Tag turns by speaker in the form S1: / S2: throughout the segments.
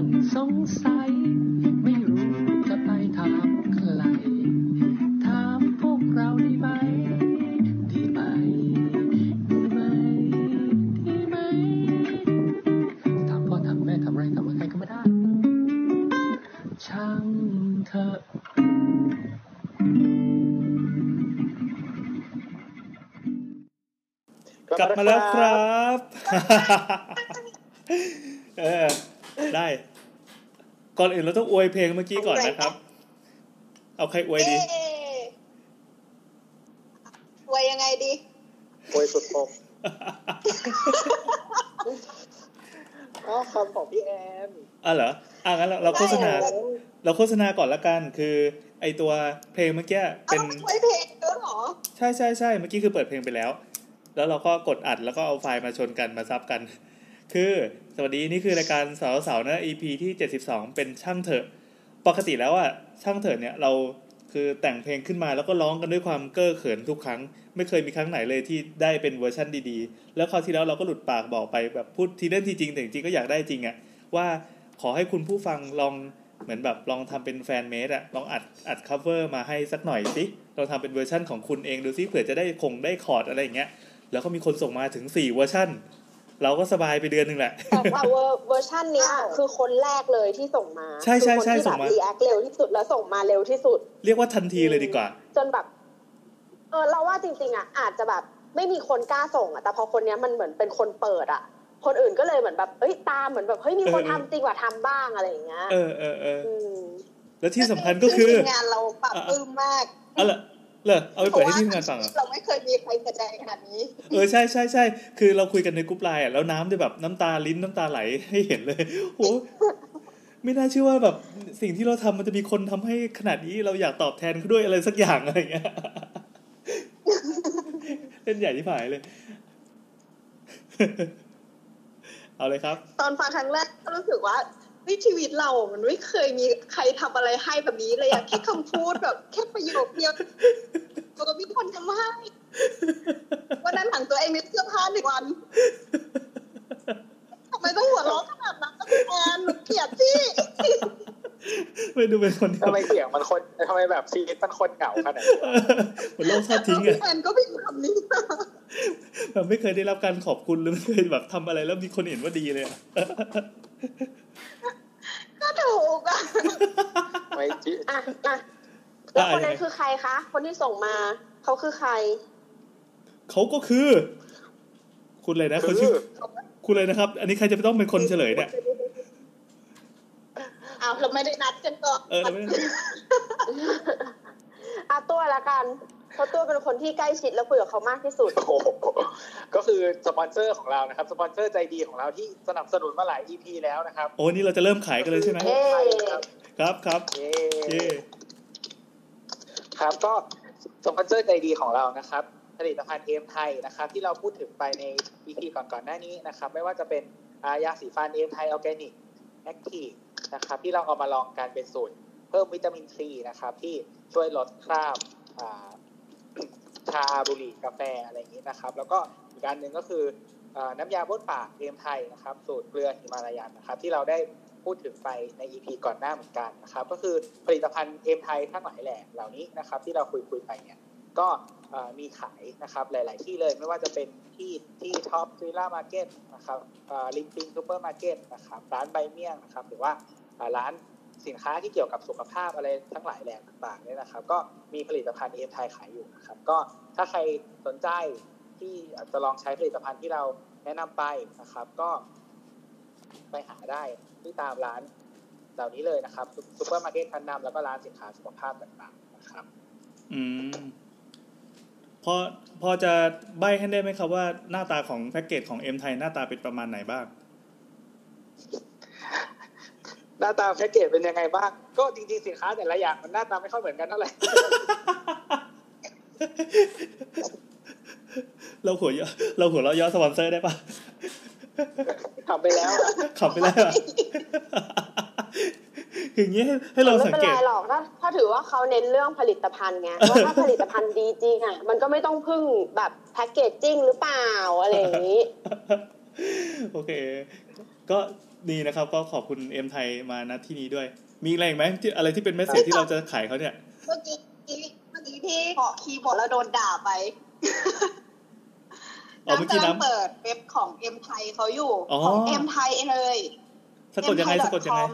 S1: สัย ไม่รู้จะไปถามใคร ถามพวกเราได้ไหม ดีไหม ดีไหม ดีไหม ถามพ่อถามแม่ถามไรถามใครก็ไม่ได้ ช่างเถอะ
S2: กลับมาแล้วครับ เออ ได้ ก่อนอื่นเราต้องอวยเพลงเมื่อกี้ก่อนนะครับ เอาใครอวยดี
S3: เอ๊ะอวยยังไงดี
S4: โวยสุด ผมอ้าวคำของพี่แอน
S2: อ่ะเหรออ่ะงั้นเราเราโฆษณา
S3: ได้เหรอ
S2: เราโฆษณาก่อนละกัน คือ ไอตัวเพลงเมื่อกี้
S3: เป็
S2: เป็น น
S3: อวยเพลงด้วยเหรอ
S2: ใช่ใช่ใช่เมื่อกี้คือเปิดเพลงไปแล้ว แล้วเราก็กดอัดแล้วก็เอาไฟล์มาชนกันมาซับกัน คือสวัสดีนี่คือรายการสาวสาวๆนะ EP ที่ 72 เป็นช่างเถอะ ปกติแล้วอะช่างเถอะเนี่ยเราคือแต่งเพลงขึ้นมาแล้วก็ร้องกันด้วยความเก้อเขินทุกครั้ง ไม่เคยมีครั้งไหนเลยที่ได้เป็นเวอร์ชั่นดีๆ แล้วคราวที่แล้วเราก็หลุดปากบอกไปแบบพูดทีเล่นทีจริงแต่จริงๆก็อยากได้จริงอะว่าขอให้คุณผู้ฟังลอง เหมือนแบบลองทำเป็นแฟนเมดอะลองอัดอัดคัฟเวอร์มาให้สักหน่อยสิลองทำเป็นเวอร์ชั่นของคุณเองดูสิเผื่อจะได้คงได้คอร์ดอะไรอย่างเงี้ย แล้วก็มีคนส่งมาถึง 4 เวอร์ชั่น เราก็สบายไปเดือนหนึ่ งแหละ
S5: แต่ว่าเวอร์เวอร์ชันเนี้ ยคือคนแรกเลยที่ส่งมา
S2: ใช่ใช่ใช่
S5: คือคนที่
S2: ส่งมา
S5: แบบรีแอคเร็วที่สุดแล้วส่งมาเร็วที่สุด
S2: เรียกว่าทันทีเลยดีกว่า
S5: จนแบบเออเราว่าจริง ๆอ่ะอาจจะแบบไม่มีคนกล้าส่งอ่ะแต่พอคนเนี้ยมันเหมือนเป็นคนเปิดอ่ะ คนอื่นก็เลยเหมือนแบบเอ้ยตามเหมือนแบบเฮ้ยมีคน
S2: เออ
S5: ทำจริงกว่าทำบ้างอะไรอย่างเงี้ย
S2: เออเออเออ
S5: ม
S2: แล้วที่สำคัญก็คื
S3: จ
S2: อ
S3: ริงๆงานเราปรับปลื้มมาก
S2: เอาละเหรอเอาไปเปิดให้ที่ทำงานฟังเหรอ
S3: เราไม่เคยมีใครแสดงขนาดนี้
S2: เออใช่ใช่ใช่คือเราคุยกันในกรุ๊ปไลน์อ่ะแล้วน้ำจะแบบน้ำตาลิ้นน้ำตาไหลให้เห็นเลยโอ้ไม่น่าเชื่อว่าแบบสิ่งที่เราทำมันจะมีคนทำให้ขนาดนี้เราอยากตอบแทนเขาด้วยอะไรสักอย่างอะไรอย่างเงี้ย เล่นใหญ่ที่ผายเลย เอาเลยครับ
S3: ตอนฟังครั้งแรกก็รู้สึกว่าวิชีวิตเรา มันไม่เคยมีใครทำอะไรให้แบบนี้เลยอะแค่คำพูดแบบ แค่ประโยคเดียวตัวมีคนทำให้วันนั้นหลังตัวเองมีเสื้อผ้าหนึ่งวันทำไมต้องหัวเร้อขนาดนั้นก็แอนหนูเกลียดพี่
S2: ไม่ดูเป็นคนที่
S4: ทำไมเสียงมันคนทำไมแบบซีรีส์มันคนเหงาขนาดนี้
S2: เหมือนโลกทอดทิ้งอ่ะ
S3: แอนก็พิมพ์คำนี้มา
S2: แบบไม่เคยได้รับการขอบคุณหรือไม่เคยแบบทำอะไรแล้วมีคนเห็นว่าดีเลยอะ
S3: ก็ถูกอะ
S4: ทำไมจิ
S5: อ่ะอ่ะแล้วคนนั้
S2: ได้
S5: นคือใครคะ คนที่ส่งมาเขาคือใคร
S2: เขาก็คือ คุณเลยนะ
S4: คื
S2: เขาชื่อ
S4: อ
S2: คุณเลยนะครับ อันนี้ใครจะไปต้องเป็นคนเฉลยเนี่ย
S3: อ้าวเราไม่ได้นัดกันก่อน
S2: เออเราไม่ได้
S5: อาตัวละกันเพราะตัวเป็นคนที่ใกล้ชิดและคุยกับเขามากที่สุด
S4: โอ้โหก็คือสปอนเซอร์ของเรานะครับ สปอนเซอร์ใจดีของเราที่สนับสนุนมาหลาย EP แล้วนะครับ
S2: โอ้นี่เราจะเริ่มขายกันเลยใช่ไหม
S5: เอ๊ะ
S4: ใช่ครับ
S2: ครับครับ
S4: เย้
S2: เย่
S4: ครับก็สปอนเซอร์ใจดีของเรานะครับ ผลิตภัณฑ์เอมไทยนะครับ ที่เราพูดถึงไปใน EP ก่อนๆหน้านี้นะครับ ไม่ว่าจะเป็นอ่ายาสีฟันเอมไทยออร์แกนิกแอคทีฟนะครับ ที่เราเอามาลองการเป็นสูตร เพิ่มวิตามินซีนะครับ ที่ช่วยลดคราบอ่า ชาบุหรี่กาแฟอะไรอย่างนี้นะครับ แล้วก็อีกอันหนึ่งก็คืออ่าน้ำยาบ้วนปากเอมไทยนะครับ สูตรเกลือหิมาลายันนะครับ ที่เราได้พูดถึงไปใน EP ก่อนหน้าเหมือนกันนะครับ ก็คือผลิตภัณฑ์เอมไทยทั้งหลายแหล่เหล่านี้นะครับ ที่เราคุยคุยๆไปเนี่ยก็เอ่อมีขายนะครับหลาย ๆ ที่เลยไม่ว่าจะเป็นที่ที่ท็อปซีล่ามาร์เก็ตนะครับลิงปิงซูเปอร์มาร์เก็ตนะครับร้านใบเมี่ยงนะครับหรือว่า อ่าร้านสินค้าที่เกี่ยวกับสุขภาพอะไรทั้งหลายแหล่ต่างๆเนี่ยนะครับ ก็มีผลิตภัณฑ์เอมไทยขายอยู่นะครับ ก็ถ้าใครสนใจที่อยากจะลองใช้ผลิตภัณฑ์ที่เราแนะนำไปนะครับ ก็ไปหาได้ที่ตามร้านเหล่านี้เลยนะครับซูเปอร์มาร์เก็ตชั้นนำแล้วก็ร้านสินค้าสุขภาพต่างๆนะครับ
S2: อืมพอพอจะใบให้ได้ไหมครับว่าหน้าตาของแพ็กเกจของเอ็มไทยหน้าตาเป็นประมาณไหนบ้าง
S4: หน้าตาแพ็กเกจเป็นยังไงบ้าง ก็จริงๆสินค้าแต่ละอย่างมันหน้าตาไม่ค่อยเหมือนกันเท่าไหร่
S2: เราหัวเยาะเราหัวเราะเย้อสปอนเซอร์ได้ปะ
S4: ทำไปแล้วอะ
S2: ขับไปแล้วอะคืออย่างเงี้ยให้ให้เรา
S5: ไม่
S2: สัง
S5: เป็น
S2: เก
S5: ไร
S2: ต
S5: หรอกถ้าถ้าถือว่าเขาเน้นเรื่องผลิตภัณฑ์ไงว่าถ้าผลิตภัณฑ์ดีจริงอ่ะมันก็ไม่ต้องพึ่งแบบแพ็กเกจจิ้งหรือเปล่าอะไรอย่างนี้
S2: โอเค ก็ นี่นะครับ ก็ขอบคุณเอ็มไทยมาณที่นี้ด้วย มีอะไรอีกไหมที่อะไรที่เป็นเมสเซจที่เราจะขายเขาเนี่ย
S6: เมื่อกี้เมื่อกี้ที่เกาะคีย์บอร์ดแล้วโดนด่าไป
S2: อ๋อเมื่อกี้น้ำ
S6: กำลังเปิดเว็บของเอ็มไทยเขาอยู่
S2: อ๋อ
S6: ของเอ็มไทยเลย
S2: สะกดยังไง
S6: mthai.com
S2: สะกดยังไง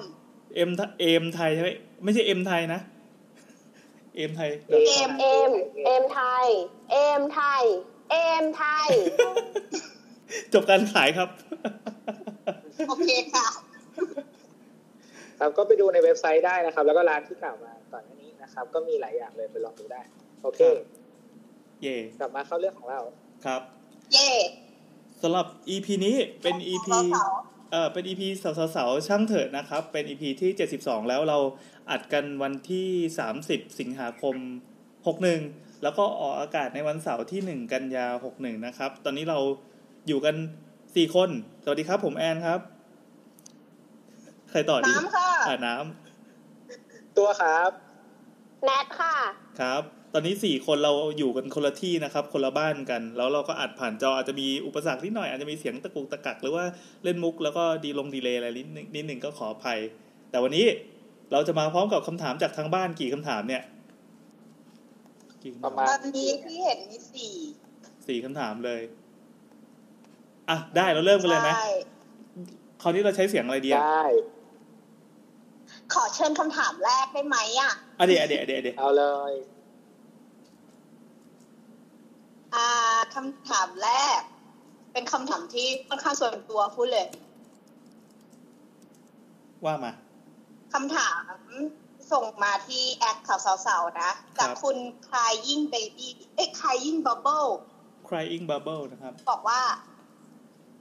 S2: เอ็มเอ็มไทยใช่ไหมไม่ใช่เอ็มไทยนะ เอ็มไทย
S6: เอ็ม
S5: เอมเอมไทย เอมไทย เอมไทย
S2: จบการขายครับ
S6: โอเคค่ะ
S4: ครับก็ไปดูในเว็บไซต์ได้นะครับ แล้วก็ร้านที่กล่าวมาก่อนหน้านี้นะครับ ก็มีหลายอย่างเลยไปลองดูได้ โอเค
S2: ครับ เย่
S4: กลับมาเข้าเรื่องของเรา
S2: ครับ
S6: เย่
S2: สำหรับ EP นี้เป็น EP
S6: สาวสาว
S2: เออเป็น EP สาวๆๆช่างเถิดนะครับ เป็น EP ที่ 72 แล้วเราอัดกันวันที่ 30 สิงหาคม 61 แล้วก็ออกอากาศในวันเสาร์ที่ 1 กันยา 61 นะครับ ตอนนี้เราอยู่กัน 4 คน สวัสดีครับ ผมแอนครับ ใครต่อดี
S6: น้ำค่ะ
S2: อ่าน้ำ
S4: ตัวครับ
S5: แนทค่ะ
S2: ครับ ตอนนี้สี่คนเราอยู่กันคนละที่นะครับ คนละบ้านกัน แล้วเราก็อัดผ่านจออาจจะมีอุปสรรคนิดหน่อย อาจจะมีเสียงตะกุกตะกัก หรือว่าเล่นมุกแล้วก็ดีลงดีเลย์อะไรนิดนึงนิดหนึ่งก็ขออภัย แต่วันนี้เราจะมาพร้อมกับคำถามจากทางบ้านกี่คำถามเนี่ยกี่คำ
S4: ป
S2: ถา
S4: ระ
S2: ม
S4: มาณ
S6: ตอนนี้ที่เห็นมีสี่
S2: สี่คำถามเลย อ่ะ ได้เราเริ่มกันเลยไหม
S6: ใช่
S2: คราวนี้เราใช้เสียงอะไรดีอ่ะ
S4: ได้
S6: ขอเชิญคำถามแรกได้ไหมอ่ะ
S2: อ่ะเดี๋ยวอ่ะเดี๋ยวอ่ะเดี๋ยวอ่ะเดี๋ยว
S4: เอาเลย
S6: อ่าคำถามแรก เป็นคำถามที่ค่อนข้างส่วนตัวพูดเลย
S2: ว่ามา
S6: คำถามส่งมาที่แอดข่าวสาวๆ
S2: ครั
S6: นะจาก
S2: บ
S6: คุณคลายยิ่งเบบี้เอ้ยคลายยิ่งบับเบิล
S2: crying bubble นะครับ
S6: บอกว่า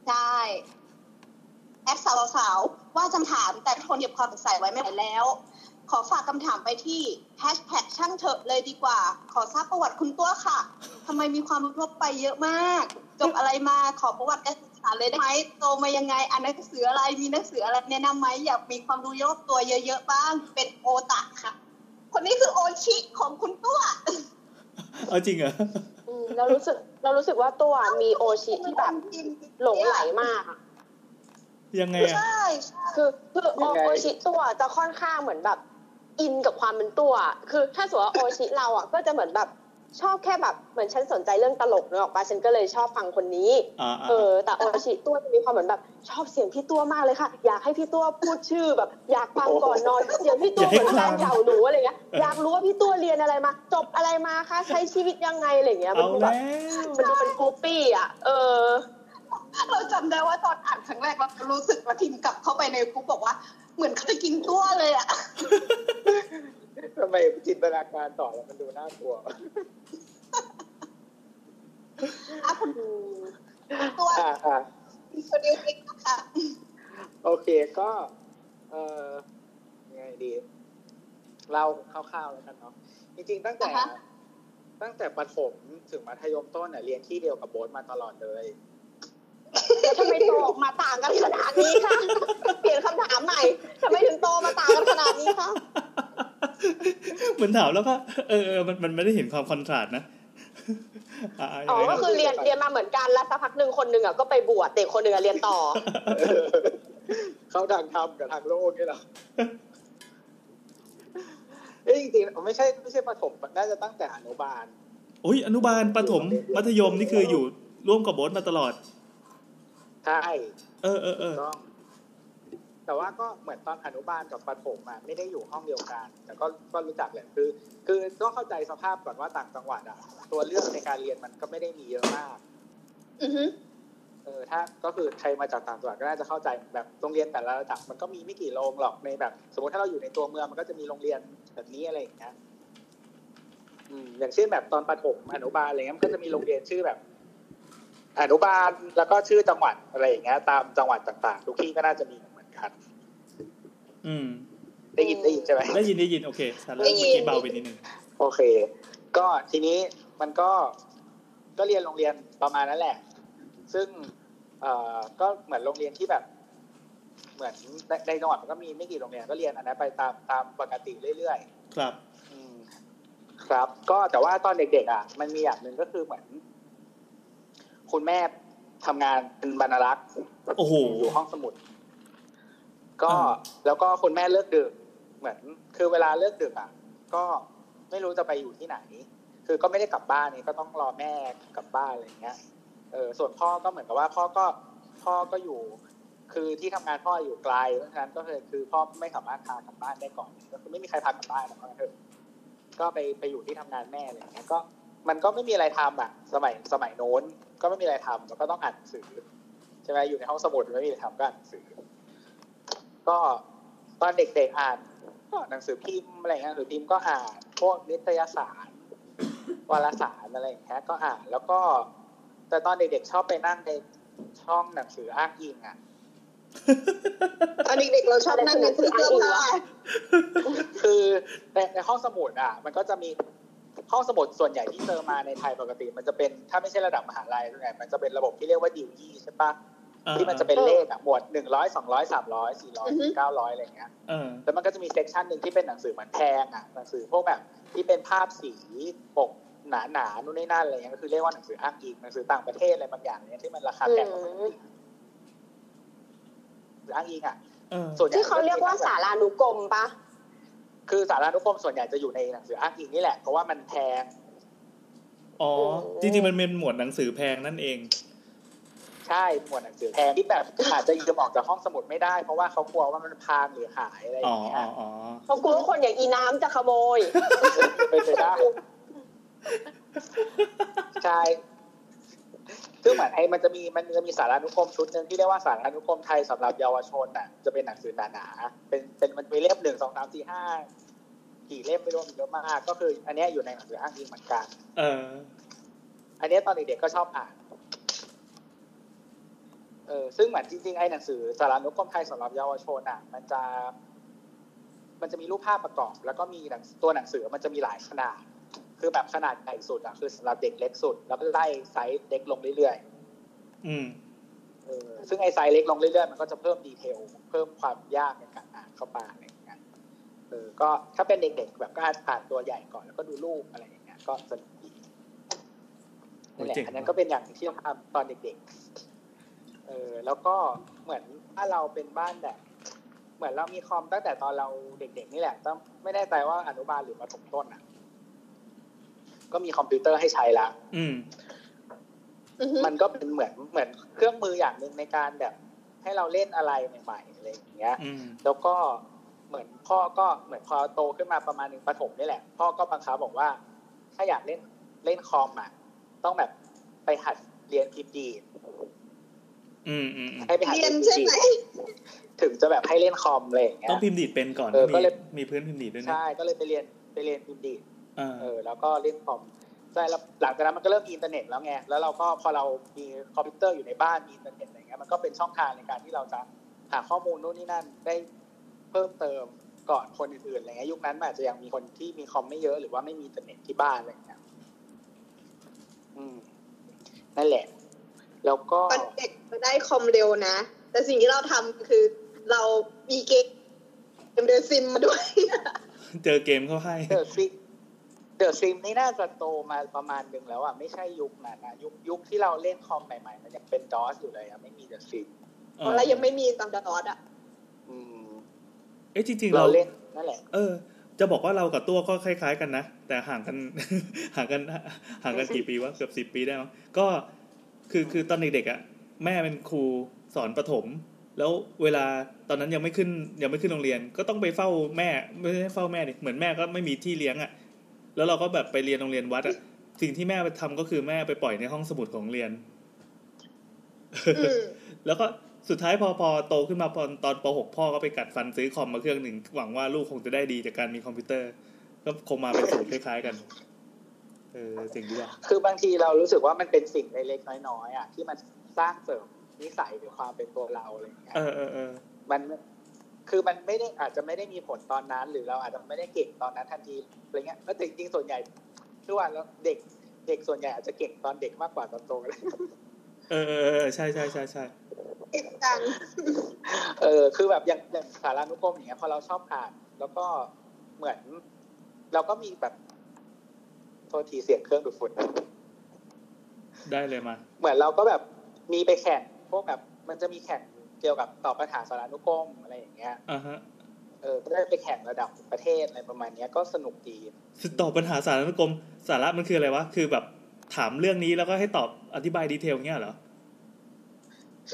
S6: ได้ แอดสาวสาวๆว่าจะถามแต่ทนเก็บความสงสัยไว้ไม่ไหวแล้ว ขอฝากคำถามไปที่แฮชแท็กช่างเถอะเลยดีกว่า ขอทราบประวัติคุณตัวค่ะทำไมมีความรู้ทั่วไปเยอะมาก จบอะไรมาขอประวัติการศึกษาเลยได้ไหมโตมายังไงอ่านหนังสืออะไรมีหนังสืออะไรแนะนำไหมอยากมีความรู้รอบตัวเยอะๆบ้าง เป็นโอตะค่ะ คนนี้คือโอชิของคุณตัว
S2: เอาจริงเหรอ
S5: อืมเรารู้สึกเรารู้สึกว่าตัวมีโอชิที่แบบหลงไหลมากอะ
S2: ยังไงอ่ะ
S6: ใช่ใช่
S5: คือคือโอ
S4: ยังไง
S5: โอชิตัวจะค่อนข้างเหมือนแบบ อินกับความเป็นตัว คือถ้าสมมติว่าโอชิเราอ่ะก็จะเหมือนแบบชอบแค่แบบเหมือนฉันสนใจเรื่องตลกเนกอะออกปะฉันก็เลยชอบฟังคนนี้
S2: อ่าอ่า
S5: เออแต่โอชิตัวจะมีความเหมือนแบบชอบเสียงพี่ตัวมากเลยค่ะ อยากให้พี่ตัวพูดชื่อแบบ อยากฟังก่อนนอนเสียงพี่ตัวเหมือนการเก่าหนูอะไรเงี้ยอยากรู้ว่าพี่ตัวเรียนอะไรมา จบอะไรมาคะใช้ชีวิตยังไงอะไรเงี้ยมัน
S2: เอา
S5: ดูแบ
S2: แล้
S5: บ
S2: ว
S5: มันดูเป็นกูปี้อ่ะเออ
S6: เราจำได้ว่าตอนอ่านครั้งแรกเรารู้สึกว่าพิมพ์กลับเข้าไปในกรุ๊ปบอกว่า เหมือนเขาจะกินตัวเลยอะ
S4: ทำไมจินตนาการต่อแล้วมันดูน่ากลัว
S6: อ่ะคุณตัว
S4: อ่าอ่า
S6: คนเดียวเองนะคะ
S4: โอเคก็เออยังไงดี เราคร่าวๆแล้วกันเนาะจริงๆตั้งแต่ ตั้งแต่ประถมถึงมัธยมต้นเนี่ยเรียนที่เดียวกับโบ๊ทมาตลอดเลย
S5: แล้วทำไมโตออกมาต่างกันขนาดนี้คะเปลี่ยนคำถามใหม่ทำไมถึงโตมาต่างกันขนาดนี้คะ
S2: เหมือนถามแล้วก็เออเออมันมันไม่ได้เห็นความคอนทราสต์นะ อ่าอ่า
S5: อ๋อ
S2: ยังไง
S5: ก็
S2: นะ
S5: คือเรียนเรียนมาเหมือนกันแล้วสักพักหนึ่งคนหนึ่งอ่ะก็ไปบวชเด็กคนหนึ่งอ่ะเรียนต่อ
S4: เข้าทางธรรมกับทางโลกนี่เหรอเอ้ยจริงๆไม่ใช่ไม่ใช่ประถมน่าจะตั้งแต่อนุบาล
S2: โอ้ยอนุบาลประถมมัธยมนี่คืออยู่ร่วมกับโบสมาตลอด
S4: ใช่
S2: เออเออเออ
S4: ต้อง แต่ว่าก็เหมือนตอนอนุบาลกับประถมอะไม่ได้อยู่ห้องเดียวกัน แต่ก็ก็รู้จักแหละคือ คือต้องเข้าใจสภาพก่อนว่าต่างจังหวัดอะตัวเลือกในการเรียนมันก็ไม่ได้มีเยอะมาก
S6: อือฮึ
S4: เออถ้าก็คือใครมาจากต่างจังหวัดก็น่าจะเข้าใจแบบโรงเรียนแต่ละระดับมันก็มีไม่กี่โรงหรอกในแบบ สมมติถ้าเราอยู่ในตัวเมืองมันก็จะมีโรงเรียนแบบนี้อะไรอย่างเงี้ยอืมอย่างเช่นแบบตอนประถมอนุบาลอะไรเงี้ยมันก็จะมีโรงเรียนชื่อแบบ อนุบาลแล้วก็ชื่อจังหวัดอะไรอย่างเงี้ย ตามจังหวัดต่างๆ ทุกที่ก็น่าจะมีเหมือนกัน
S2: อืม
S4: ได้ยินได้ยินใช่ไหม
S2: ได้ยินได้ยินโอเคชัดแล้วเมื่อกี้เบาไปนิดนึง
S4: โอเค ก็ทีนี้มันก็ก็เรียนโรงเรียนประมาณนั้นแหละ ซึ่งเอ่อก็เหมือนโรงเรียนที่แบบ เหมือนในในจังหวัดมันก็มีไม่กี่โรงเรียนก็เรียนอันนั้นไปตามตามปกติเรื่อยๆ
S2: ครับ
S4: อืมครับก็แต่ว่าตอนเด็กๆอ่ะ มันมีอย่างหนึ่งก็คือเหมือน คุณแม่ทำงานเป็นบรรณารักษ์
S2: โอ้โห
S4: อยู่ห้องสมุด ก็
S2: อ่า
S4: แล้วก็คุณแม่เลิกดึกเหมือนคือเวลาเลิกดึกอ่ะ ก็ไม่รู้จะไปอยู่ที่ไหน คือก็ไม่ได้กลับบ้านนี่ก็ต้องรอแม่กลับบ้านอะไรอย่างเงี้ยเออส่วนพ่อก็เหมือนกับว่าพ่อก็พ่อก็อยู่ คือที่ทำงานพ่ออยู่ไกลเพราะฉะนั้นก็คือคือพ่อไม่สามารถพากลับบ้านได้ก่อนก็คือไม่มีใครพากลับบ้านนะเพราะงั้นเถอะก็ไปไปอยู่ที่ทำงานแม่อะไรอย่างเงี้ยก็ มันก็ไม่มีอะไรทำอ่ะ สมัยสมัยโน้นก็ไม่มีอะไรทำแล้วก็ต้องอ่านหนังสือใช่ไหมอยู่ในห้องสมุดไม่มีอะไรทำก็อ่านหนังสือ ก็ตอนเด็กๆอ่านก็หนังสือพิมพ์อะไรเงี้ยหนังสือพิมพ์ก็อ่านพวกนิตยสาร วารสารอะไรอย่างเงี้ยก็อ่านแล้วก็ แต่ตอนเด็กๆชอบไปนั่งในช่องหนังสืออ้างอิงอ่ะ
S3: ตอนเด็กๆเราชอบนั่งในตู้เสื้อผ้า
S4: คือในในห้องสมุดอ่ะ มันก็จะมีห้องสมุดส่วนใหญ่ที่เจอมาในไทยปกติ มันจะเป็นถ้าไม่ใช่ระดับมหาลัยส่วนใหญ่มันจะเป็นระบบที่เรียกว่าดิวยี่ใช่ปะ
S2: อ่า
S4: ที่มันจะเป็นเลขอ่ะหมวดหนึ่งร้อยสองร้อยสามร้อยสี่ร้อยเก้าร้อยอะไรอย่างเงี้ย
S2: เออ
S4: แล้วมันก็จะมีเซกชันหนึ่งที่เป็นหนังสือเหมือนแพงอ่ะหนังสือพวกแบบที่เป็นภาพสีปกหนาหนาๆนู่นนี่นั่นอะไรเงี้ยก็คือเรียกว่าหนังสืออ้างอิงหนังสือต่างประเทศอะไรบางอย่างเนี่ยที่มันราคาแพงกว่าปกติหรืออ้างอิงอ่ะ
S2: เออ
S4: ส่วนใหญ่
S5: ที่เขาเรียกว่าสารานุกรมปะ
S4: คือสารานุกรมส่วนใหญ่จะอยู่ในหนังสืออ้างอิงนี่แหละ เพราะว่ามันแพง
S2: อ๋อจริงๆมันเป็นหมวดหนังสือแพงนั่นเอง
S4: ใช่หมวดหนังสือแพงที่แบบอาจจะยืมออกจากห้องสมุดไม่ได้ เพราะว่าเขากลัวว่ามันพังหรือหายอะไรอ
S2: อ๋อย่าง
S4: เงี้
S2: อ๋
S4: ย
S2: ออ๋อ
S5: เขากลัวว่าคนอย่างอีน้ำจะขโมย
S4: เป็นไปได้ใช่ซึ่งเหมือนไอ้มันจะมีมันจะมีสารานุกรมชุดหนึ่งที่เรียกว่าสารานุกรมไทยสำหรับเยาวชนน่ะจะเป็นหนังสือหนาๆเป็นเป็นมันมีเล่มหนึ่งสองสามสี่ห้ากี่เล่มไม่รู้มีเยอะมากก็คือ อันเนี้ยอยู่ในหนังสืออ้างอิงเหมือนกัน
S2: เออ
S4: อันเนี้ยตอนเด็กๆก็ชอบอ่าน เออซึ่งเหมือนจริงๆ ไอ้หนังสือสารานุกรมไทยสำหรับเยาวชนอ่ะ มันจะ มันจะมีรูปภาพประกอบ แล้วก็มีหนังตัวหนังสือมันจะมีหลายขนาด คือแบบขนาดใหญ่สุดอ่ะคือสำหรับเด็กเล็กสุด แล้วก็ไล่ไซส์เล็กลงเรื่อย
S2: อืม
S4: ๆเออซึ่งไอ้ไซส์เล็กลงเรื่อยๆ มันก็จะเพิ่มดีเทล เพิ่มความยากในการอ่านเข้าไปอะไรอย่างเงี้ยเออก็ถ้าเป็นเด็กๆ แบบก็อ่านตัวใหญ่ก่อนแล้วก็ดูรูปอะไรอย่างเงี้ยก็สนุกดี
S2: โอ้ย
S4: นั่นแหละ
S2: เจ๋ง
S4: อันนั้นก็เป็นอย่างที่เราทำตอนเด็กๆ เออ แล้วก็เหมือนบ้านเราเป็นบ้านแบบ เหมือนเรามีคอมตั้งแต่ตอนเราเด็กๆนี่แหละต้องไม่แน่ใจว่าอนุบาลหรือประถมต้นอ่ะ ก็มีคอมพิวเตอร์ให้ใช้ละ
S2: อืม
S3: อือฮึ
S4: มันก็เป็นเหมือนเหมือนเครื่องมืออย่างหนึ่งในการแบบ ให้เราเล่นอะไรใหม่ๆอะไรอย่างเงี้ย
S2: อืม
S4: แล้วก็เหมือนพ่อก็เหมือนพอโตขึ้นมาประมาณหนึ่งประถมนี่แหละ พ่อก็บังคับบอกว่า ถ้าอยากเล่นเล่นคอมอ่ะต้องแบบไปหัดเรียนพิมพ์ดีด
S2: อืมอืมอืม
S4: ให้ไปหัด
S3: เรียน
S4: พิ
S3: ใช่
S4: พ์ดี
S3: ไหม
S4: ดถึงจะแบบให้เล่นคอมอะไรอย่างเงี้ย
S2: ต้องพิมพ์ดีดเป็นก่อน
S4: เออ
S2: มี
S4: ก็เลย
S2: มีพื้นพิมพ์ดีดด้วยนะ
S4: ใช่ก็เลยไปเรียนไปเรียนพิมพ์ดีด
S2: เออ
S4: เออแล้วก็เล่นคอมใช่แล้วหลังจากนั้นมันก็เริ่มมีอินเทอร์เน็ตแล้วไงแล้วเราก็พอเรามีคอมพิวเตอร์อยู่ในบ้านมีอินเทอร์เน็ตอะไรเงี้ยมันก็เป็นช่องทางในการที่เราจะหาข้อมูลนู่นนี่นั่นได้เพิ่มเติมก่อนคนอื่นๆอะไรเงี้ยยุคนั้นมันอาจจะยังมีคนที่มีคอมไม่เยอะหรือว่าไม่มีอินเทอร์เน็ตที่บ้านอะไรเงี้ยอืมนั่นแหละ แล้วก็
S3: ตอนเด็กมันได้คอมเร็วนะ แต่สิ่งที่เราทำคือเรามีเกมเกมเดอะซิมมาด้วย
S2: เจอเกมเข้าให้
S4: เดอะซิมเดอะซิมนี่น่าจะโตมาประมาณหนึ่งแล้วอ่ะไม่ใช่ยุคนั้นนะยุคยุคที่เราเล่นคอมใหม่ๆ มันยังเป็นดอสอยู่เลยอ่ะไม่มีเดอะซิม
S2: เอ
S3: เพ
S2: อ
S3: ราะเรายังไม่มีตอนดอดอะ
S4: อืม
S2: เอ้ยจริงๆ
S4: เรา
S2: เรา
S4: เล่นนั่นแหละ
S2: เออ จะบอกว่าเรากับตัวก็คล้ายๆกันนะ แต่ห่างกัน ห่างกันห่างกันกี่ปีวะเกือบสิบ10 ปีได้มั้งก็คือคือตอนเด็กๆอ่ะ แม่เป็นครูสอนประถม แล้วเวลาตอนนั้นยังไม่ขึ้นยังไม่ขึ้นโรงเรียน ก็ต้องไปเฝ้าแม่ไม่ใช่เฝ้าแม่ดิเหมือนแม่ก็ไม่มีที่เลี้ยงอ่ะ แล้วเราก็แบบไปเรียนโรงเรียนวัดอ่ะสิ่งที่แม่ไปทำก็คือแม่ไปปล่อยในห้องสมุดของโรงเรียน
S3: อืม
S2: แล้วก็สุดท้ายพอพอโตขึ้นมาตอนตอนป .6 พ่อก็ไปกัดฟันซื้อคอมมาเครื่องหนึ่งหวังว่าลูกคงจะได้ดีจากการมีคอมพิวเตอร์ ก็คงมาเป็นสูตรคล้ายๆกัน เออเจริงดีว่ะ
S4: คือบางทีเรารู้สึกว่ามันเป็นสิ่งเล็กๆน้อยๆอ่ะที่มันสร้างเสริมนิสัยหรือความเป็นตัวเราอะไรอย่างเงี้ย
S2: เออเออเออ
S4: มันคือมันไม่ได้อาจจะไม่ได้มีผลตอนนั้น หรือเราอาจจะไม่ได้เก่งตอนนั้นทันทีอะไรเงี้ยแล้วจริงๆส่วนใหญ่คือว่าแล้วเด็กเด็กส่วนใหญ่อาจจะเก่งตอนเด็กมากกว่าตอนโตเลย
S2: เออเออเออใช่ใช่ใช่ใช่
S3: เก็บตังค์
S4: เออคือแบบอย่างอย่างสารานุกรมอย่างเงี้ยพอเราชอบอ่าน แล้วก็เหมือน เราก็มีแบบโทษทีเสียงเครื่องดูดฝุ่น
S2: ได้เลยมา
S4: เหมือนเราก็แบบมีไปแข่งพวกแบบ มันจะมีแข่ง เกี่ยวกับตอบปัญหาสารานุกรมอะไรอย่างเงี้ย
S2: อ่าฮะ
S4: เออก็ได้ไปแข่งระดับประเทศอะไรประมาณเนี้ยก็สนุกดี
S2: คือตอบปัญหาสารานุกรมสาระมันคืออะไรวะ คือแบบถามเรื่องนี้แล้วก็ให้ตอบอธิบายดีเทลเงี้ยเหรอ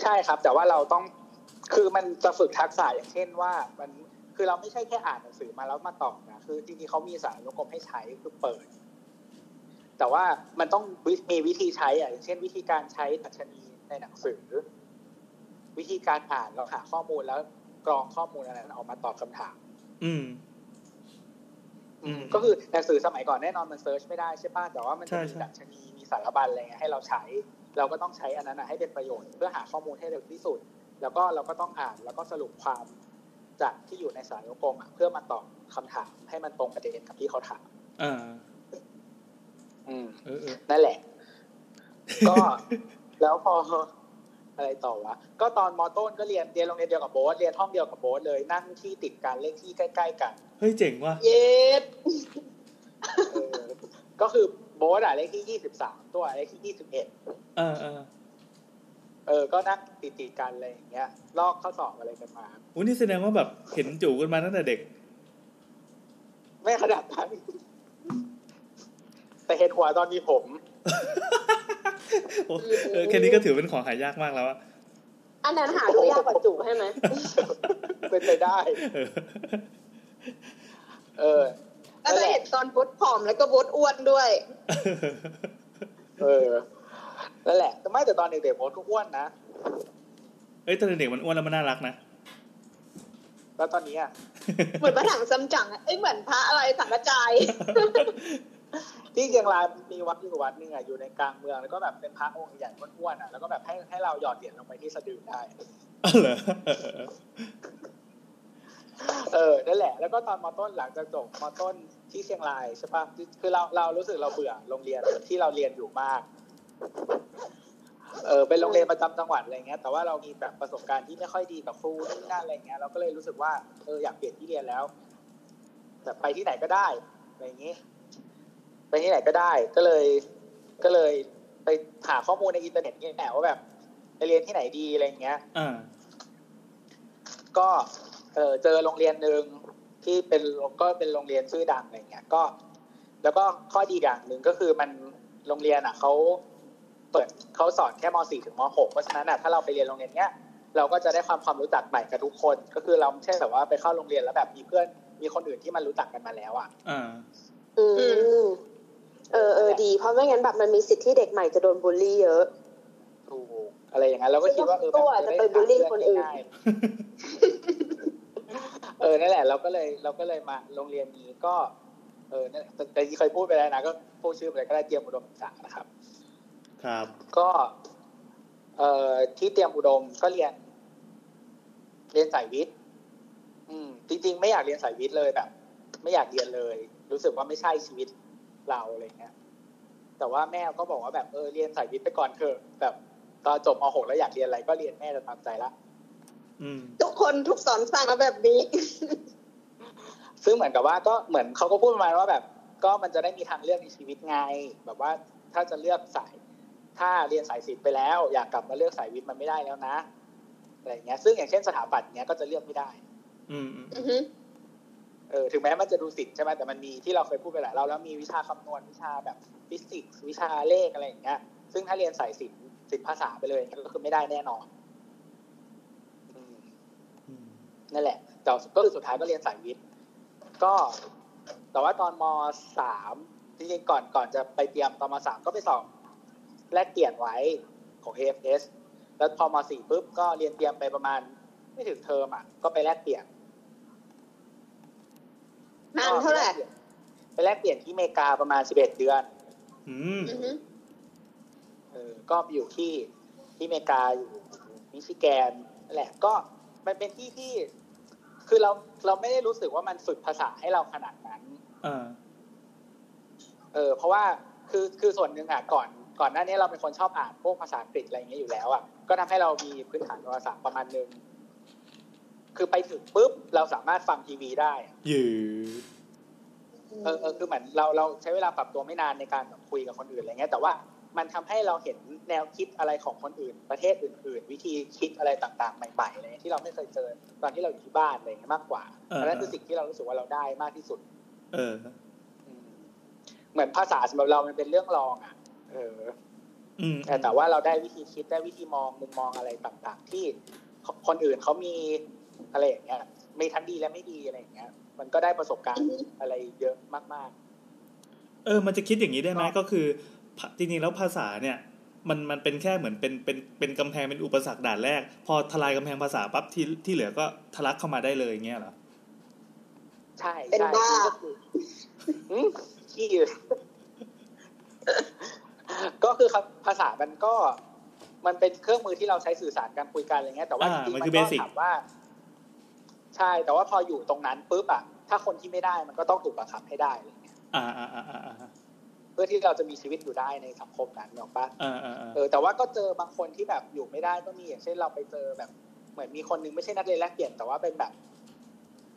S4: ใช่ครับ แต่ว่าเราต้องคือมันจะฝึกทักษะอย่างเช่นว่ามันคือเราไม่ใช่แค่อ่านหนังสือมาแล้วมาตอบนะคือจริงๆเขามีสารนุกรมให้ใช้คือเปิด แต่ว่ามันต้องวิมีวิธีใช้อ่ะอย่างเช่น วิธีการใช้ตัชนีในหนังสือ วิธีการอ่านเราหาข้อมูลแล้วกรองข้อมูลอะไรนั้นออกมาตอบคำถาม
S2: อืม
S4: อืมก็คือหนังสือสมัยก่อนแน่นอนมันเซิร์ชไม่ได้ใช่ป่ะแต่ว่ามันจะ
S2: ใช่
S4: มี
S2: ใช่
S4: ดัชนีมีสารบัญอะไรเงี้ยให้เราใช้ เราก็ต้องใช้อันนั้นนะให้เป็นประโยชน์เพื่อหาข้อมูลให้เร็วที่สุด แล้วก็เราก็ต้องอ่านแล้วก็สรุปความจากที่อยู่ในสารกรมอะเพื่อมาตอบคำถามให้มันตรงประเด็นกับที่เขาถาม
S2: อ่า
S4: อืม
S2: เออเออ
S4: นั่นแหละ ก็ แล้วพออะไรต่อวะก็ตอนมอต้นก็เรียนเรียนโรงเรียนเดียวกับโบ๊ทเรียนห้องเดียวกับโบ๊ทเลยนั่งที่ติดกันเลขที่ใกล้ ๆ กัน
S2: เฮ้ยเจ๋งว่ะ
S3: เย็ด
S4: เออก็คือโบ๊ทอะเลขที่ยี่สิบสามตัวเลขที่ยี่สิบเอ็ด
S2: อ่าอ่า
S4: เออ ก็นั่งติดติดๆกันอะไรอย่างเงี้ย ลอกข้อสอบอะไรกันมา
S2: อุ้ยนี่แสดงว่าแบบเห็นจู่กันมาตั้งแต่เด็ก
S4: ไม่ขนาดนั้น แต่เห็นหัวตอนมีผม
S2: โอ้เออแค่นี้ก็ถือเป็นของหายากมากแล้วอะ
S5: อันนั้นหาดูยากกว่าจูบใช่ไหม
S4: เป็นไปได้
S2: เออ
S4: เออ
S3: แล้วจะเห็นตอนบดผอมแล้วก็บดอ้วนด้วย
S4: เออนั่นแหละแต่ไม่แต่ตอนเด็กๆโบ๊ทก็อ้วนนะ
S2: เอ้ยตอนเด็กๆมันอ้วนแล้วมันน่ารักนะ
S4: แล้วตอนนี้อะ
S3: เหมือนพระถังซัมจั๋งอะเอ้ยเหมือนพระอะไรสังกระจาย
S4: ที่เชียงรายมีวัดอยู่วัดหนึงอะอยู่ในกลางเมืองแล้วก็แบบเป็นพระองค์ใหญ่อ้วนๆอะแล้วก็แบบให้ให้เราหยอดเหรียญลงไปที่สะดือได้
S2: อ๋อเหรอเออเออเออ
S4: เออ นั่นแหละ แล้วก็ตอนมต้นหลังจากจบมต้นที่เชียงรายใช่ปะคือเราเรารู้สึกเราเบื่อโรงเรียนที่เราเรียนอยู่มาก เออ เป็นโรงเรียนประจำจังหวัดอะไรเงี้ย แต่ว่าเรามีแบบประสบการณ์ที่ไม่ค่อยดีกับครูนู่นนนั่นอะไรเงี้ย เราก็เลยรู้สึกว่า เออ อยากเปลี่ยนที่เรียนแล้ว แบบไปที่ไหนก็ได้ อะไรอย่างงี้ ไปที่ไหนก็ได้ ก็เลย ก็เลยไปหาข้อมูลในอินเทอร์เน็ตเนี่ยแหละว่าแบบไปเรียนที่ไหนดีอะไรเงี้ย
S2: อ่า
S4: ก็เออเจอโรงเรียนหนึ่งที่เป็นก็เป็นโรงเรียนชื่อดังอะไรเงี้ยก็ แล้วก็ข้อดีอย่างหนึ่งก็คือมันโรงเรียนอ่ะเขาเปิดเขาสอนแค่ม .4 ถึงม .6 เพราะฉะนั้นอ่ะถ้าเราไปเรียนโรงเรียนเนี้ยเราก็จะได้ความความรู้จักใหม่กับทุกคน ก็คือเราไม่ใช่แบบว่าไปเข้าโรงเรียนแล้วแบบมีเพื่อนมีคนอื่นที่มันรู้จักกันมาแล้วอ่ะ
S2: อ่า
S5: อืม
S3: อื
S5: เออเออดี เพราะไม่งั้นแบบมันมีสิทธิ์ที่เด็กใหม่จะโดนบูลลี่เยอะ
S4: ถูกอะไรอย่างนั้นเราก็คิดว่าเออ
S5: ตัว
S4: แบบ
S5: จะไปบูลลี่คนอื่น
S4: ได้ เออนั่นแหละ เราก็เลยเราก็เลยมาโรงเรียนนี้ก็ เออนั่นแหละแต่แต่ที่เคยพูดไปแล้วนะก็พูดชื่อไปเลยก็ได้เตรียมอุดมศึกษานะครับ
S2: ครับ
S4: ก็ เอ่อที่เตรียมอุดมก็เรียน เรียนสายวิทย์อืม จริง ๆ ไม่อยากเรียนสายวิทย์เลยแบบ ไม่อยากเรียนเลย รู้สึกว่าไม่ใช่ชีวิตเราอะไรเงี้ยแต่ว่าแม่ก็บอกว่าแบบเออเรียนสายวิทย์ไปก่อนเถอะแบบตอนจบม .6 แล้วอยากเรียนอะไรก็เรียนแม่จะตามใจละ
S2: อืม
S3: ทุกคนทุกสอนสั่งมาแบบนี้
S4: ซึ่งเหมือนกับว่าก็เหมือนเขาก็พูดประมาณว่าแบบ ก็มันจะได้มีทางเลือกในชีวิตไง แบบว่าถ้าจะเลือกสาย ถ้าเรียนสายศิลป์ไปแล้ว อยากกลับมาเลือกสายวิทย์มันไม่ได้แล้วนะอะไรอย่างเงี้ย ซึ่งอย่างเช่นสถาปัตย์เนี้ยก็จะเลือกไม่ได้
S2: อืมอืม
S3: อือฮึ
S4: เออถึงแม้มันจะดูศิลป์ใช่ไหมแต่มันมีที่เราเคยพูดไปหลายเราแล้วมีวิชาคำนวณวิชาแบบฟิสิกส์วิชาเลขอะไรอย่างเงี้ย ซึ่งถ้าเรียนสายศิลป์ศิลป์ภาษาไปเลยก็คือไม่ได้แน่นอนอืม
S2: อืม
S4: นั่นแหละแต่ก็คือสุดท้ายก็เรียนสายวิทย์ ก็ แต่ว่าตอนมสามจริงๆก่อนก่อนจะไปเตรียมตอนมสามก็ไปสอบแลกเปลี่ยนไว้ของ AFS แล้วพอมสี่ปุ๊บก็เรียนเตรียมไปประมาณ ไม่ถึงเทอมอ่ะ ก็ไปแลกเปลี่ยน
S3: นานเท่าไหร่
S4: ไปแลกเปลี่ยนที่อเมริกาประมาณสิบเอ็ดเดือน
S2: อืม
S3: อือฮึ
S4: เออก็ไปอยู่ที่ที่อเมริกาอยู่มิชิแกนนั่นแหละ ก็มันเป็นที่ที่ คือเราเราไม่ได้รู้สึกว่ามันฝึกภาษาให้เราขนาดนั้น
S2: อ่า
S4: เออเพราะว่าคือคือส่วนหนึ่งอ่ะก่อนก่อนหน้านี้เราเป็นคนชอบอ่านพวกภาษาอังกฤษอะไรอย่างเงี้ยอยู่แล้วอ่ะก็ทำให้เรามีพื้นฐานภาษาประมาณหนึงคือไปถึงปุ๊บเราสามารถฟังทีวีได้อะ
S2: อยู่
S4: เออเออคือเหมือนเราเราใช้เวลาปรับตัวไม่นานในการแบบคุยกับคนอื่นอะไรเงี้ยแต่ว่า มันทำให้เราเห็นแนวคิดอะไรของคนอื่น ประเทศอื่น ๆ วิธีคิดอะไรต่างๆ ใหม่ๆอะไรเงี้ยที่เราไม่เคยเจอตอนที่เราอยู่ที่บ้านอะไรเงี้ยมากกว่า
S2: เออ
S4: อันนั้นคือสิ่งที่เรารู้สึกว่าเราได้มากที่สุด
S2: เออ
S4: อืมเหมือนภาษาสำหรับเรามันเป็นเรื่องรองอ่ะเออ
S2: อืม
S4: แต่แต่ว่าเราได้วิธีคิดได้วิธีมองมุมมองอะไรต่างๆ ที่คนอื่นเขามีอะไรอย่างเงี้ยมีทั้งดีและไม่ดีอะไรอย่างเงี้ย มันก็ได้ประสบการณ์อะไรเยอะมาก
S2: เออ มันจะคิดอย่างนี้ได้ไหม
S4: ก็
S2: ก็คือภาจริงๆแล้วภาษาเนี่ย มันมันเป็นแค่เหมือนเป็นเป็นเป็นกำแพงเป็นอุปสรรคด่านแรก พอทลายกำแพงภาษาปั๊บที่ที่เหลือก็ทะลักเข้ามาได้เลยอย่างเงี้ยเหรอ
S4: ๆ ใช่
S3: เป็น
S4: ใช่
S3: บ้า
S4: ก็คืออืมขี้อยู่ก็คือครับภาษามันก็ มันเป็นเครื่องมือที่เราใช้สื่อสารการคุยกันอะไรเงี้ยแต่ว่าจ
S2: อ่า
S4: ริงๆ
S2: มั
S4: มันน
S2: คือ
S4: ก็
S2: basic
S4: ถามว่า ใช่ แต่ว่าพออยู่ตรงนั้นปุ๊บอะถ้าคนที่ไม่ได้มันก็ต้องถูกบังคับให้ได้อะไรเงี้ย
S2: อ่าอ่าอ่าอ่าอ่า
S4: เพื่อที่เราจะมีชีวิตอยู่ได้ในสังคมนั้นเนาะปะ
S2: อ่าอ่าอ่า
S4: เออแต่ว่าก็เจอบางคนที่แบบอยู่ไม่ได้ก็มีอย่างเช่นเราไปเจอแบบ เหมือนมีคนหนึงไม่ใช่นักเรียนแลกเปลี่ยนแต่ว่าเป็นแบบ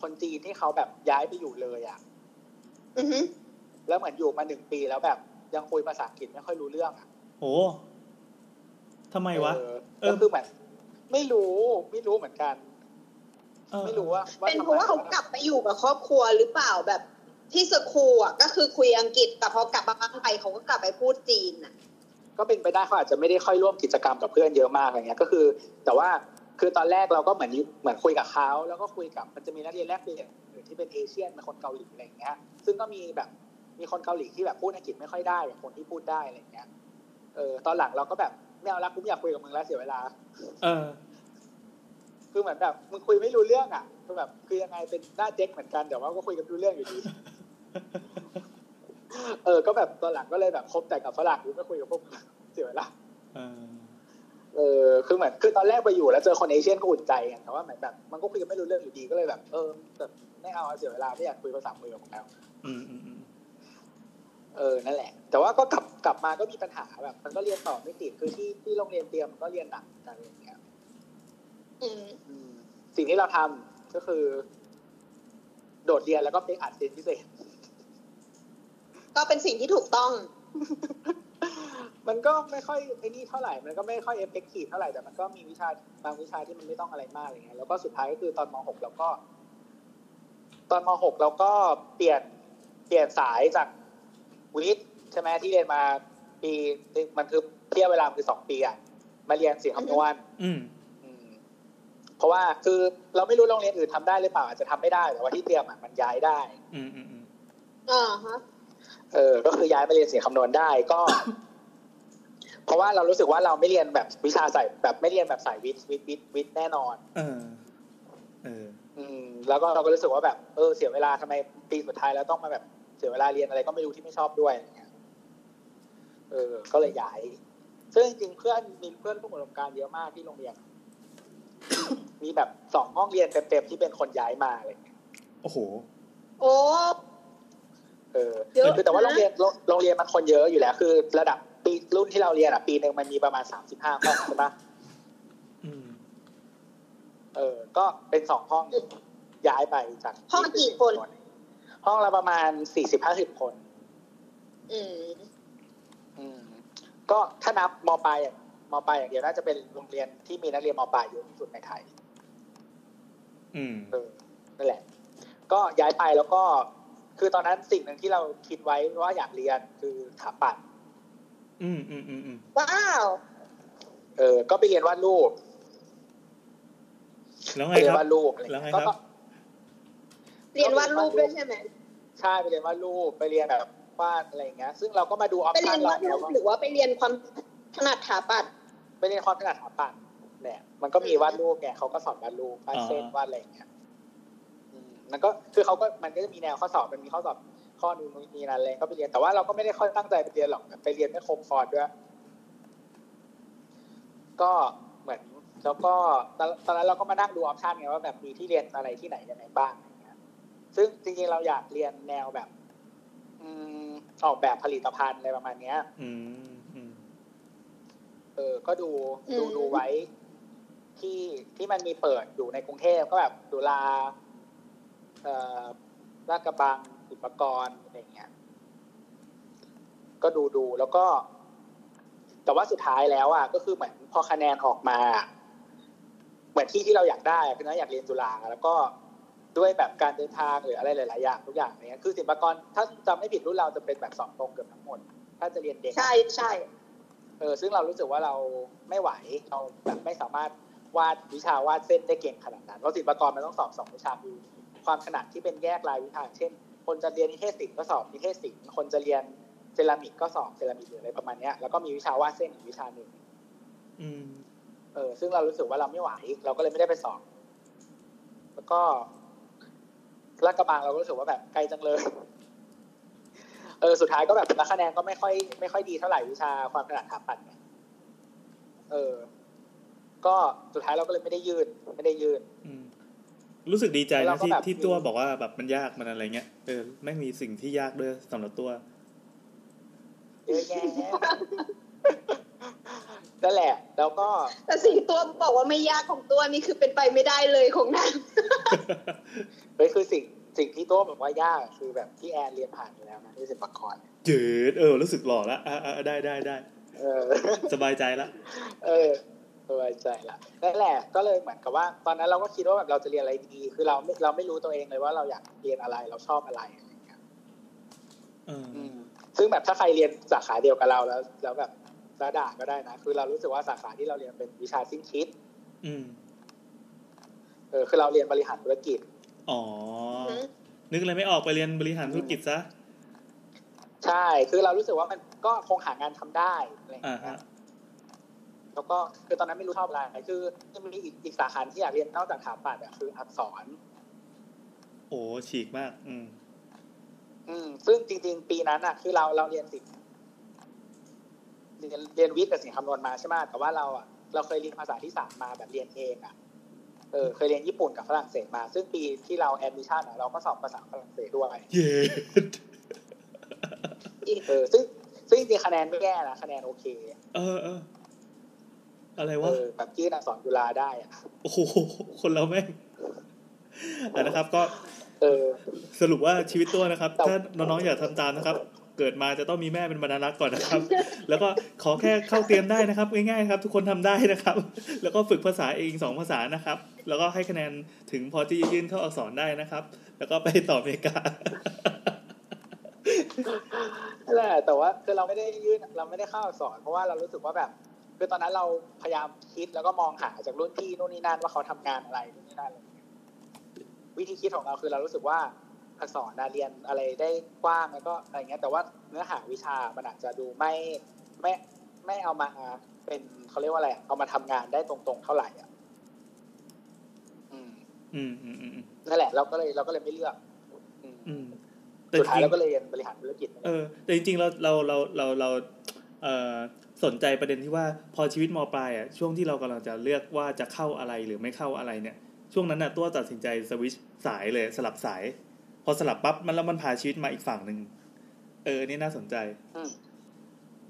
S4: คนจีนที่เขาแบบย้ายไปอยู่เลยอะ
S3: อือฮึ
S4: แล้วเหมือนอยู่มาหนึ่งปีแล้วแบบยังคุยภาษาอังกฤษไม่ค่อยรู้เรื่องอะ
S2: โอ้ทำไมวะ
S4: เออ
S2: เออ
S4: ก็คือเหมือนไม่รู้ไม่รู้เหมือนกัน
S2: เออ
S4: ไม่รู้ว่าว่า
S3: เป็นเพราะว่าเขากลับไปอยู่กับครอบครัวหรือเปล่าแบบที่สคูลอ่ะก็คือคุยอังกฤษแต่พอกลับมาบ้านไปเขาก็กลับไปพูดจีนอ่ะ
S4: ก็เป็นไปได้เขาอาจจะไม่ได้ค่อยร่วมกิจกรรมกับเพื่อนเยอะมากอะไรเงี้ยก็คือ แต่ว่าคือตอนแรกเราก็เหมือนเหมือนคุยกับเขาแล้วก็คุยกับมันจะมีนักเรียนแลกเปลี่ยนหรือที่เป็นเอเชียนเป็นคนเกาหลีอะไรอย่างเงี้ย ซึ่งก็มีแบบมีคนเกาหลีที่แบบพูดอังกฤษไม่ค่อยได้แบบคนที่พูดได้อะไรอย่างเงี้ยเออตอนหลังเราก็แบบไม่เอาละกูไม่อยากคุยกับมึงแล้วเสียเวลา
S2: เออ
S4: คือเหมือนแบบมึงคุยไม่รู้เรื่องอ่ะคือแบบคือยังไงเป็นหน้าเจ๊กเหมือนกันแต่ว่าก็คุยกันรู้เรื่องอยู่ดี เออก็แบบตอนหลังก็เลยแบบคบแต่กับฝรั่งกูไม่คุยกับพวกมึงเสียเวลา
S2: เออ
S4: เออคือเหมือนคือตอนแรกไปอยู่แล้วเจอคนเอเชียนก็อุ่นใจกันแต่ว่าเหมือนแบบมันก็คุยกันไม่รู้เรื่องอยู่ดีก็เลยแบบเออแบบไม่เอาเสียเวลาไม่อยากคุยภาษามือกับมึงแล้ว
S2: อืมอืมอืม
S4: เออนั่นแหละ แต่ว่าก็กลับกลับมาก็มีปัญหาแบบ มันก็เรียนต่อไม่ติดคือที่ที่โรงเรียนเตรียมมันก็เรียนหนักกันอะไรอย่างเงี้ย
S3: อืม
S4: อืมสิ่งที่เราทำก็คือ โดดเรียนแล้วก็ไปอัดเรียนพิเศษ
S3: ก็เป็นสิ่งที่ถูกต้อง
S4: มันก็ไม่ค่อยไอ้นี่เท่าไหร่มันก็ไม่ค่อยเอฟเฟกตีฟเท่าไหร่แต่มันก็มีวิชาบางวิชาที่มันไม่ต้องอะไรมากอะไรเงี้ยแล้วก็สุดท้ายก็คือตอนม .6 เราก็ ตอนม .6 เราก็เปลี่ยนเปลี่ยนสายจากวิทย์ใช่ไหมที่เรียนมาปีมันคือเทียบเวลามันคือสองปีอะมาเรียนเสียงคำนวณ
S2: อืม
S4: อืมเพราะว่าคือเราไม่รู้โรงเรียนอื่นทำได้หรือเปล่าอาจจะทำไม่ได้แต่ว่าที่เตรียมอะมันย้ายได้
S2: อืมอืมอืม
S3: อ่าฮะ
S4: เออ ก็คือย้ายมาเรียนเสียงคำนวณได้ก็ เพราะว่าเรารู้สึกว่าเราไม่เรียนแบบวิชาสายแบบไม่เรียนแบบสายวิทย์วิทย์วิทย์วิทย์แน่นอน
S2: เออ เออ
S4: อืม แล้วก็เราก็รู้สึกว่าแบบเออเสียเวลาทำไมปีสุดท้ายแล้วต้องมาแบบเสียเวลาเรียนอะไรก็ไม่รู้ที่ไม่ชอบด้วยอะไรเงี้ยเออ ก็เลยย้าย ซึ่งจริงๆเพื่อนมีเพื่อนผู้ประสบการณ์เยอะมากที่โรงเรียน มีแบบสองห้องเรียนเต็มๆที่เป็นคนย้ายมาอะไรเลย
S2: โอ้โห
S3: โอ้
S4: เออ
S3: เยอะ
S4: คือแต่ว่า
S3: นะ
S4: โรงเรียนโรงโรงเรียนมันคนเยอะอยู่แล้วคือ ระดับปีรุ่นที่เราเรียนอ่ะ ปีหนึ่งมันมีประมาณสามสิบห้าห้องใช่ปะ
S2: อืม
S4: เออ ก็เป็นสองห้องย้ายไปจาก
S3: ห้องกี่คน
S4: ห้องละประมาณสี่สิบห้าสิบคน
S3: อืม
S4: อืม ก็ถ้านับมปลายอะมปลายอย่างเดียวน่าจะเป็นโรงเรียนที่มีนักเรียนมปลายเยอะที่สุดในไทย
S2: อืม
S4: เออ นั่นแหละ ก็ย้ายไปแล้วก็ คือตอนนั้นสิ่งหนึ่งที่เราคิดไว้ว่าอยากเรียนคือสถาปัตย์
S2: อืมอืมอืมอืม
S3: ว้าว
S4: เออ ก็ไปเรียนวาดรูป
S2: แล้วไง
S4: ไปเรี
S2: ค
S4: ยน
S2: รับ
S4: วาดรูปอะไรอย่างเงี้ย
S2: แล้วไงครับ
S4: ก็
S3: เรียนวาดรูปด้วยใช่ไหม
S4: ใช่ไปเรียนวาดรูปไปเรียนแบบวาดอะไรอย่างเงี้ย ซึ่งเราก็มาดูออป
S3: ไปเรี
S4: ชั่
S3: ย
S4: น
S3: น
S4: เรา
S3: วาดรูปห
S4: เนี่ย
S3: รือว่าไปเรียนความถนัดถาปัด
S4: ไปเรียนความถนัดสถาปัตย์เนี่ย มันก็มีวาดรูปเนี่ยเขาก็สอนวาดรูปวาดเส้
S2: อ่าว
S4: นาดอะไรอย่างเงี้ยอืมมันก็คือเขาก็มันก็จะมีแนวข้อสอบมันมีข้อสอบข้อนู้นมีนั่นอะไรก็ไปเรียนแต่ว่าเราก็ไม่ได้ค่อยตั้งใจไปเรียนหรอกแบบไปเรียนไม่ครบคอร์สด้วย ก็เหมือนแล้วก็ตอนตอนนั้นเราก็มานั่งดูออปชันไงว่าแบบมีที่เรียนอะไรที่ไหนยังไงบ้างอะไรเงี้ยซึ่งจริงๆเราอยากเรียนแนวแบบ อืมออกแบบผลิตภัณฑ์อะไรประมาณเนี้ย
S2: ืมอืม
S4: เออ ก็ดู
S3: อืม
S4: ดูดูไว้ ที่ที่มันมีเปิดอยู่ในกรุงเทพก็แบบดุลาเอ่อลาดกระบังอุปกรณ์อะไรอย่างเงี้ย ก็ดูดูแล้วก็ แต่ว่าสุดท้ายแล้วอ่ะก็คือเหมือนพอคะแนนออกมา เหมือนที่ที่เราอยากได้อะคือเราอยากเรียนจุฬาแล้วก็ด้วยแบบการเดินทางหรืออะไรหลาย ๆ อย่างทุกอย่างเนี้ยคือสิลปากรถ้าจำไม่ผิดรุ่นเราจะเป็นแบบสอบตรงเกือบทั้งหมด ถ้าจะเรียนเด็ก
S3: ใช่ใช่
S4: เออซึ่งเรารู้สึกว่าเราไม่ไหวเราแบบไม่สามารถวาดวิชาวาดเส้นได้เก่งขนาดนั้นเพราะศิลปากรมันต้องสอบสองวิชาคือความถนัดที่เป็นแยกรายวิชา เช่น คนจะเรียนนิเทศศิลป์ก็สอบนิเทศศิลป์คนจะเรียนเซรามิกก็สอบเซรามิกหรืออะไรประมาณเนี้ยแล้วก็มีวิชาวาดเส้นอีกวิชาหนึ่ง
S2: อืม
S4: เออซึ่งเรารู้สึกว่าเราไม่ไหว เราก็เลยไม่ได้ไปสอบ แล้วก็ลาดกระบังเราก็รู้สึกว่าแบบไกลจังเลย เออสุดท้ายก็แบบแล้วคะแนนก็ไม่ค่อยไม่ค่อยดีเท่าไหร่วิชาความถนัดถาปัดเนี่ยเออ ก็สุดท้ายเราก็เลยไม่ได้ยืนไม่ได้ยืน
S2: อืม รู้สึกดีใจ
S4: แล้ว
S2: นะ
S4: เราก็
S2: ที่
S4: แบบ
S2: ที่ตัว
S4: มี
S2: บอกว่าแบบมันยากมันอะไรเงี้ยเออแม่งมีสิ่งที่ยากด้วยสำหรับตัว
S4: เยอะแยะนั่นแหละ แล้วก็
S3: แต่สิ่งตัวบอกว่าไม่ยากของตัวนี่คือเป็นไปไม่ได้เลยของนาง
S4: เฮ้ยคือสิ่งสิ่งที่โต้บอกว่ายากคือแบบที่แอนเรียนผ่านอยู่แล้วนะที่ศิลปากร
S2: เจิดเออ รู้สึกหล่อละอ่ะอ่ะได้ได้ได้
S4: เออ
S2: สบายใจละ
S4: เออสบายใจละนั่นแหละ ก็เลยเหมือนกับว่า ตอนนั้นเราก็คิดว่าแบบเราจะเรียนอะไรดี คือเราไม่เราไม่รู้ตัวเองเลยว่าเราอยากเรียนอะไรเราชอบอะไรอะไรอย่างเงี้ย
S2: เออ
S4: อืมซึ่งแบบถ้าใครเรียนสาขาเดียวกับเราแล้ว แล้วแบบระด่าก็ได้นะ คือเรารู้สึกว่าสาขาที่เราเรียนเป็นวิชาสิ้นคิด
S2: อืม
S4: เออคือเราเรียนบริหารธุรกิจ
S2: อ๋อ นึกอะไรไม่ออกไปเรียนบริหารธุรกิจซะ
S4: ใช่ คือเรารู้สึกว่ามันก็คงหางานทำได้อะไรอย่าง
S2: อ่า
S4: เงี้
S2: ฮะ
S4: ย แล้วก็คือตอนนั้นไม่รู้ชอบอะไร คือจะมีอีกอีกสาขาที่อยากเรียนนอกจากสถาปัตย์อะคืออักษร
S2: โอ้ฉีกมาก อืม
S4: อืมซึ่งจริงๆ ปีนั้นอ่ะ คือเราเราเรียนสิลป์เรียนเรียนวิทย์กับสิ่งคำนวณมาใช่ไหมแต่ว่าเราอ่ะเราเคยเรียนภาษาที่สามมาแบบเรียนเองอ่ะเออเคยเรียนญี่ปุ่นกับฝรั่งเศสมา ซึ่งปีที่เราแอดมิชั่นอะเราก็สอบภาษาฝรั่งเศสด้วย
S2: เย็ด
S4: เออซึ่งซึ่งจริงๆคะแนนไม่แย่นะคะแนนโอเค
S2: เออเออ อะไร
S4: เอ
S2: วะ
S4: อแบบยื่นอักษรจุฬาได้อ่ะ
S2: โอ้โห คนเราแม่งอ่ะนะครับ ก็
S4: เออ
S2: สรุปว่าชีวิตตัวนะครับ ถ้าน้องๆอยากทำตามนะครับ เกิดมาจะต้องมีแม่เป็นบรรณารักษ์ก่อนนะครับ แล้วก็ขอแค่เข้าเตรียมได้นะครับ ง่ายๆครับ ทุกคนทำได้นะครับ แล้วก็ฝึกภาษาเองสองภาษานะครับ แล้วก็ให้คะแนนถึงพอที่จะยื่นเข้าอักษรได้นะครับ แล้วก็ไปต่ออเมริกา
S4: นั่นแหละแต่ว่าคือเราไม่ได้ยื่นเราไม่ได้เข้าอักษรเพราะว่าเรารู้สึกว่าแบบ คือตอนนั้นเราพยายามคิดแล้วก็มองหาจากรุ่นพี่นู่นนี่นั่นว่าเขาทำงานอะไรนู่นนี่นั่นอะไรอย่างเงี้ยวิธีคิดของเราคือเรารู้สึกว่าอักษรน่ะเรียนอะไรได้กว้างแล้วก็อะไรเงี้ยแต่ว่าเนื้อหาวิชามันอาจจะดูไม่ไม่ไม่เอามาเป็นเขาเรียกว่าอะไรเอามาทำงานได้ตรงๆเท่าไหร่อ่ะอืม
S2: อืมอืมอืมอืม
S4: นั่นแหละ เราก็เลยเราก็เลยไม่เลือกอืม
S2: อืม
S4: สุดท้ายเราก็เลยเรียนบริหารธุรกิจ
S2: เออแต่จริงๆเราเราเราเราเราเออสนใจประเด็นที่ว่าพอชีวิตมปลายอ่ะช่วงที่เรากำลังจะเลือกว่าจะเข้าอะไรหรือไม่เข้าอะไรเนี่ย ช่วงนั้นน่ะตัวตัดสินใจสวิตชสายเลยสลับสาย พอสลับปั๊บมันแล้วมันพาชีวิตมาอีกฝั่งหนึ่งเออนี่น่าสนใจ
S4: อืม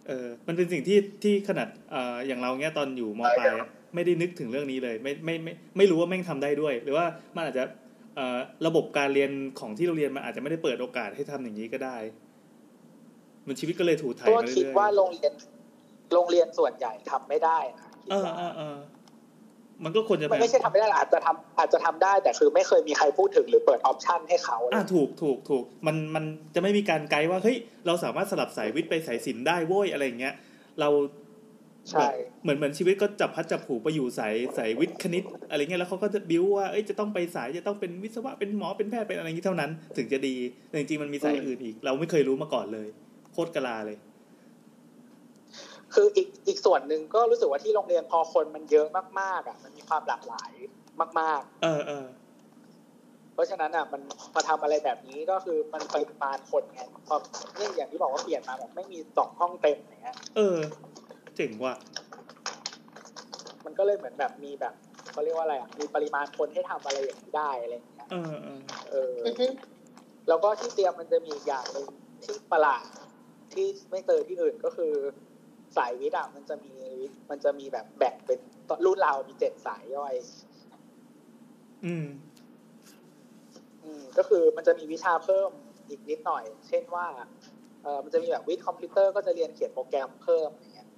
S2: เออมันเป็นสิ่งที่ที่ขนาดเอ่ออย่างเราเนี้ยตอนอยู่มปลายอะไม่ได้นึกถึงเรื่องนี้เลยไม่ไม่ไม่ไม่รู้ว่าแม่งทำได้ด้วย หรือว่ามันอาจจะเอ่อระบบการเรียนของที่เราเรียนมันอาจจะไม่ได้เปิดโอกาสให้ทำอย่างนี้ก็ได้ มันชีวิตก็เลยถูไถ่าย
S4: ตัว
S2: มาเรื่อยๆ
S4: คิดว่าโรงเรียนโรงเรียนส่วนใหญ่ทำไม่ได้นะคิด
S2: เออ
S4: ว่า
S2: เออเออมันก็ควรจะ
S4: มันไม่ใช่ทำไม่ได้หรอกอาจจะทำอาจจะทำได้แต่คือไม่เคยมีใครพูดถึงหรือเปิดออปชันให้เขาเล
S2: อ่ะ
S4: ย
S2: ถูกถูกถูกมันมันจะไม่มีการไกด์ว่าเฮ้ยเราสามารถสลับสายวิทย์ไปสายศิลป์ได้โว้ยอะไรอย่างเงี้ย เรา
S4: ใช่
S2: เหมือนเหมือนชีวิตก็จับพัดจับผูไปอยู่สายสายวิทย์คณิต อะไรเงี้ยแล้วเขาก็จะบิ้วว่าเอ้ยจะต้องไปสายจะต้องเป็นวิศวะเป็นหมอเป็นแพทย์เป็นอะไรอย่างนี้เท่านั้น ถึงจะดีแต่จริงๆมันมีสายอื่นอีก เราไม่เคยรู้มาก่อนเลย โคตรกะลาเลย
S4: คืออีกอีกส่วนหนึ่งก็รู้สึกว่าที่โรงเรียนพอคนมันเยอะมากๆอ่ะมันมีความหลากหลายมาก
S2: เออเออ
S4: ๆ เพราะฉะนั้นอ่ะมันมาทำอะไรแบบนี้ก็คือมันปริมาณคนไงพอเนี่ยอย่างที่บอกว่าเปลี่ยนมาแบบไม่มีสองห้องเต็มอย่างเงี้ย
S2: เออ เจ๋งว่ะ
S4: มันก็เลยเหมือนแบบมีแบบเขาเรียกว่าอะไรอ่ะมีปริมาณคนให้ทำอะไรอย่างนี้ได้อะไรอย่างเงี้ย
S2: เออเออ
S4: เออ
S3: อือฮึ
S4: แล้วก็ที่เตรียมมันจะมีอีกอย่างหนึ่งที่ประหลาดที่ไม่เจอที่อื่นก็คือ สายวิทย์อะมันจะมีมันจะมีแบบแบ่งเป็นรุ่นเรามีเจ็ดสายย่อย
S2: อืม
S4: อืมก็คือมันจะมีวิชาเพิ่มอีกนิดหน่อย เช่นว่าเออมันจะมีแบบวิทย์คอมพิวเตอร์ก็จะเรียนเขียนโปรแกรมเพิ่มอย่างเงี้ย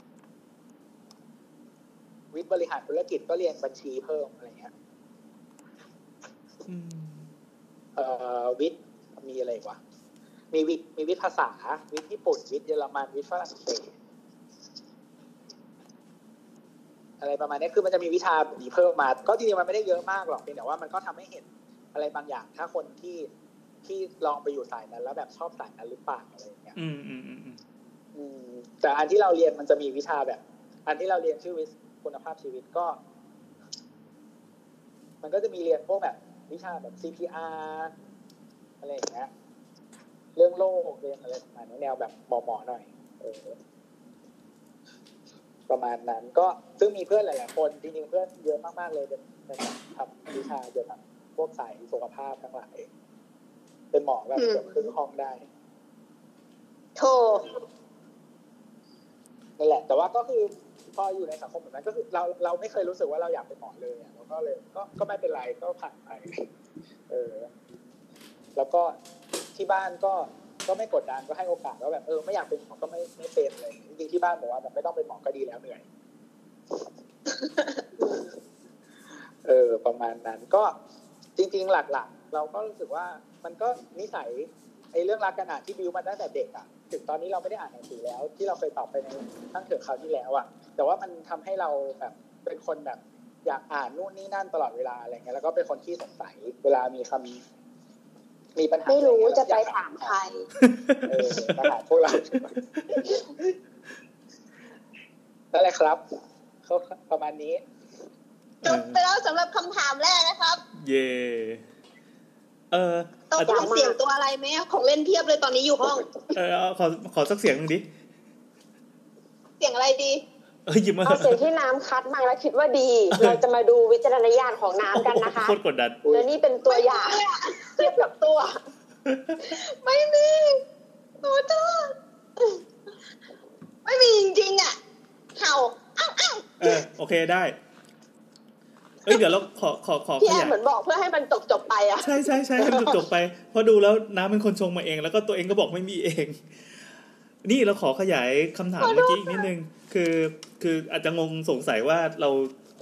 S4: วิทย์บริหารธุรกิจก็เรียนบัญชีเพิ่มอะไรเงี้ย
S2: อืม
S4: เอ่อวิทย์มีอะไรอีกวะมีวิทย์มีวิทย์ภาษา วิทย์ญี่ปุ่น วิทย์เยอรมันวิทย์ฝรั่งเศสอะไรประมาณเนี้ยคือมันจะมีวิชาแบบนี้เพิ่มมา ก็จริงๆมันไม่ได้เยอะมากหรอกเพียงแต่ว่ามันก็ทำให้เห็นอะไรบางอย่าง ถ้าคนที่ที่ลองไปอยู่สายนั้น แล้วแบบชอบสายนั้นหรือเปล่าอะไรอย่างเงี้ย
S2: อืมอืมอืมอืม
S4: อืมแต่อันที่เราเรียนมันจะมีวิชาแบบ อันที่เราเรียนชื่อวิคุณภาพชีวิตก็ มันก็จะมีเรียนพวกแบบวิชาแบบ CPR อะไรอย่างเงี้ยเรื่องโลกเรียนอะไรประมาณนี้แนวแบบหมอๆหน่อยเออประมาณนั้น ก็ซึ่งมีเพื่อนหลายๆคนจริงๆเพื่อนเยอะมากๆเลยเป็นเป็นทำวิชาเกี่ยวกับพวกสายสุขภาพทั้งหลายเป็นหมอแบบเกือบครึ่งห้องได้
S3: โถ
S4: นั่นแหละ แต่ว่าก็คือพออยู่ในสังคมแบบนั้นก็คือเราเราไม่เคยรู้สึกว่าเราอยากเป็นหมอเลยอะเราก็เลยก็ก็ไม่เป็นไรก็ผ่านไป เออ แล้วก็ที่บ้านก็ก็ไม่กดดันก็ให้โอกาสว่าแบบเออไม่อยากเป็นหมอก็ไม่ไม่เป็นเลยจริงๆที่บ้านบอกว่าแบบไม่ต้องเป็นหมอก็ดีแล้วเหนื่อย เออ ประมาณนั้นก็จริง ๆ หลักๆ เราก็รู้สึกว่ามันก็นิสัย ไอ้เรื่องรักกันอ่ะที่บิวมาตั้งแต่เด็กอ่ะถึงตอนนี้เราไม่ได้อ่านหนังสือแล้ว ที่เราเคยตอบไปในตั้งเถอะคราวที่แล้วอ่ะแต่ว่ามันทำให้เราแบบเป็นคนแบบ อยากอ่านนู่นนี่นั่นตลอดเวลาอะไรเงี้ยแล้วก็เป็นคนที่สงสัยเวลามีคำมีปัญหา
S3: ไม่รู้
S4: อเงี้ย
S3: จะไปถามใคร
S4: เออปัญหาพวกเรานั่นแหละครับเขาประมาณนี้
S3: จบไปแล้วสำหรับคำถามแรกนะครับ
S2: เย่เออ
S3: ต้อง
S2: อาจ
S3: การเสียงตัวอะไรไหมของเล่นเพียบเลยตอนนี้อยู่ห้อง
S2: เออเอาขอขอสักเสียงหนึ่งดิ
S3: เสียงอะไรดี
S2: เออหยิบมา
S5: เอาเสียงที่น้ำคัดมาแล้วคิดว่าดี เราจะมาดูวิจารณญาณของน้ำกันนะคะ
S2: โคตรกดดัน
S5: และนี่เป็นตัวอย่างเทียบกับตัว
S3: ไม่มีหนูเจอไม่มีจริงๆอ่ะเข่าอ้าวอ้าว
S2: เออโอเคได้ เอ้ยเดี๋ยวเราขอขอขอ
S5: พี่
S2: ข
S5: แอน
S2: ยาย
S5: เหมือนบอกเพื่อให้มันจบจบๆไปอะ
S2: ใช่ใช่ใช่ให้มันจบๆไปเพราะดูแล้วน้ำเป็นคนชงมาเอง แล้วก็ตัวเองก็บอกไม่มีเอง นี่เราขอขยายคำถามเมื่อกี้อีกนิดนึง คือคืออาจจะงงสงสัยว่าเรา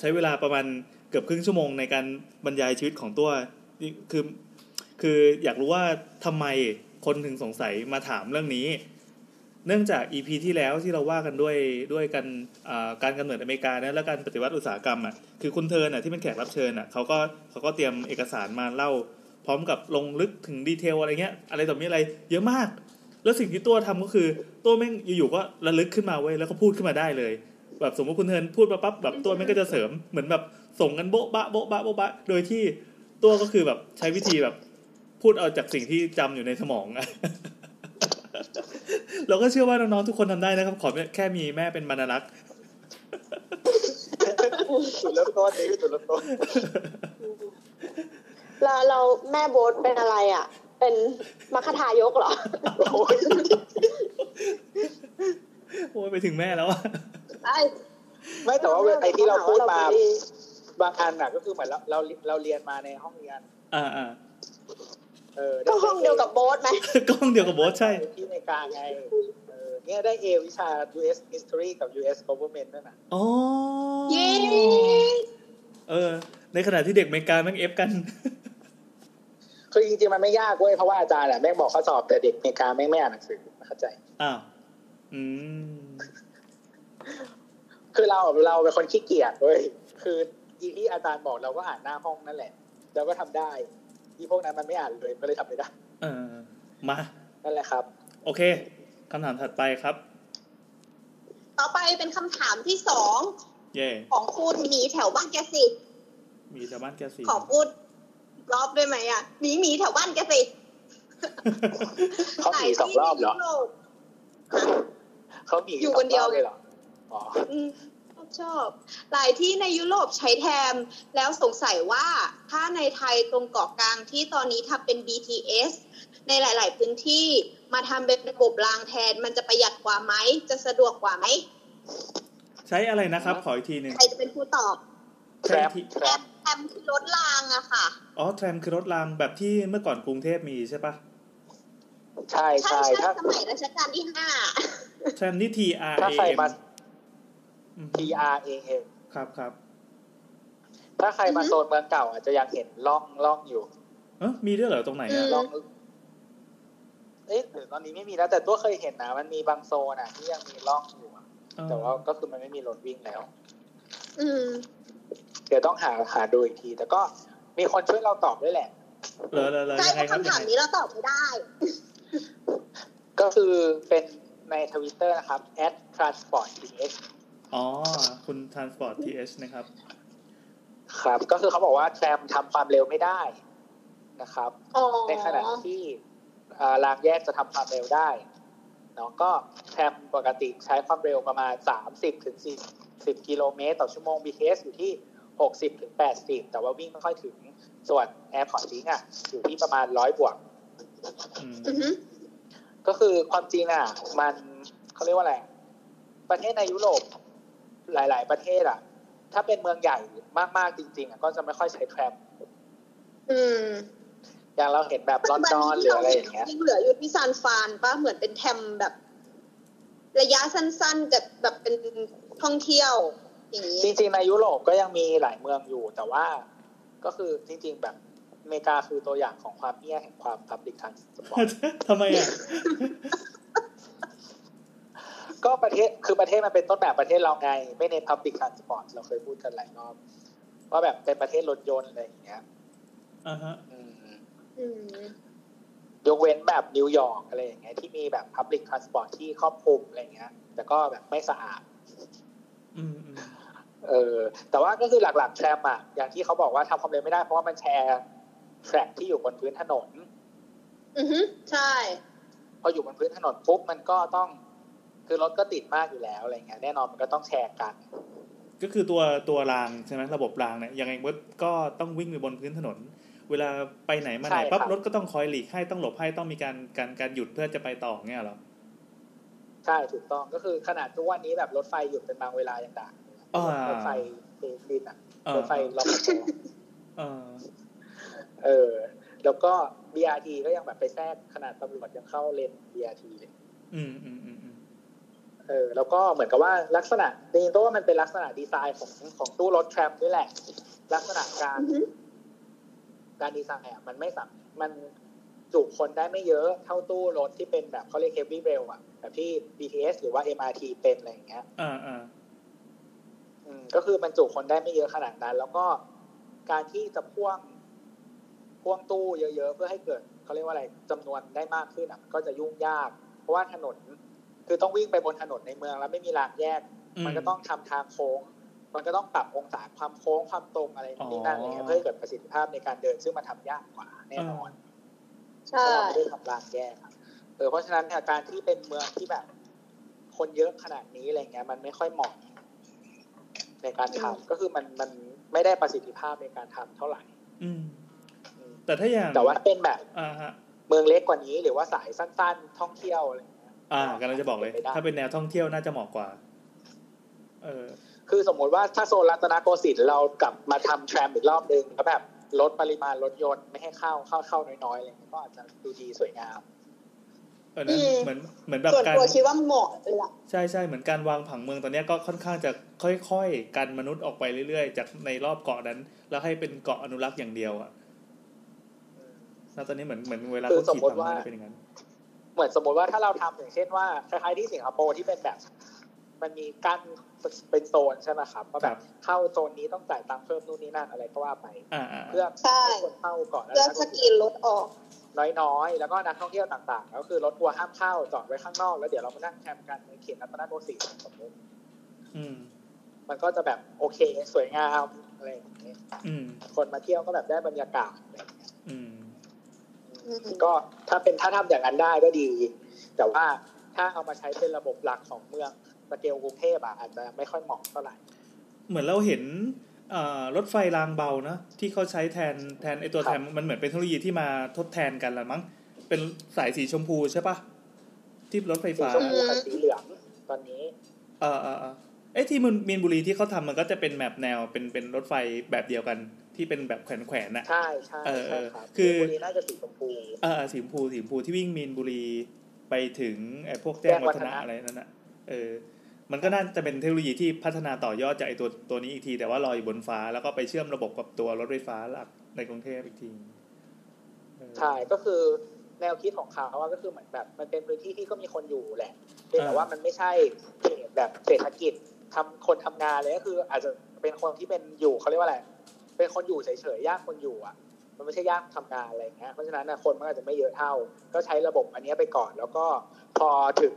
S2: ใช้เวลาประมาณเกือบครึ่งชั่วโมงในการบรรยายชีวิตของตัวนี่คือ คืออยากรู้ว่าทำไมคนถึงสงสัยมาถามเรื่องนี้ เนื่องจาก EP ที่แล้วที่เราว่ากันด้วยด้วยกันอ่าการกำเนิดอเมริกานะและการปฏิวัติอุตสาหกรรมอ่ะคือคุณเทิร์นอ่ะที่เป็นแขกรับเชิญอ่ะเขาก็เขาก็เตรียมเอกสารมาเล่า พร้อมกับลงลึกถึงดีเทลอะไรเงี้ย อะไรต่อมีอะไร เยอะมาก แล้วสิ่งที่ตัวทำก็คือตัวแม่งอยู่ๆก็ระลึกขึ้นมาเว้ยแล้วก็พูดขึ้นมาได้เลย แบบสมมติคุณเทิร์นพูดมาปั๊บแบบตัวแม่งก็จะเสริมเหมือนแบบส่งกันโบ๊ะบะโบ๊ะบะโบ๊ะบะโดยที่ตัวก็คือแบบใช้วิธีแบบ พูดเอาจากสิ่งที่จำอยู่ในสมองอะ เราก็เชื่อว่าน้องๆทุกคนทำได้นะครับ ขอแค่มีแม่เป็นบรรณารักษ์
S4: จุดเริ่มต้นนี่คือจุดเริ่มต้น
S5: เราเราแม่โบ๊ทเป็นอะไรอะเป็นมัคคทายกเหรอ
S4: โอ้ย
S2: โอ้ยไปถึงแม่แล้วอะ
S3: ไอ้
S4: ไม่แต่ว่าไอที่เราพูดมา บางอันน่ะก็คือเหมือนเราเราเราเรียนมาในห้องเรียน
S2: อ่าอ่า
S4: เออ
S5: ก็ห้องเดียวกับโบ๊ทไหม
S2: กล้องเดียวกับโบสใช่
S4: ที่อเมริกาไงเออเนี่ยได้เอวิชา U.S. History กับ U.S. Government ด้วยนะ
S2: อ๋อ
S3: เย้
S2: เออ ในขณะที่เด็กอเมริกาแม่งเอฟกัน
S4: คือจริงๆมันไม่ยากเว้ยเพราะว่าอาจารย์น่ะแม่งบอกข้อสอบแต่เด็กอเมริกาแม่งไม่อ่านหนังสือเข้าใจ
S2: อ้าว อืม
S4: คือเราเราเป็นคนขี้เกียจเว้ยคืออีที่อาจารย์บอกเราก็อ่านหน้าห้องนั่นแหละเราก็ทำได้ที่พวกนั้นมันไม่อ่านเลยก็เลยทำไม่ได้
S2: เออ มา
S4: นั่นแหละครับ
S2: โอเคคำถามถัดไปครับ
S3: ต่อไปเป็นคำถามที่สอง
S2: เย่
S3: ของคุณหมีแถวบ้านแกสิ
S2: มีชาวบ้านแก้วสี
S3: ขอพูดรอบได้ไหมอ่ะหมีหมีแถวบ้านแกสิ
S4: เขาหนีสองรอบเหรอ
S3: ไหนที่มีลูกฮะ
S4: เขามี
S3: อยู่คนเดียว
S4: สงรบเลยเหรออ๋อ
S3: อืมชอบชอบหลายที่ในยุโรปใช้แทม แล้วสงสัยว่าถ้าในไทยตรงเกาะกลางที่ตอนนี้ทำเป็น BTS ในหลาย ๆ พื้นที่มาทำเป็นระบบรางแทน มันจะประหยัดกว่าไหม จะสะดวกกว่าไหม
S2: ใช้อะไรนะครับ ขออีกทีหนึ่ง
S3: ใครจะเป็นผู้ตอบ
S4: แท
S2: ใช้
S4: รป
S2: ที่
S4: แทร
S3: แทมแท
S4: ป
S3: มคือรถรางอะค่ะ
S2: อ๋อ แทรมคือรถรางแบบที่เมื่อก่อนกรุงเทพมีใช่ ปะ
S4: ใช่
S3: ใช่ใช่
S4: ใช่ถ้า
S3: สมัยรัชกาลที่ห้า
S2: แทรมนี่ T R A
S4: ถ้าใคร
S2: M
S4: มา
S2: อืม
S4: T R A M
S2: ครับครับ
S4: ถ้าใครมา
S3: อือฮึ
S4: โซนเมืองเก่า อาจจะยังเห็นล่องล่องอยู่
S2: เออมีด้วยเหรอตรงไหนอะ
S3: ม
S4: ล่องเอ๊ะหรือตอนนี้ไม่มีแล้วแต่ตัวเคยเห็นนะมันมีบางโซนอ่ะ ที่ยังมีล่องอยู่อะ
S2: เออ
S4: แต่ว่าก็คือมันไม่มีรถวิ่งแล้ว
S3: อืม
S4: เดี๋ยวต้องหาหาดูอีกที แต่ก็มีคนช่วยเราตอบด้วยแหละ
S2: เหรอเหรอเหรอ
S3: ใช่
S2: ยัง
S3: เพราะคำ
S2: ไงครับยัง
S3: ถาม
S2: ไง
S3: นี้เราตอบไม่ได้
S4: ก็คือเป็นในทวิตเตอร์นะครับ @transportth
S2: อ๋อคุณ transport th นะครับ
S4: ครับ ก็คือเขาบอกว่าแทรมทำความเร็วไม่ได้นะครับ
S3: อ๋อ
S4: ในขณะที่เอ่อรางแยกจะทำความเร็วได้เนาะก็แทรมปกติใช้ความเร็วประมาณ 30ถึง40กิโลเมตรต่อชั่วโมง BTS อยู่ที่ 60ถึง80 แต่ว่าวิ่งไม่ค่อยถึงส่วนแอร์พอร์ตลิงอ่ะอยู่ที่ประมาณ 100 บวก
S2: อืม
S3: อือหือ
S4: ก็คือความจริงอ่ะ มันเขาเรียกว่าอะไร ประเทศในยุโรปหลาย ๆ ประเทศอ่ะ ถ้าเป็นเมืองใหญ่มาก ๆ จริง ๆอ่ะก็จะไม่ค่อยใช้แทรม
S3: อืม
S4: อย่างเราเห็นแบบลอนดอนหรืออะไรอย่างเงี้ย
S3: ยังเหลืออยู่ที่ซานฟรานป่ะเหมือนเป็นแทมแบบ ระยะสั้นๆกับแบบเป็นท่องเที่ยว อย่างนี้
S4: จริงๆในยุโรปก็ยังมีหลายเมืองอยู่ แต่ว่าก็คือจริง ๆ แบบอเมริกาคือตัวอย่างของความเอี้ยแห่งความพับลิกทางสปอร์ต
S2: ทำไมอ่ะ
S4: ก็ประเทศคือประเทศมันเป็นต้นแบบประเทศเราไง ไม่เน้นพับลิกทางสปอร์ตเราเคยพูดกันหลายรอบว่าแบบเป็นประเทศรถยนต์อะไรอย่างเงี้ย
S2: อ่าฮะ
S4: อืม
S3: อืม
S4: ยกเว้นแบบนิวยอร์กอะไรอย่างเงี้ยที่มีแบบ Public Transport ที่ครอบคลุมอะไรอย่างเงี้ย แต่ก็แบบไม่สะอาด
S2: อืมอืม
S4: เออแต่ว่าก็คือหลักๆแทรมอะอย่างที่เขาบอกว่าทำความเร็วไม่ได้เพราะว่ามันแชร์แทร็กที่อยู่บนพื้นถนน
S3: อือหือใช่
S4: พออยู่บนพื้นถนนปุ๊บมันก็ต้อง คือรถก็ติดมากอยู่แล้วอะไรเงี้ยแน่นอนมันก็ต้องแชร์กัน
S2: ก็คือตัวตัวรางใช่ไหมระบบรางเนี่ยยังไงก็ก็ต้องวิ่งไปบนพื้นถนน เวลาไปไหนมาไหน
S4: ใช่
S2: ปั๊บ
S4: ครับ
S2: รถก็ต้องคอยหลีกให้ต้องหลบให้ต้องมีการการการหยุดเพื่อจะไปต่อเงี้ยเหรอ
S4: ใช่ถูกต้องก็คือขนาดทุกวันนี้แบบรถไฟหยุดเป็นบางเวลาอย่างต่างรถไฟเทดินอะ
S2: เอ
S4: ร
S2: อ
S4: ถไฟรอปภ
S2: เออ
S4: เออ แล้วก็ BRT ก็ยังแบบไปแทรกขนาดตำรวจยังเข้าเลน BRT เลย
S2: อืมอืมอืมอืม
S4: เออ แล้วก็เหมือนกับว่าลักษณะจริงๆตัวว่ามันเป็นลักษณะดีไซน์ของของตู้รถแทรมด้วยแหละ ลักษณะการ
S3: อือหือ
S4: การดีไซน์อ่ะมันไม่สัมมันจุคนได้ไม่เยอะเท่าตู้รถที่เป็นแบบเขาเรียก heavy rail อ่ะ แบบที่ BTS หรือว่า MRT เป็นอะไรอย่างเงี้ย
S2: อ่าอ่า
S4: อืมก็คือมันจุคนได้ไม่เยอะขนาดนั้น แล้วก็การที่จะพ่วงพ่วงตู้เยอะๆ เพื่อให้เกิดเขาเรียกว่าอะไรจำนวนได้มากขึ้นอ่ะมันก็จะยุ่งยาก เพราะว่าถนน คือต้องวิ่งไปบนถนนในเมืองแล้วไม่มีรางแยก
S2: มั
S4: มันก็ต้องทำทางโค้ง มันก็ต้องปรับองศาความโค้งความตรงอะไร
S2: อ๋อ
S4: นี่นั่นอะไรเงี้ยเพื่อให้เกิดประสิทธิภาพในการเดิน ซึ่งมันทำยากกว่าแน่นอนเพ
S3: ใช่
S4: ราะเราไม่ได้ทำรางแยกอะเออเพราะฉะนั้นเนี่ยการที่เป็นเมืองที่แบบ คนเยอะขนาดนี้อะไรเงี้ย มันไม่ค่อยเหมาะในการทำก็คือมันมันไม่ได้ประสิทธิภาพในการทำเท่าไหร่
S2: อืม
S4: อืม
S2: แต่ถ้าอย่าง
S4: แต่ว่าถ้าเป็นแบบ
S2: อ่าฮะ
S4: เมืองเล็กกว่านี้ หรือว่าสายสั้น ๆ ท่องเที่ยวอะไรเงี้ย
S2: อ่ากำลังจะบอกเลย
S4: เป็นไปได้
S2: ถ้าเป็นแนวท่องเที่ยวน่าจะเหมาะกว่า เออ
S4: คือสมมติว่าถ้าโซนรัตนโกสินทร์เรากลับมาทำแทรมอีกรอบนึงก็แบบลดปริมาณรถยนต์ไม่ให้เข้าเข้าเข้าน้อยๆอะไรเงี้ยก็อาจจะดูดีสวยงาม
S2: เออนะเหมือนเหมือนแบบ
S3: ส่วน
S2: การ
S3: ตัวคิดว่าเหมาะเลยล่ะ
S2: ใช่ใช่เหมือนการวางผังเมืองตอนเนี้ยก็ค่อนข้างจะค่อยๆกันมนุษย์ออกไปเรื่อยๆ จากในรอบเกาะนั้น แล้วให้เป็นเกาะอนุรักษ์อย่างเดียวอะแล้วตอนนี้เหมือนเหมือนเวลา
S4: คือ
S2: เขาขีด
S4: สมมติ
S2: ผังเมือง
S4: ว่า
S2: เป็นอย่างนั้น
S4: เหมือนสมมติว่าถ้าเราทำอย่างเช่นว่าคล้ายๆที่สิงคโปร์ที่เป็นแบบ มันมีกั้นเป็นโซนใช่ไหมครับว่า
S2: ค
S4: แบ
S2: รั
S4: บบ เข้าโซนนี้ต้องจ่ายตังค์เพิ่มนู่นนี่นั่นอะไรก็ว่าไป
S2: อ่าอ่า
S4: เพื่อ
S3: ใช่
S4: ให้คนเข้าก่อน
S3: เพื่อสกรีนรถออก
S4: น้อยๆ แล้วก็นักท่องเที่ยวต่างๆ ก็คือรถทัวร์ห้ามเข้าจอดไว้ข้างนอกแล้วเดี๋ยวเรามานั่งแคมป์กันในเขตรัตนโกสินทร์สมมติ
S2: อืม
S4: มันก็จะแบบโอเคสวยงามอะไรอย่างเงี้ย
S2: อืม
S4: คนมาเที่ยวก็แบบได้บรรยากาศอะไรอย่างเงี้ย
S2: อืม
S3: อืม
S4: ก็ถ้าเป็นถ้าทำอย่างนั้นได้ก็ดี แต่ว่าถ้าเอามาใช้เป็นระบบหลักของเมืองสเกลกรุงเทพอะอาจจะไม่ค่อยเหมาะเท่าไหร่
S2: เหมือนเราเห็นเอ่อรถไฟรางเบานะที่เขาใช้แทนแทนไอตัวแทนมันเหมือนเป็นเทคโนโลยีที่มาทดแทนกันละมั้งเป็นสายสีชมพูใช่ปะที่รถไฟ
S4: สี
S2: ฟ้า
S4: ชมพูกับสีเหลืองตอนนี้
S2: เออเออเออเอ้ยที่มันมีนบุรีที่เขาทำมันก็จะเป็นแมปแนวเป็นเป็นรถไฟแบบเดียวกันที่เป็นแบบแขวนแขวนๆน่ะ
S4: ใช่ใช่
S2: เออ
S4: ใช่ครับ
S2: คือ
S4: ชลบุรีน่าจะสีชมพู
S2: เออเออสีชมพูสีชมพูที่วิ่งมีนบุรีไปถึงไอ้พวกแจ้
S4: แจ้
S2: ง
S4: งวั
S2: วัฒ
S4: ฒ
S2: นะ
S4: นะ
S2: อะไรนั่นน่ะเออ มันก็น่าจะเป็นเทคโนโลยีที่พัฒนาต่อยอดจากไอตัวตัวนี้อีกที แต่ว่าลอยอยู่บนฟ้าแล้วก็ไปเชื่อมระบบกับตัวรถไฟฟ้าหลักในกรุงเทพอีกทีเออ
S4: ใช่ก็คือแนวคิดของเขาว่าก็คือเหมือนแบบ มันเป็นพื้นที่ที่ก็มีคนอยู่แหละเพียงแต่
S2: อ่า
S4: ว่ามันไม่ใช่เขตแบบเศรษฐกิจทำคนทำงานเลยก็คือ อาจจะเป็นคนที่เป็นอยู่เขาเรียกว่าอะไร เป็นคนอยู่เฉยๆยากคนอยู่อ่ะ มันไม่ใช่ยากทำงานอะไรอย่างเงี้ยเพราะฉะนั้นน่ะคนมันอาจจะไม่เยอะเท่า ก็ใช้ระบบอันเนี้ยไปก่อน แล้วก็พอถึง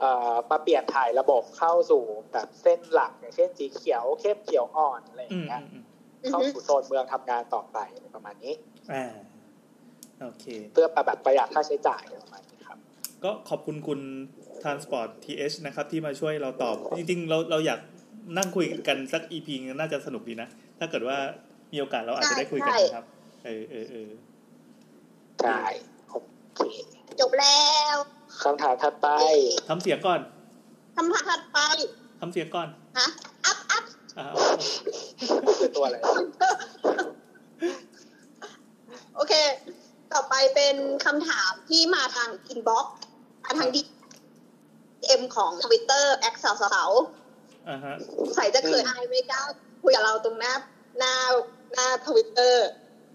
S4: เอ่อมาเปลี่ยนถ่ายระบบเข้าสู่แบบเส้นหลักอย่างเช่นสีเขียวเข้มเขียวอ่อนอะไรอย่า
S2: อื
S4: ง
S2: ม
S4: เงี้ย
S2: อืมอืม
S7: อือ
S4: เข้า
S7: ฮึ
S4: สู่โซนเมืองทำงานต่อไปอะไรประมาณนี้
S2: อ่าโอเค
S4: เพื่อประแบบประหยัดค่าใช้จ่ายอะไรประมาณนี้ครับ
S2: ก็ขอบคุณคุณ Transport TH นะครับ ที่มาช่วยเราตอบ จริง ๆ เราเราอยากนั่งคุยกันสัก EP นึงน่าจะสนุกดีนะ ถ้าเกิดว่ามีโอกาสเราอาจจะได้คุยกันนะครับ เออเออเออ
S4: ใช่โอเค
S7: จบแล้ว
S4: คำถามถัดไป
S2: ทำเสียงก่อน
S7: คำถามถัดไป
S2: ทำเสียงก่อน
S7: ฮะอัพอัพ
S2: อ่า
S4: คือตัวอะไร
S7: โอเค ต่อไปเป็นคำถามที่มาทางอินบ็อกซ์มาทางดีเอ็มของทวิตเตอร์แอคสาวสาวๆ
S2: อ่าฮะ
S7: ใส่จะเคยอายไม่กล้าคุยกับเราตรงหน้าหน้าหน้าทวิตเตอร์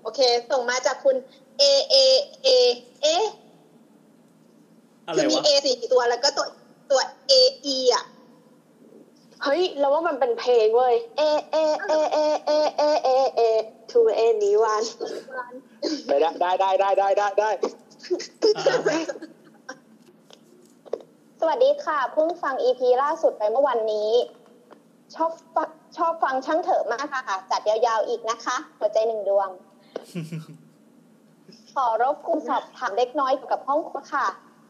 S7: โอเค ส่งมาจากคุณ A A A เอ๊ะ
S2: อะไร
S7: คือมี
S2: วะ
S7: A สี่ตัวแล้วก็ตัวตัว A E อ่ะ
S6: เฮ้ยเราว่ามันเป็นเพลงเว้ย เอเอเอเอเอเอเอเอ to anyone
S4: ไปได้ได้ได้ได้ได้ได้ได้
S2: อ่า
S6: สวัสดีค่ะ เพิ่งฟัง EP ล่าสุดไปเมื่อวันนี้ ชอบฟังชอบฟังช่างเถอะมากค่ะ จัดยาวๆอีกนะคะ หัวใจหนึ่งดวง ขอรบกวนสอบถามเล็กน้อยเกี่ยวกับห้องครัวค่ะ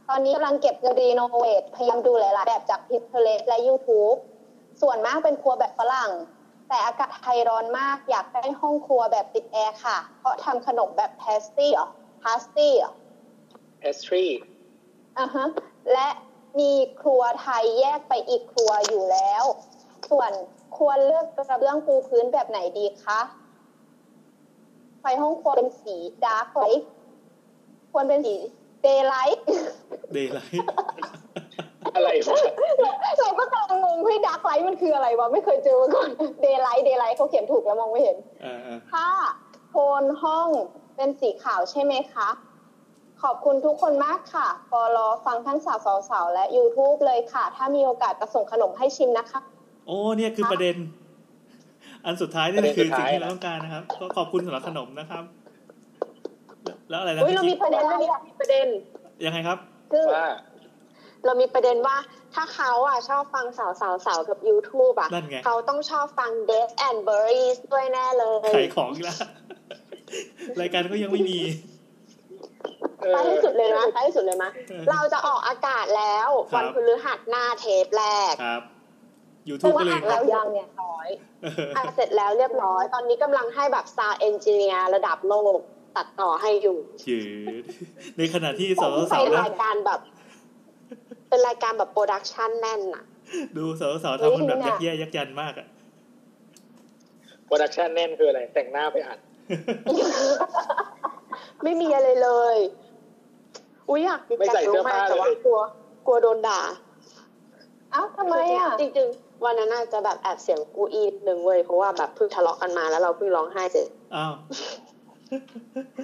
S6: ตอนนี้กำลังเก็บเงินรีโนเวทพยายามดูหลายๆ แบบจากพิพเลสและ YouTube ส่วนมากเป็นครัวแบบฝรั่ง แต่อากาศไทยร้อนมากอยากได้ห้องครัวแบบติดแอร์ค่ะ เพราะทำขนมแบบพาสตี้เหรอพาสตี้เหรอ
S4: เอสทรี
S6: อ่าฮะและมีครัวไทยแยกไปอีกครัวอยู่แล้ว ส่วนควรเลือกกระเบื้องปูพื้นแบบไหนดีคะไฟห้องครัวเป็นสีดาร์กไลท์ควรเป็นสีเดย์ไลท์
S2: เดย์ไลท์
S4: อะไรวะ
S6: เราก็กำลังงงเฮ้ยดาร์กไลท์มันคืออะไรวะ ไม่เคยเจอมาก่อนเดย์ไลท์เดย์ไลท์เขาเขียนถูกแล้วมองไม่เห็น
S2: อ่าอ่า
S6: ถ้าโทนห้องเป็นสีขาวใช่ไหมคะ ขอบคุณทุกคนมากค่ะปอรอฟังทั้งสาวสาวๆและ YouTube เลยค่ะ ถ้ามีโอกาสจะส่งขนมให้ชิมนะคะ
S2: โอ้เนี่ยคือประเด็น อันสุดท้ายนี่คือสิ่งที่เราต้องการนะครับ ก็ขอบคุณสำหรับขนมนะครับ แล้วอะไรนะ
S5: อุ้ยเรามีประเด็นเรื่องนี้เรามีประเด็น
S2: ยังไงครับ
S5: คือ
S4: ว่า
S5: เรามีประเด็นว่าถ้าเขาอ่ะชอบฟังสาวสาวสาวๆกับ YouTube อ่ะ
S2: นั่นไง
S5: เขาต้องชอบฟัง Death and Berries ด้วยแน่เลย
S2: ขายของอีกแล้วรายการก็ยังไม่มี
S4: เอ
S5: ไป
S4: อ
S5: ที่สุดเลยนะไปที่สุดเลยนะ
S2: เออ
S5: เราจะออกอากาศแล้ว
S2: ค
S5: วั
S2: รับ
S5: นพฤหัสหน้าเทปแรก
S2: ครับ
S5: เพราะ
S2: YouTube
S5: ว่า
S2: ก็เลย
S5: อัด
S2: ครั
S5: แล้
S2: บ
S5: วยังเนี่ยร้อย
S2: เออ
S5: อัดเสร็จแล้วเรียบร้อย ตอนนี้กำลังให้แบบ Star Engineer ระดับโลกตัดต่อให้อยู่
S2: จืดในขณะที่สาว
S5: ผม
S2: สา
S5: ใส่
S2: วๆนะ
S5: รายการแบบ เป็นรายการแบบโปรดักชันแน่นอะ
S2: ดูสาวสาวๆทำมันแบบยักแย่ยักยันมากอ่ะ
S4: โปรดักชันแน่นคืออะไร แต่งหน้าไปอัด
S5: ไม่มีอะไรเลย อุ้ยอยาก
S4: ไม่ใส่เสื้อผ้า
S5: แต่
S4: เล
S5: ว่าย กลัว กลัวโดนด่า
S6: เอ้าทำไมอ่ะ
S5: จริงๆ วันนั้นน่าจะแบบแอบเสียงกูอีนิดนึงเว้ย เพราะว่าแบบเพิ่งทะเลาะกันมาแล้วเราเพิ่งร้องไห้เสร็จ
S2: อ้าว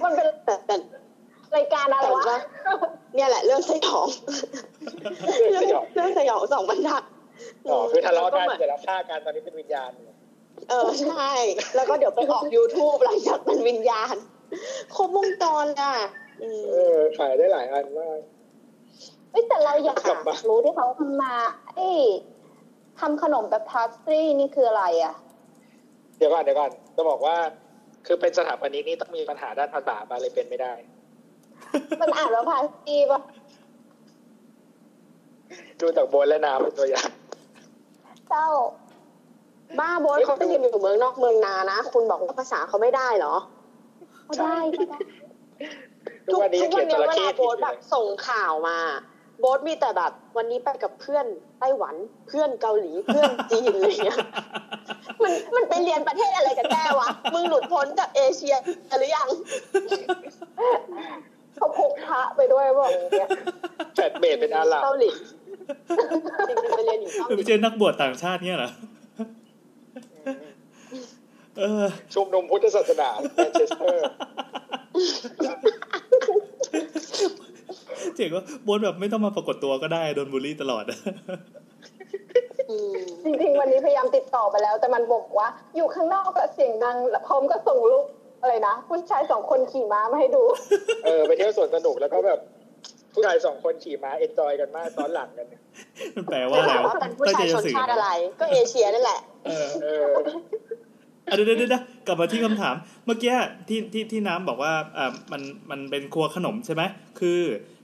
S5: มันเป็นแต่แต่
S6: รายการอะไร
S5: แต่
S6: วะ
S5: ว่าเนี่ยแหละเรื่องสยอง
S4: เรื่
S5: เรื่อง ง
S4: อสยอง
S5: เรื่องสยองสองบรรทัด
S4: อ๋อคือทะเลาะกัน
S5: แวหมือ
S4: เสร็จแล้วฆ่ากันตอนนี้เป็นวิญญาณอยู่
S5: เออใช่ แล้วก็เดี๋ยวไปออก YouTube หลังจากเป็นวิญญาณครบวงจรอ่ะอืม
S4: เออขายได้หลายอันมาก
S6: เอ้ยแต่เราอยาก
S4: กลับมา
S6: รู้ที่เขาทำมาไอ้ทำขนมแบบพาสตรีนี่คืออะไรอ่ะ
S4: เดี๋ยวก่อนเดี๋ยวก่อนจะบอกว่า คือเป็นสถาปนิกนี่ต้องมีปัญหาด้านภาษามาเลยเป็นไม่ได้
S6: มันอ่านว่าพาสตรีป่ะ
S4: ดูจากโบนและน้ำเป็นตัวอย่าง
S6: เจ้า
S5: บ้าโบอสเขาไปเรียนอยู่เมืองนอกเมืองนานะ คุณบอกว่าภาษาเขาไม่ได้เหรอ
S6: ก็ได้ก็ได้
S4: ทุกวันนี้ยังเขียนจระ
S5: เว
S4: เข้
S5: ลาโบส
S4: ผิดอยู่
S5: แบ
S4: เล
S5: บ
S4: ย
S5: ส่งข่าวมา โบสมีแต่แบบ วันนี้ไปกับเพื่อนไต้หวัน เพื่อนเกาหลี เพื่อนจีนอะไรเงี้ย
S6: มันมันไปเรียนประเทศอะไรกันแน่วะ
S5: มึงหลุดพ้นจากเอเชียหรือยัง
S6: เขาพกพระไปด้วยบอกอย่างเงี้ย
S4: แฟดเบดเป็นอาหรับ
S5: เกาหลี
S6: จริงๆไปเรียนอยู่ช่อง
S2: ไปเจอนักบวชต่างชาติเนี่ยเหรอ เออ
S4: ชุมนุมพุทธศาสนาแมนเชสเตอร์
S2: เจ๋งว่าบนแบบไม่ต้องมาปรากฏตัวก็ได้โดนบูลลี่ตลอด
S6: จริงๆวันนี้พยายามติดต่อไปแล้ว แต่มันบอกว่า อยู่ข้างนอกก็เสียงดังแล้วพร้อมก็ส่งลูกอะไรนะผู้ชายสองคนขี่ม้ามาให้ดู
S4: เออ ไปเที่ยวสวนสนุกแล้วก็แบบผู้ชายสองคนขี่ม้าเอนจอยกันมากซ้อนหลังกันเนี่ย
S2: มัน แปลว่า
S5: ถ้าถาม
S2: อะไรวะ
S5: ว่าเป็นผู้
S2: ตั้งใจ
S5: ชายชน
S2: จะสื่อ
S5: ชา
S2: อะ
S5: ติอะ
S2: ไร
S5: ไร ก็เอเชียนั่นแหละ
S2: เออ
S4: เออ
S2: อ่ะเดี๋ยวเดี๋ยวเดี๋ยวกลับมาที่คำถาม เมื่อกี้ที่ที่ที่น้ำบอกว่าอ่ามันมันเป็นครัวขนมใช่ไหมคือ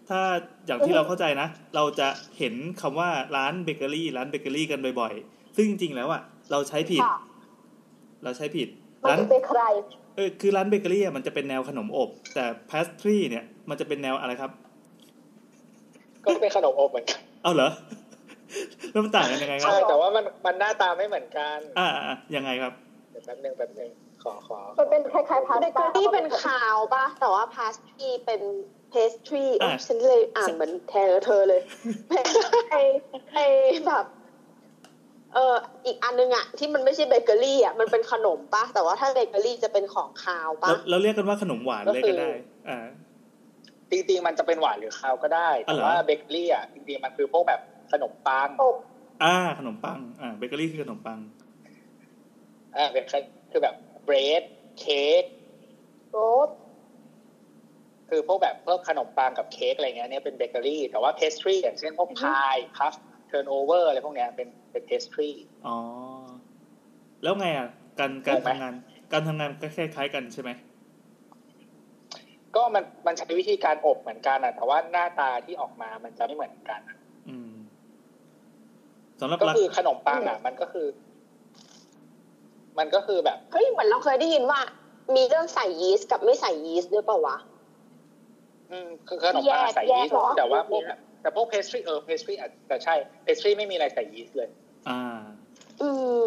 S2: ถ้าอย่างที่เราเข้าใจนะ เราจะเห็นคำว่าร้านเบเกอรี่ ร้านเบเกอรี่กันบ่อยๆ ซึ่งจริงๆแล้วอ่ะเราใช้ผิด
S6: ค่ะ
S2: เราใช้ผิด
S6: มัน
S2: ร้าน
S6: จะเป็นใคร
S2: เออคือร้านเบเกอรี่อ่ะมันจะเป็นแนวขนมอบ แต่พาสทรีเนี่ยมันจะเป็นแนวอะไรครับ
S4: ก็เป็นขนมอบเหมือนกัน
S2: เอาเหรอ แล้วมันต่างกันยังไงครับ
S4: ใช่แต่ว่ามันมันหน้าตาไม่เหมือนกัน
S2: อ่าอ่าอ่ายังไงครับ
S4: เดี๋ยวแป๊บหนึงแป๊บหนึงขอขอ
S6: มันเป็นคล้ายๆพาส
S5: เบเก
S6: ต้า
S5: อรี่เป็นขาวป่ะ แต่ว่าพาสทรีเป็นเพสทรี
S2: อ่ะ
S5: ฉันเลยอ่านเหมือนแทนเธอเลย
S6: ไอไอ
S5: แบบเอออีกอันนึงอะที่มันไม่ใช่เบเกอรี่อะมันเป็นขนมป่ะ แต่ว่าถ้าเบเกอรี่จะเป็นของขาวป่ะ
S2: เราเราเรียกกันว่าขนมหวานเลยก็ได้ อ่า
S4: จริงๆมันจะเป็นหวานหรือคาวก็ได้
S2: อ๋อ
S4: แต่
S2: เหรอ
S4: ว่าเบเกอรี่อ่ะจริงๆมันคือพวกแบบขนมปัง
S6: อบ
S2: อ่าขนมปัง อ่าเบเกอรี่คือขนมปัง
S4: อ่าเป็นคือแบบเบรดเค้ก
S6: โรส
S4: คือพวกแบบพวกขนมปังกับเค้กอะไรเงี้ยเนี่ยเป็นเบเกอรี่ แต่ว่าเพสทรีอย่างเช่นพวกพายพัฟเทิร์นโอเวอร์อะไรพวกเนี้ยเป็นเป็นเพสทรี
S2: อ๋อ แล้วไงอ่ะ การการ
S4: ถูกไหม
S2: ทำงาน การทำงานก็คล้ายๆกันใช่ไหม
S4: ก็มันมันใช้วิธีการอบเหมือนกันอ่ะแต่ว่าหน้าตาที่ออกมามันจะไม่เหมือนกันอะ
S2: อืมสำหรับ
S4: ก็
S2: รัก
S4: คือขนมปังอ่ะมันก็คือ มันก็คือแบบ
S5: เฮ้ยเหมือนเราเคยได้ยินว่า มีเรื่องใส่ยีสต์กับไม่ใส่ยีสต์ด้วยเปล่าวะ
S4: อืมคือขนมปังอะใส่
S5: แยก
S4: ยี
S5: แยก
S4: ส
S5: เหรอ
S4: ต์แต่ว่าพวกแบบแต่พวกเพสทรีเออเพสทรีอาจจะใช่เพสทรีไม่มีอะไรใส่ยีสต์เลย
S2: อ่า
S5: อืม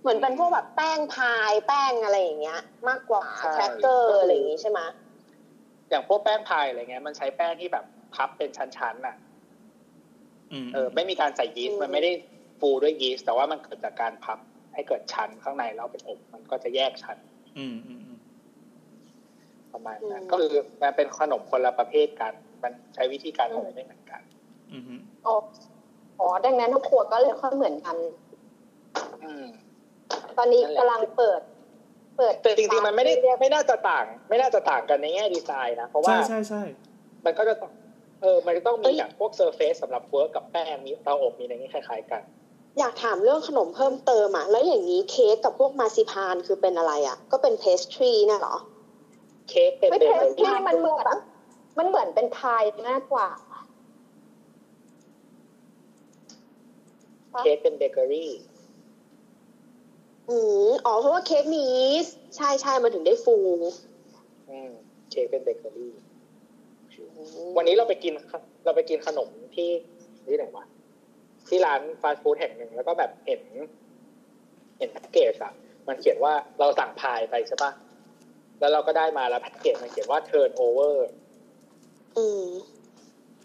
S5: เหมือนเป็นพวกแบบแป้งพายแป้งอะไรอย่างเงี้ย มากกว่า
S4: ใช่
S5: แครกเกอร์อะไรอย่างงี้ใช่ไหม
S4: อย่างพวกแป้งพายอะไรเงี้ยมันใช้แป้งที่แบบพับเป็นชั้นๆอ่ะ
S2: อืม
S4: เออไม่มีการใส่ยีสต์มันไม่ได้ฟูด้วยยีสต์แต่ว่ามันเกิดจากการพับให้เกิดชั้นข้างในแล้วเป็นอบมันก็จะแยกชั้น
S2: อืมอืมอืม
S4: ประมาณนั้นก็คือมันเป็นขนมคนละประเภทกัน มันใช้วิธีการอะไรไม่เหมือนกัน
S2: อืมฮึ
S6: อบ
S5: อ๋อ ดังนั้นทุกขวดก็เลยค่อยเหมือนกัน
S4: อืม
S6: ตอนนี้กำลังเปิด เปิด
S4: แต่จริงๆมันไม่ได้ไม่น่าจะต่าง ไม่น่าจะต่างกันในแง่ดีไซน์นะเพราะว่า
S2: ใช่ใช่ใช่
S4: มันก็จะต้องเออมันจะต้องมีอย่างพวกเซอร์เฟซสำหรับเวิร์กกับแป้งมีเตาอบมีอะไรนี้คล้ายๆกัน
S5: อยากถามเรื่องขนมเพิ่มเติมอ่ะ แล้วอย่างนี้เค้กกับพวกมาซิพานคือเป็นอะไรอ่ะ ก็เป็นเพสทรีน่ะเหรอ
S4: เค้กเป็น
S6: ไม่
S4: เบ
S6: เท
S4: เก
S6: ส
S4: อรี่
S6: ที่มันเหมือนแบบมันเหมือนเป็นพายมากกว่า
S4: เค้กเป็นเบเกอรี่
S5: อืมอ๋อ เพราะว่าเค้กมียีสต์ใช่ใช่มันถึงได้ฟู
S4: อืมเค้กเป็นเบเกอรี่ วันนี้เราไปกินขเราไปกินขนมที่ที่ไหนวะที่ร้านฟาสต์ฟู้ดแห่งหนึ่งแล้วก็แบบเห็น เห็นแพ็กเกจอะมันเขียนว่าเราสั่งพายไปใช่ปะแล้วเราก็ได้มาแล้วแพ็กเกจมันเขียนว่า turn over
S5: อืม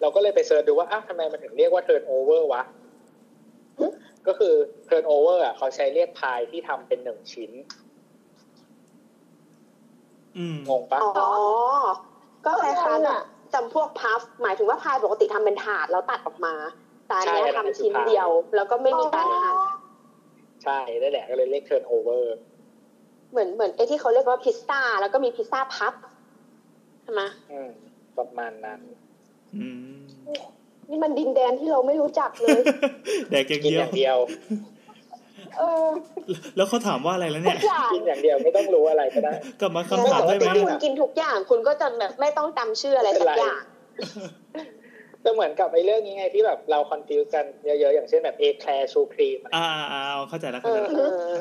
S4: เราก็เลยไปเซิร์ชดูว่าอ้าวทำไมมันถึงเรียกว่า turn over วะก็คือ turn over อะเขาใช้เรียกพายที่ทำเป็นหนึ่งชิ้น
S2: อืม
S4: งงปะ
S5: อ๋อ ก็คล้ายๆแบบจำพวกพัฟหมายถึงว่าพายปกติทำเป็นถาดแล้วตัดออกมาแต่อันเนี้ยทำชิ้นเดียว แล้วก็ไม่มีการหั่น
S4: ใช่ได้แหละก็เลยเรียก turn over
S5: เหมือนเหมือนไอ้ที่เขาเรียกว่าพิซซ่า แล้วก็มีพิซซ่าพัฟใช่ไหม
S4: อืมประมาณนั้น
S2: อืม
S6: นี่มันดินแดนที่เราไม่รู้จักเลย
S2: แดกอย่าง
S4: กิน
S2: เดียว
S4: อย่างเดียว
S6: เออ
S2: แล้วเขาถามว่าอะไรแล้ว
S6: ทุ
S2: เนี่
S6: ก
S2: ย
S6: อย่าง
S4: กินอย่างเดียวไม่ต้องรู้อะไรก็ได้
S2: กลับมา คำถามได้ไหม
S5: ถ้าคุณกินทุกอย่างคุณก็จะแบบไม่ต้องจำชื่ออะไรสักอย่าง
S4: ก็เหมือนกับไอ้เรื่องนี้ไงที่แบบเราคอนฟิวกันเยอะๆ อย่างเช่นแบบเอแคลชูครีม
S2: อ่าอ่าอ่าเอาเข้าใจแล้ว
S5: เอ
S2: เข้าใจ
S5: อ
S2: แล้ว
S5: เออ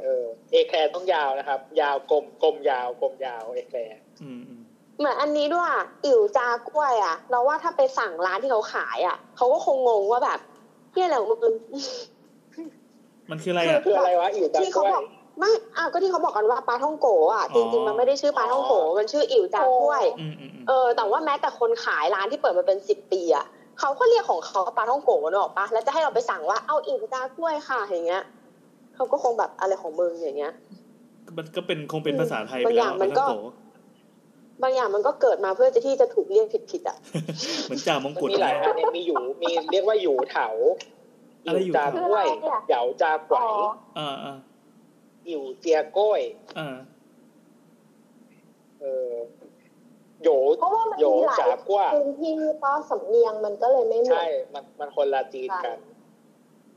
S4: เออเอแคลต้องยาวนะครับ ยาวกลมกลมยาวกลมยาวเอแคล
S2: อืมอืม
S5: เหมือนอันนี้ด้วยอะอิ๋วจากล้วยอ่ะ เราว่าถ้าไปสั่งร้านที่เขาขายอ่ะเขาก็คงงงว่าแบบเหี่อะไรของมึง
S2: มันคืออะไรอ่ะ
S4: คืออะไรวะอยู่ตา
S5: ที่
S4: ก
S5: เขา
S4: ล้
S5: บ
S4: วย
S5: อกไม่อ้าวก็ที่เขาบอกกันว่าปลาท่องโกะอ่ะ
S2: อ๋
S5: จ
S2: อ
S5: ริงๆมันไม่ได้ชื่อปลาท่องโกะมันชื่ออิ๋วจากล้วย
S2: อืมอืมอืม
S5: เออแต่ว่าแม้แต่คนขายร้านที่เปิดมาเป็นสิบปีอ่ะ
S6: เขาก็เรียกของเขาปลาท่องโกะเนอะปะแล้วจะให้เราไปสั่งว่าเอาอีกจ้ากล้วยค่ะอย่างเงี้ยเขาก็คงแบบอะไรของมึงอย่างเงี้ย
S2: มันก็เป็นคงเป็นภาษาไทย
S6: บา
S2: ไป
S6: งอ
S2: แล้
S6: ย่าว ง
S2: ป
S6: มั
S2: ลานท่
S6: ก็
S2: องโกะ
S6: บางอย่างมันก็เกิดมาเพื่อจะที่จะถูกเรียกผิดๆอ่ะ
S2: เหมือนจ่ามง
S4: มัน
S2: กุฎ
S4: มีหลาย
S2: นะ
S4: อันเนี่ยมีอยู่มีเรียกว่าอยู่เถา
S2: อะไรอยู่
S4: จา
S2: เถา
S4: กล้วย
S5: คืออะไรอะ
S4: เหยาจากไหว
S5: อ๋อ
S2: อ่าอ่า
S4: อยู่เจียกล้วย
S2: อ่า
S4: เออโหย
S5: เพราะว่ามัน
S4: โหย
S5: มีหลาย
S4: จากล้วย
S5: พื้นที่ก็สำเนียงมันก็เลยไม่เหมือ
S4: ใช่
S5: น
S4: มันมันคนละจีนกัน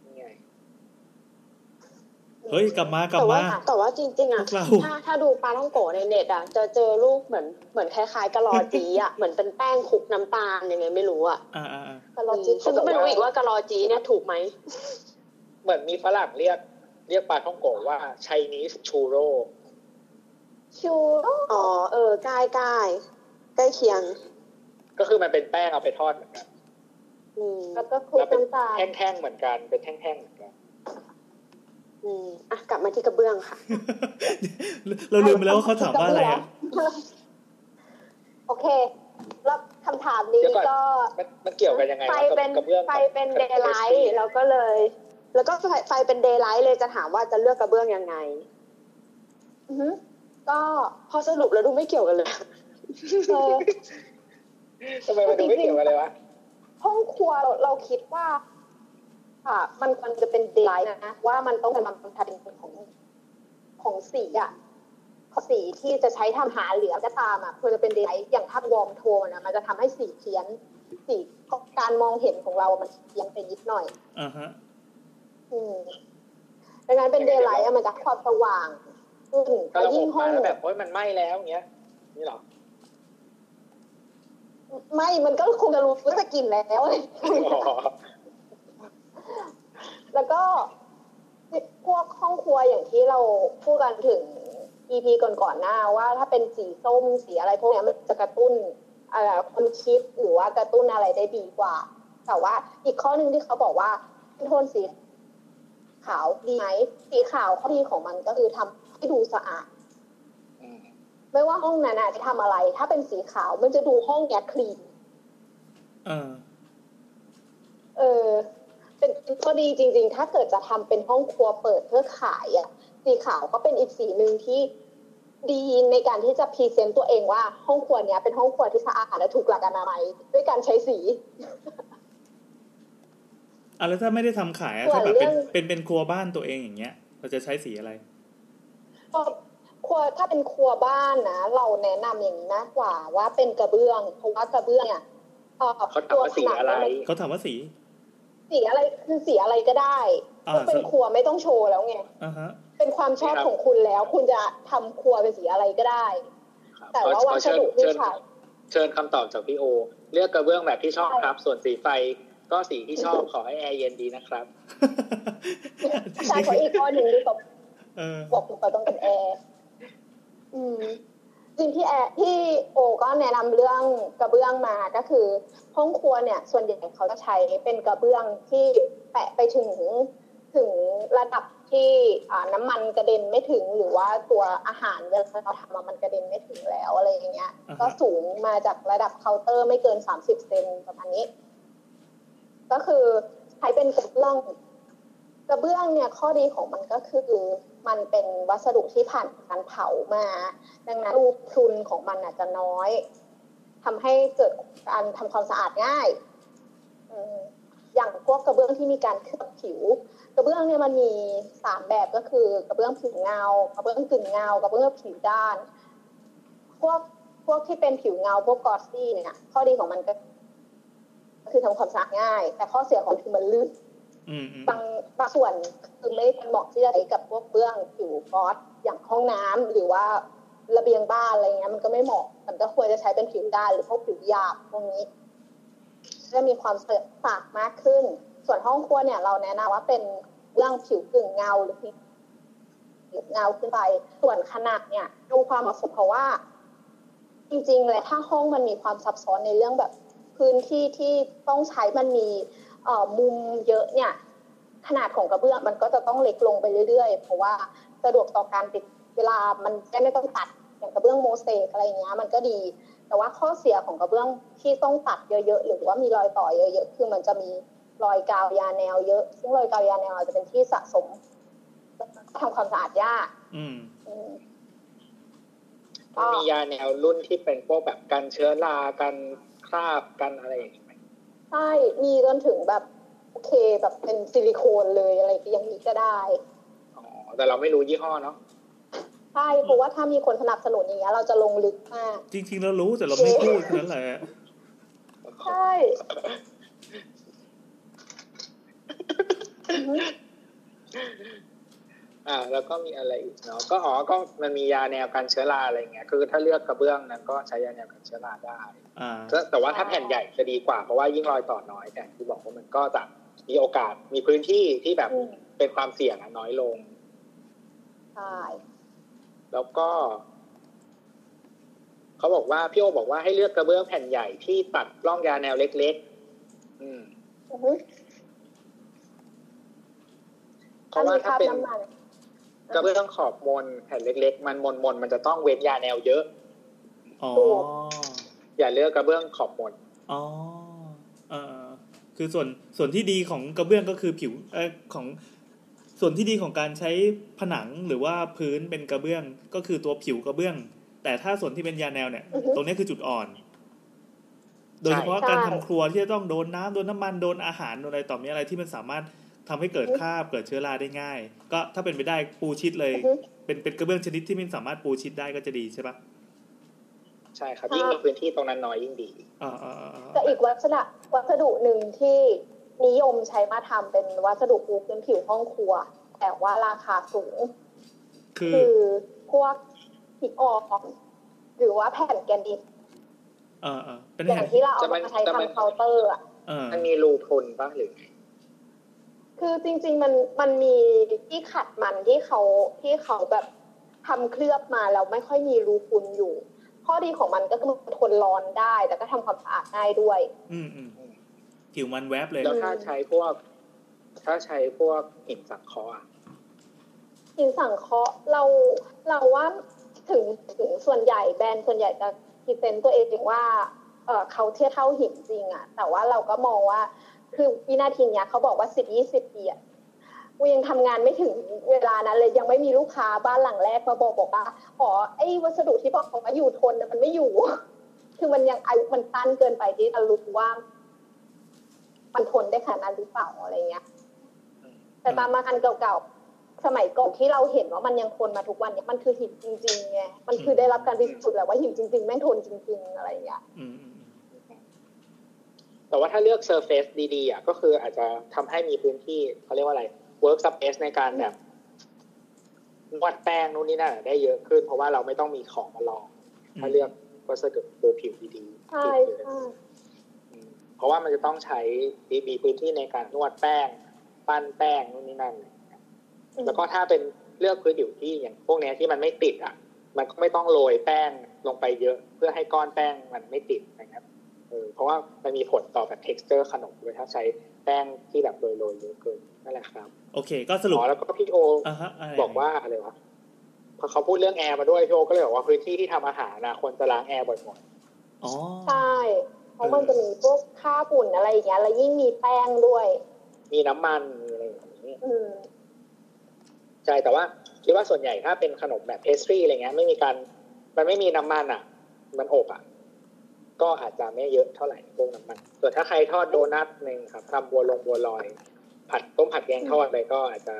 S4: นี่ไง
S2: เฮ้ยกลับมากลับ
S6: แต่ว่า
S2: มา
S6: แต่ว่าจริงๆอ่ะ
S2: พวกเรา
S6: ถ้าถ้าดูปลาท่องโกะในเน็ตอ่ะจะเจอรูปเหมือนเหมือนคล้ายๆกะลอจีอ่ะ เหมือนเป็นแป้งคลุกน้ำตาลยังไงไม่รู้อ่ะ
S2: อ่าอ่าอ่าก
S5: ะลอจี
S6: ซึ่งก็ไม่รู้อีกว่ากะลอจีเนี่ยถูกไหม
S4: เหมือนมีฝรั่งเรียก เรียกปลาท่องโกะว่า Chinese churro
S5: ชู
S6: อ๋อเออใกล้ใกล้ใกล้เคียง
S4: ก็คือมันเป็นแป้งเอาไปทอดเหมือนกัน
S6: อืม
S5: แล้วก็คลุก
S4: แล้วเป็น
S5: น้ำตาล
S4: แท่งๆเหมือนกัน เป็นแท่งๆเหมือนกัน
S6: อืมอ่ะกลับมาที่กระเบื้องค่ะ
S2: เราลืมไปแล้วว่าเขาถามว่าอะไรอ่ะ
S5: โอเค แล้วคำถามนี้
S4: เดี๋ยวก่อน
S5: ก็
S4: มันมันเกี่ยวกันยังไง
S5: ไฟ
S4: วะกับ
S5: เป็น
S4: กระเบื้อง
S5: ไฟเป็น
S4: กับ
S5: เดย์ไลท์ แล้วก็เลย
S6: แล้วก็ไฟไฟเป็นเดย์ไลท์เลยจะถามว่าจะเลือกกระเบื้องยังไง
S5: อือหือก็
S6: พอสรุปแล้วดูไม่เกี่ยวกันเลย
S5: เออ
S4: ทำไมมันดูไม่เกี่ยวกันเลยวะ
S5: ห้องครัวเราเราคิดว่า อ่ะ มันควรจะเป็นเดย์ไลท์นะ ว่ามันต้องเป็นบางทัดของของสีอ่ะสีที่จะใช้ทำหาเหลือก็ตามอ่ะควรจะเป็นเดย์ไลท์อย่างภาพวอร์มโทนอ่ะมันจะทำให้สีเพี้ยน สีการมองเห็นของเรา มันเพี้ยนไปนิดหน่อย
S2: อ่าฮะ
S5: อืมดังนั้นเป็นเดย์ไลท์มันจะให้ความสว่างขึ้น
S4: ถ้า
S5: แล้ว
S4: เราอ
S5: ยิ่
S4: อง ก
S5: ห้อ
S4: มา
S5: ง
S4: แล้วแบบโอ๊ยมันไหม้แล้วอย่างเงี้ย นี่เหรอ
S5: ไม่ มันก็คงจะรู้สึกกลินแล้ว แล้วก็พวกห้องครัวอย่างที่เราพูดกันถึง EP ก่อนๆหน้าว่าถ้าเป็นสีส้มสีอะไรพวกเนี้ยมันจะกระตุ้นเอ่อความคิดหรือว่ากระตุ้นอะไรได้ดีกว่า แต่ว่าอีกข้อหนึ่งที่เขาบอกว่าโทนสีขาวดีไหมสีขาวข้อดีของมันก็คือทำให้ดูสะอาด
S4: อืม
S5: ไม่ว่าห้องนั้นอะจะทำอะไร ถ้าเป็นสีขาวมันจะดูห้องเนี้ยคลีน
S2: อ่า
S5: เออเป็นก็ดีจริง ๆ ถ้าเกิดจะทำเป็นห้องครัวเปิดเพื่อขายอ่ะ สีขาวก็เป็นอีกสีหนึ่งที่ดีในการที่จะพรีเซนต์ตัวเองว่าห้องครัวเนี้ยเป็นห้องครัวที่สะอาดและถูกหลักอนามัยด้วยการใช้สี
S2: อ่ะแล้วถ้าไม่ได้ทำขายอะ
S5: ส่วน
S2: ถ้าแบบเป็น
S5: เรื่อง
S2: เป็นเป็นครัวบ้านตัวเองอย่างเงี้ย เราจะใช้สีอะไร
S5: ก็ครัวถ้าเป็นครัวบ้านนะเราแนะนำอย่างนี้มากกว่าว่าเป็นกระเบื้องเพราะว่ากระเบื้องเนี่ยเอ่อ
S4: เขาถามว่าสีอะไร
S5: ตัวขนาด
S2: เขาถามว่าสี
S5: สีอะไรคือสีอะไรก็ได้
S2: อ่า
S5: ก็เป็นครัวไม่ต้องโชว์แล้วไง
S2: อ่าฮะ
S5: เป็นความชอบ
S4: ครับ
S5: ของคุณแล้ว คุณจะทำครัวเป็นสีอะไรก็ได้ แต่ว่าวั
S4: ขอ
S5: ส
S4: เชิญ
S5: ดุที่
S4: เชิญ
S5: ใช้
S4: เชิญคำตอบจากพี่โอ เลือกกระเบื้องแบบที่ชอบครับ ส่วนสีไฟก็สีที่ ชอบขอให้แอร์เย็นดีนะครับ
S5: ใช่เพราะ อีกข้อหนึ่งที่บอก
S2: เออ
S5: บอกถูกต้องเป็นแอร์อืมจริงที่แอร์ที่โอก็แนะนำเรื่องกระเบื้องมาก็คือห้องครัวเนี่ย ส่วนใหญ่เขาจะใช้เป็นกระเบื้องที่แปะไปถึงถึงระดับที่อ่าน้ำมันกระเด็นไม่ถึง หรือว่าตัวอาหารเวลาเราทำอะมันกระเด็นไม่ถึงแล้วอะไรอย่างเงี้ย
S2: อ่าฮะ
S5: ก็สูงมาจากระดับเคาน์เตอร์ไม่เกินสามสิบเซนประมาณนี้ ก็คือใช้เป็นกระเบื้อง กระเบื้องเนี่ยข้อดีของมันก็คือมันเป็นวัสดุที่ผ่านการเผามา ดังนั้นรูพรุนของมันอาจจะน้อยทำให้เกิดการทำความสะอาดง่ายอืมอย่างพวกกระเบื้องที่มีการเคลือบผิว กระเบื้องเนี่ยมันมีสามแบบก็คือกระเบื้องผิวเงา กระเบื้องกึ่งเงา กระเบื้องผิวด้าน พวกพวกที่เป็นผิวเงาพวกกอสซี่เนี่ยข้อดีของมันก็คือทำความสะอาดง่าย แต่ข้อเสียของมันคือมันลื่น
S2: อืมอืม
S5: บางบางส่วนคือไม่เหมาะที่จะใช้กับพวกเบื้องผิวฟอสอย่างห้องน้ำหรือว่าระเบียงบ้านอะไรเงี้ยมันก็ไม่เหมาะมันก็ควรจะใช้เป็นผิวด้านหรือพวกผิวหยาบพวกนี้จะมีความเสริมสากมากขึ้น ส่วนห้องครัวเนี่ยเราแนะนำว่าเป็นเบื้องผิวกึ่งเงาหรือผิวเงาขึ้นไป ส่วนขนาดเนี่ยดูความเหมาะสมเพราะว่า จริงๆเลยถ้าห้องมันมีความซับซ้อนในเรื่องแบบ พื้นที่ที่ต้องใช้มันมี เอ่อมุมเยอะเนี่ย ขนาดของกระเบื้องมันก็จะต้องเล็กลงไปเรื่อยๆ เพราะว่าสะดวกต่อการติดเวลามันได้ไม่ต้องตัดอย่างกระเบื้องโมเสกอะไรอย่างเงี้ย มันก็ดี แต่ว่าข้อเสียของกระเบื้องที่ต้องตัดเยอะๆหรือว่ามีรอยต่อเยอะๆคือมันจะมีรอยกาวยาแนวเยอะ ซึ่งรอยกาวยาแนวอาจจะเป็นที่สะสมทำความสะอาดยาก
S2: อืม
S5: อืม
S4: มียาแนวรุ่นที่เป็นพวกแบบกันเชื้อรากันคราบกันอะไรอย่างงี้ไหม
S5: ใช่ มีจนถึงแบบโอเคแบบเป็นซิลิโคนเลยอะไรอย่างนี้ก็ได้
S4: อ๋อแต่เราไม่รู้ยี่ห้อเนาะ
S5: ใช่ เพราะว่าถ้ามีคนสนับสนุนอย่างเงี้ยเราจะลงลึกมาก
S2: จริง ๆ เรารู้แต่เราไม่พูดเท่านั้นแหละ
S5: ใช่
S4: อ่า แล้วก็มีอะไรอีกเนาะก็อ๋อก็มันมียาแนวกันเชื้อราอะไรอย่างเงี้ยคือถ้าเลือกกระเบื้องนั้นก็ใช้ยาแนวกันเชื้อราได้
S2: อ่า
S4: แต่แต่ว่าถ้าแผ่นใหญ่จะดีกว่าเพราะว่ายิ่งรอยต่อน้อยแต่ที่บอกว่ามันก็จะมีโอกาสมีพื้นที่ที่แบบ
S5: อืม
S4: เป็นความเสี่ยงอะน้อยลง
S5: ใช่
S4: แล้วก็เขาบอกว่าพี่โอบอกว่าให้เลือกกระเบื้องแผ่นใหญ่ที่ตัดร่องยาแนวเล็ก ๆ อืม
S5: อือฮึ
S4: เพ
S5: ถ้า
S4: ราะว่า
S5: มีค
S4: ถ้า
S5: ราบ
S4: เป็น
S5: น้ำมัน
S4: กระเบื้องขอบมนแผ่นเล็ก ๆ มันมนมนๆมันจะต้องเว้นยาแนวเยอะ
S2: อ๋อ
S4: อย่าเลือกกระเบื้องขอบมน
S2: อ๋อเออคือส่วนส่วนที่ดีของกระเบื้องก็คือผิวเออของ ส่วนที่ดีของการใช้ผนังหรือว่าพื้นเป็นกระเบื้องก็คือตัวผิวกระเบื้อง แต่ถ้าส่วนที่เป็นยาแนวเนี่ย
S5: อือฮึ
S2: ตรงเนี้ยคือจุดอ่อน โดยเฉพาะการทำครัวที่จะต้องโดนน้ำโดนน้ำมันโดนอาหารโดนอะไรต่อมีอะไรที่มันสามารถทำให้เกิดคราบเกิดเชื้อราได้ง่าย ก็ถ้าเป็นไปได้ปูชิดเลย
S5: อือฮึ
S2: เป็นเป็นกระเบื้องชนิดที่มันสามารถปูชิดได้ก็จะดีใช่ปะ
S4: ใช่ครับยิ่งมีพื้นที่ตรงนั้นน้อยยิ่งดี
S2: อ่าอ่าอ่าอ่า
S5: แต่อีกวัสดุวัสดุหนึ่งที่นิยมใช้มาทำเป็นวัสดุปูพื้นผิวห้องครัว แต่ว่าราคาสูง
S2: คือ
S5: คือพวกหินอ่อนหรือว่าแผ่นแกรนิต
S2: อ่าอ่าเป็น
S5: อ
S2: แผ่
S5: ย่าน งที่เราเอา
S4: แต่มัน
S5: มาใช้
S4: แต่มัน
S5: ทำเคาน์เตอร์อะ
S2: อ่า
S4: มันมีรูพรุนบ้างหรือไง
S5: คือจริงๆมันมันมีที่ขัดมันที่เขาที่เขาแบบทำเคลือบมาแล้วไม่ค่อยมีรูพุนอยู่ ข้อดีของมันก็คือมันทนร้อนได้ แต่ก็ทำความสะอาดได้ด้วย
S2: อืมอืมผิวมันแวบเลย
S4: แล้วถ้าใช้พวก ถ้าใช้พวกหินสังเคราะห์อะ
S5: หินสังเคราะห์เราเราว่าถึงถึงส่วนใหญ่แบรนด์ส่วนใหญ่จะพรีเซนต์ตัวเองว่าเออเขาเทียบเท่าหินจริงอะแต่ว่าเราก็มองว่าคือวินาทีเนี้ยเขาบอกว่าสิบยี่สิบปีอะกูยังทำงานไม่ถึงเวลานั้นเลยยังไม่มีลูกค้าบ้านหลังแรกมาบอกบอกว่าอ๋อไอ้วัสดุที่บอกเขาว่าอยู่ทนนะมันไม่ อยู่ คือมันยังอายุมันตันเกินไปที่จะรู้ว่า มันทนได้ขนาดนั้นหรือเปล่าอะไรเงี้ย แต่ตามมาอันเก่าๆ สมัยก่อนที่เราเห็นว่ามันยังทนมาทุกวันเนี่ยมันคือหินจริงๆไง มันคือได้รับการพิสูจน์แล้วว่าหินจริงๆ แม่งทนจริง ๆ อะไรอย่างเงี้ย
S2: อืมอืมอืม
S4: แต่ว่าถ้าเลือก Surface ดีๆอ่ะก็คืออาจจะทำให้มีพื้นที่เขาเรียกว่าอะไร work space ในการแบบนวดแป้งนู่นนี่นั่นได้เยอะขึ้น เพราะว่าเราไม่ต้องมีของมารอง ถ้าเลือกวัสดุตัวผิวดีๆ
S5: ใช่
S4: ที่เลือก
S5: ใช่
S4: อืมเพราะว่ามันจะต้องใช้มีพื้นที่ในการนวดแป้ง ปั้นแป้งนู่นนี่นั่น แล้วก็ถ้าเป็นเลือกพื้นผิวที่อย่างพวกเนี้ยที่มันไม่ติดอ่ะ มันก็ไม่ต้องโรยแป้งลงไปเยอะ เพื่อให้ก้อนแป้งมันไม่ติดนะครับเออเพราะว่ามันมีผลต่อแบบ texture ขนมด้วยถ้าใช้แป้งที่แบบโรยๆเยอะเกินนั่นแหละครับ
S2: โอเค ก็สรุป
S4: อ๋อแล้วก็พี่โออ
S2: อ่ะฮะะไร
S4: บอกว่าอะไรวะพอเขาพูดเรื่องแอร์มาด้วยพี่โอก็เลยบอกว่าพื้นที่ที่ทำอาหารนะควรจะล้างแอร์บ่อย
S2: อ๋อ
S5: ใช่ เพราะมันจะมีพวกค่าฝุ่นอะไรอย่างเงี้ย แล้วยิ่งมีแป้งด้วย
S4: ๆมีน้ำมันมีอะไรอย่างนี้
S5: อืม
S4: ใช่แต่ว่าคิดว่าส่วนใหญ่ถ้าเป็นขนมแบบเพสทรีอะไรเงี้ยไม่มีการมันไม่มีน้ำมันอ่ะ มันอบอ่ะ ก็อาจจะไม่เยอะเท่าไหร่พวกน้ำมัน ส่วนถ้าใครทอดโดนัทหนึ่งครับทำบัวลงบัวลอย ผัดต้มผัดแกงทอดอะไรก็อาจจะ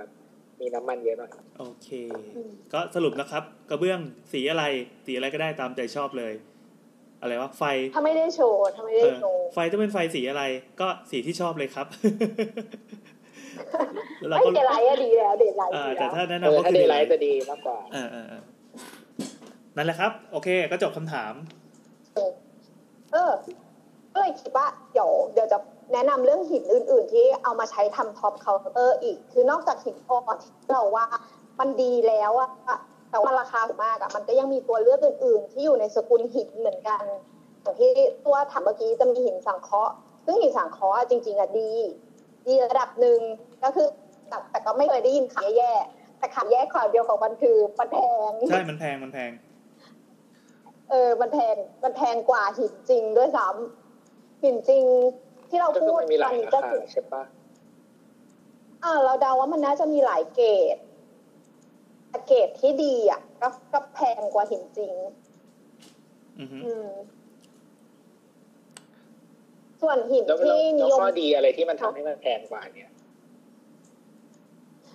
S4: มีน้ำมันเยอะหน่อย
S2: โอเค ก็สรุปนะครับ กระเบื้องสีอะไร สีอะไรก็ได้ตามใจชอบเลย อะไรวะ ไฟ
S5: ถ้าไม่ได้โชว์ถ้าไม่
S2: เอ
S5: ได้
S2: อ
S5: โชว์
S2: ไฟต้องเป็นไฟสีอะไร ก็สีที่ชอบ เลยครับ แล้วเรา
S5: ไอ้ย
S2: ก็
S5: เดลไลท์อะดีแล้ว เดลไลท์
S2: อ่า
S5: ดี
S2: แต่
S5: แล้ว
S2: ถ้า
S4: เอน
S2: แนะำ
S4: อ
S2: ก็
S4: ถ้า
S2: คือเด
S4: เดย์
S2: ย์
S4: ไล
S2: ไลท์
S4: ท์จะดีมากกว่า
S2: เออเออเออนั่นแหละครับ โอเค ก็จบคำถาม
S5: เออ ก็เลยคิดว่าเดี๋ยวเดี๋ยวจะแนะนำเรื่องหินอื่น ๆ ที่เอามาใช้ทำท็อปเคาน์เตอร์อีก คือนอกจากหินอ่อนที่เราว่ามันดีแล้วอะแต่ว่าราคาสูงมากอะมันก็ยังมีตัวเลือกอื่น ๆ ที่อยู่ในสกุลหินเหมือนกันอย่างที่ตัวถามเมื่อกี้จะมีหินสังเคราะห์ซึ่งหินสังเคราะห์อะจริง ๆอะดี ดีระดับหนึ่งก็คือแต่แต่ก็ไม่เคยได้ยินขายแย่ๆแต่ขายแย่ขอเดียวของมันคือมันแพง
S2: ใช่มันแพงมันแพง
S6: เออมันแพงมันแพงกว่าหินจริงด้วยซ้ำหินจริงที่เรา
S4: ก็คื
S6: พู
S4: อ
S6: ด
S4: มันมีหลายรา
S6: ก็
S4: คา
S6: คือ
S4: ใช่ปะ
S6: อ่าเราเดาว่ามันน่าจะมีหลายเกรดแต่เกรดที่ดีอ่ะก็ก็แพงกว่าหินจริง
S2: อือฮึ
S6: อืม ส่วนหิน
S4: แล้วแล้ว
S6: ที่นิ
S4: แล้ว
S6: ยม
S4: ข้อดีอะไรที่มันทำให้มันแพงกว่าเนี่ย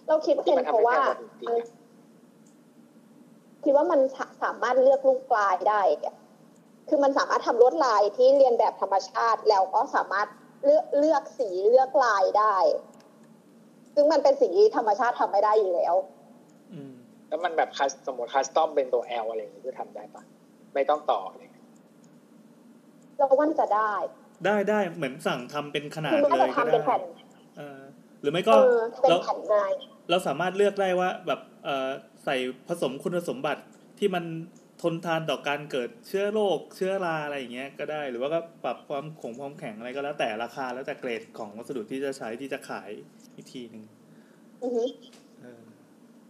S6: เราคิดเป็นเพราะว่า
S4: ที่มันทำให้แพงกว่าจริงๆอะ
S6: คิดว่ามันสาสามารถเลือกลูกปลายได้อะคือมันสามารถทำลวดลายที่เรียนแบบธรรมชาติแล้วก็สามารถเลือกเลือกสีเลือกลายได้ ซึ่งมันเป็นสิ่งที่ธรรมชาติทำไม่ได้อยู่แล้ว
S2: อืม
S4: แล้วมันแบบ cus- สมมติคัสตอมเป็นตัว L อะไรอย่างนี้คือทำได้ปะไม่ต้องต่ออะไรอย่างเงี้ย
S6: เราว่าน่าจะได้
S2: ได้ได้เหมือนสั่งทำเป็นขนาด
S6: คือมัน
S2: เล
S6: จะ
S2: ยก็
S6: ทำเป็
S2: ได้
S6: นแผ่น
S2: เออหรือไม่
S6: เอ
S2: ก็
S6: อเป็น
S2: เรา
S6: แผ่นลาย
S2: เราสามารถเลือกได้ว่าแบบเออใส่ผสมคุณสมบัติที่มันทนทานต่อการเกิดเชื้อโรคเชื้อราอะไรอย่างเงี้ยก็ได้ หรือว่าก็ปรับความขงความแข็งอะไรก็แล้วแต่ราคาแล้วแต่เกรดของวัสดุที่จะใช้ที่จะขายอีกทีหนึ่ง
S6: อือฮึ
S2: เออ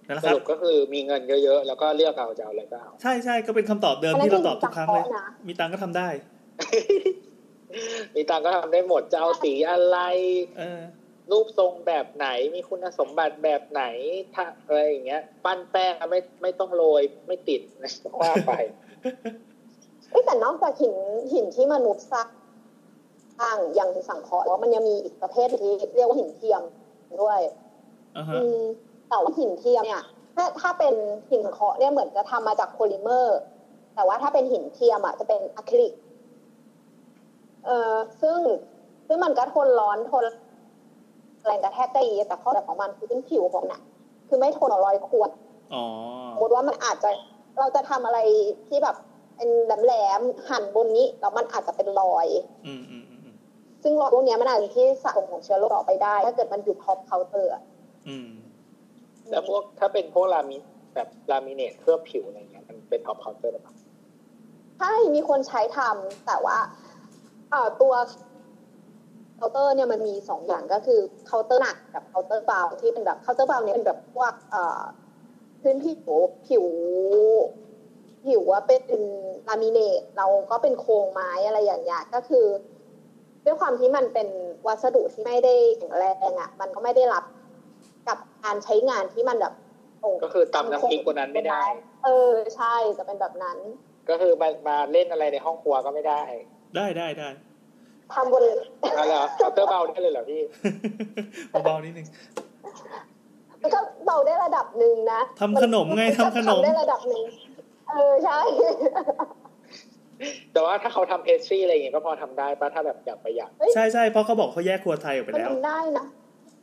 S2: นั่นแหละ
S4: ส
S2: ครับ
S4: รุปก็คือมีเงินเยอะๆ แล้วก็เลือกเอาจะเอาอะไรก็ เอา
S2: ใช่ใช่ก็เป็นคำตอบเดิม
S6: อันนั้น
S2: ที่เราตอบทุกครั้งเลย
S6: อนะ
S2: มีตังค์ก็ทำได้
S4: มีตังค์ก็ทำได้หมดจะเอาสีอะไร
S2: เออ
S4: รูปทรงแบบไหนมีคุณสมบัติแบบไหนถ้าอะไรอย่างเงี้ย ปั้นแป้งอะไม่ไม่ต้องโรยไม่ติด นะว่าไป
S6: เอ้ยแต่นอกจากหินหินที่มนุษย์สร้างอย่างสังเคราะห์แล้วมันยังมีอีกประเภทที่เรียกว่าหินเทียมด้วย
S2: อ่า
S6: อื
S2: ฮะ
S6: มแต่ว่าหินเทียมเนี่ยถ้าถ้าเป็นหินเคราะห์เนี่ยเหมือนจะทำมาจากโพลิเมอร์ แต่ว่าถ้าเป็นหินเทียมอ่ะจะเป็นอะคริลิกเอ่อซึ่งซึ่งมันก็ทนร้อนทนแรงกระแทกได้ดีแต่ข้อเดียวของมันคือพื้นผิวของหนังคือไม่ทนต่อรอยขวน
S2: อ๋อ
S6: สมมติว่ามันอาจจะเราจะทำอะไรที่แบบเป็นแหลมๆหั่นบนนี้แล้วมันอาจจะเป็นรอย
S2: อืมอืมอืมอืม
S6: ซึ่งรอยพวกเนี้ยมันอาจจะเป็นที่สะสมของเชื้อโรคต่อไปได้ ถ้าเกิดมันอยู่ท็อปเคาน์เตอร์อะ
S2: อืม
S4: แล้วพวกถ้าเป็นพวกลามิแบบลามิเนตเคลือบผิวอะไรเงี้ยมันเป็นท็อปเคาน์เตอร์หรือเปล่า
S6: ใช่ มีคนใช้ทำแต่ว่าเอ่อตัวเคาน์เตอร์เนี่ยมันมีสองอย่างก็คือเคาน์เตอร์หนักกับเคาน์เตอร์เบาที่เป็นแบบเคาน์เตอร์เบาเนี่ยเป็นแบบพวกเอ่อพื้นผิวผิว ผิวว่าเป็นลามิเนตเราก็เป็นโครงไม้อะไรอย่างเงี้ยก็คือ ด้วยความที่มันเป็นวัสดุที่ไม่ได้แข็งแรงอะ่ะ มันก็ไม่ได้รับกับการใช้งานที่มันแบบโ
S4: ก็คือตำน้ำพริกคนนั้นไม่ได้
S6: เออใช่จะเป็นแบบนั้น
S4: ก็คือมามาเล่นอะไรในห้องครัวก็ไม่ได้
S2: ได้ได้ได้
S6: ทำบน
S4: เอาเหรอเคาน์เตอร์เบาได้เลยเหรอพี่
S2: เบาๆนิดนึง
S6: มันก็เบาได้ระดับหนึ่งนะ
S2: ทำขนมไงทำขนม
S6: ได้ระดับหนึ่งเออใช่
S4: แต่ว่าถ้าเขาทำเพสทรีอะไรอย่างเงี้ยก็พอทำได้ปะถ้าแบบอยากประหยัด
S2: ใช่ใช่เพราะเขาบอกเขาแยกครัวไทยออกไป
S6: มัน
S2: แล้ว
S6: ทำได้นะ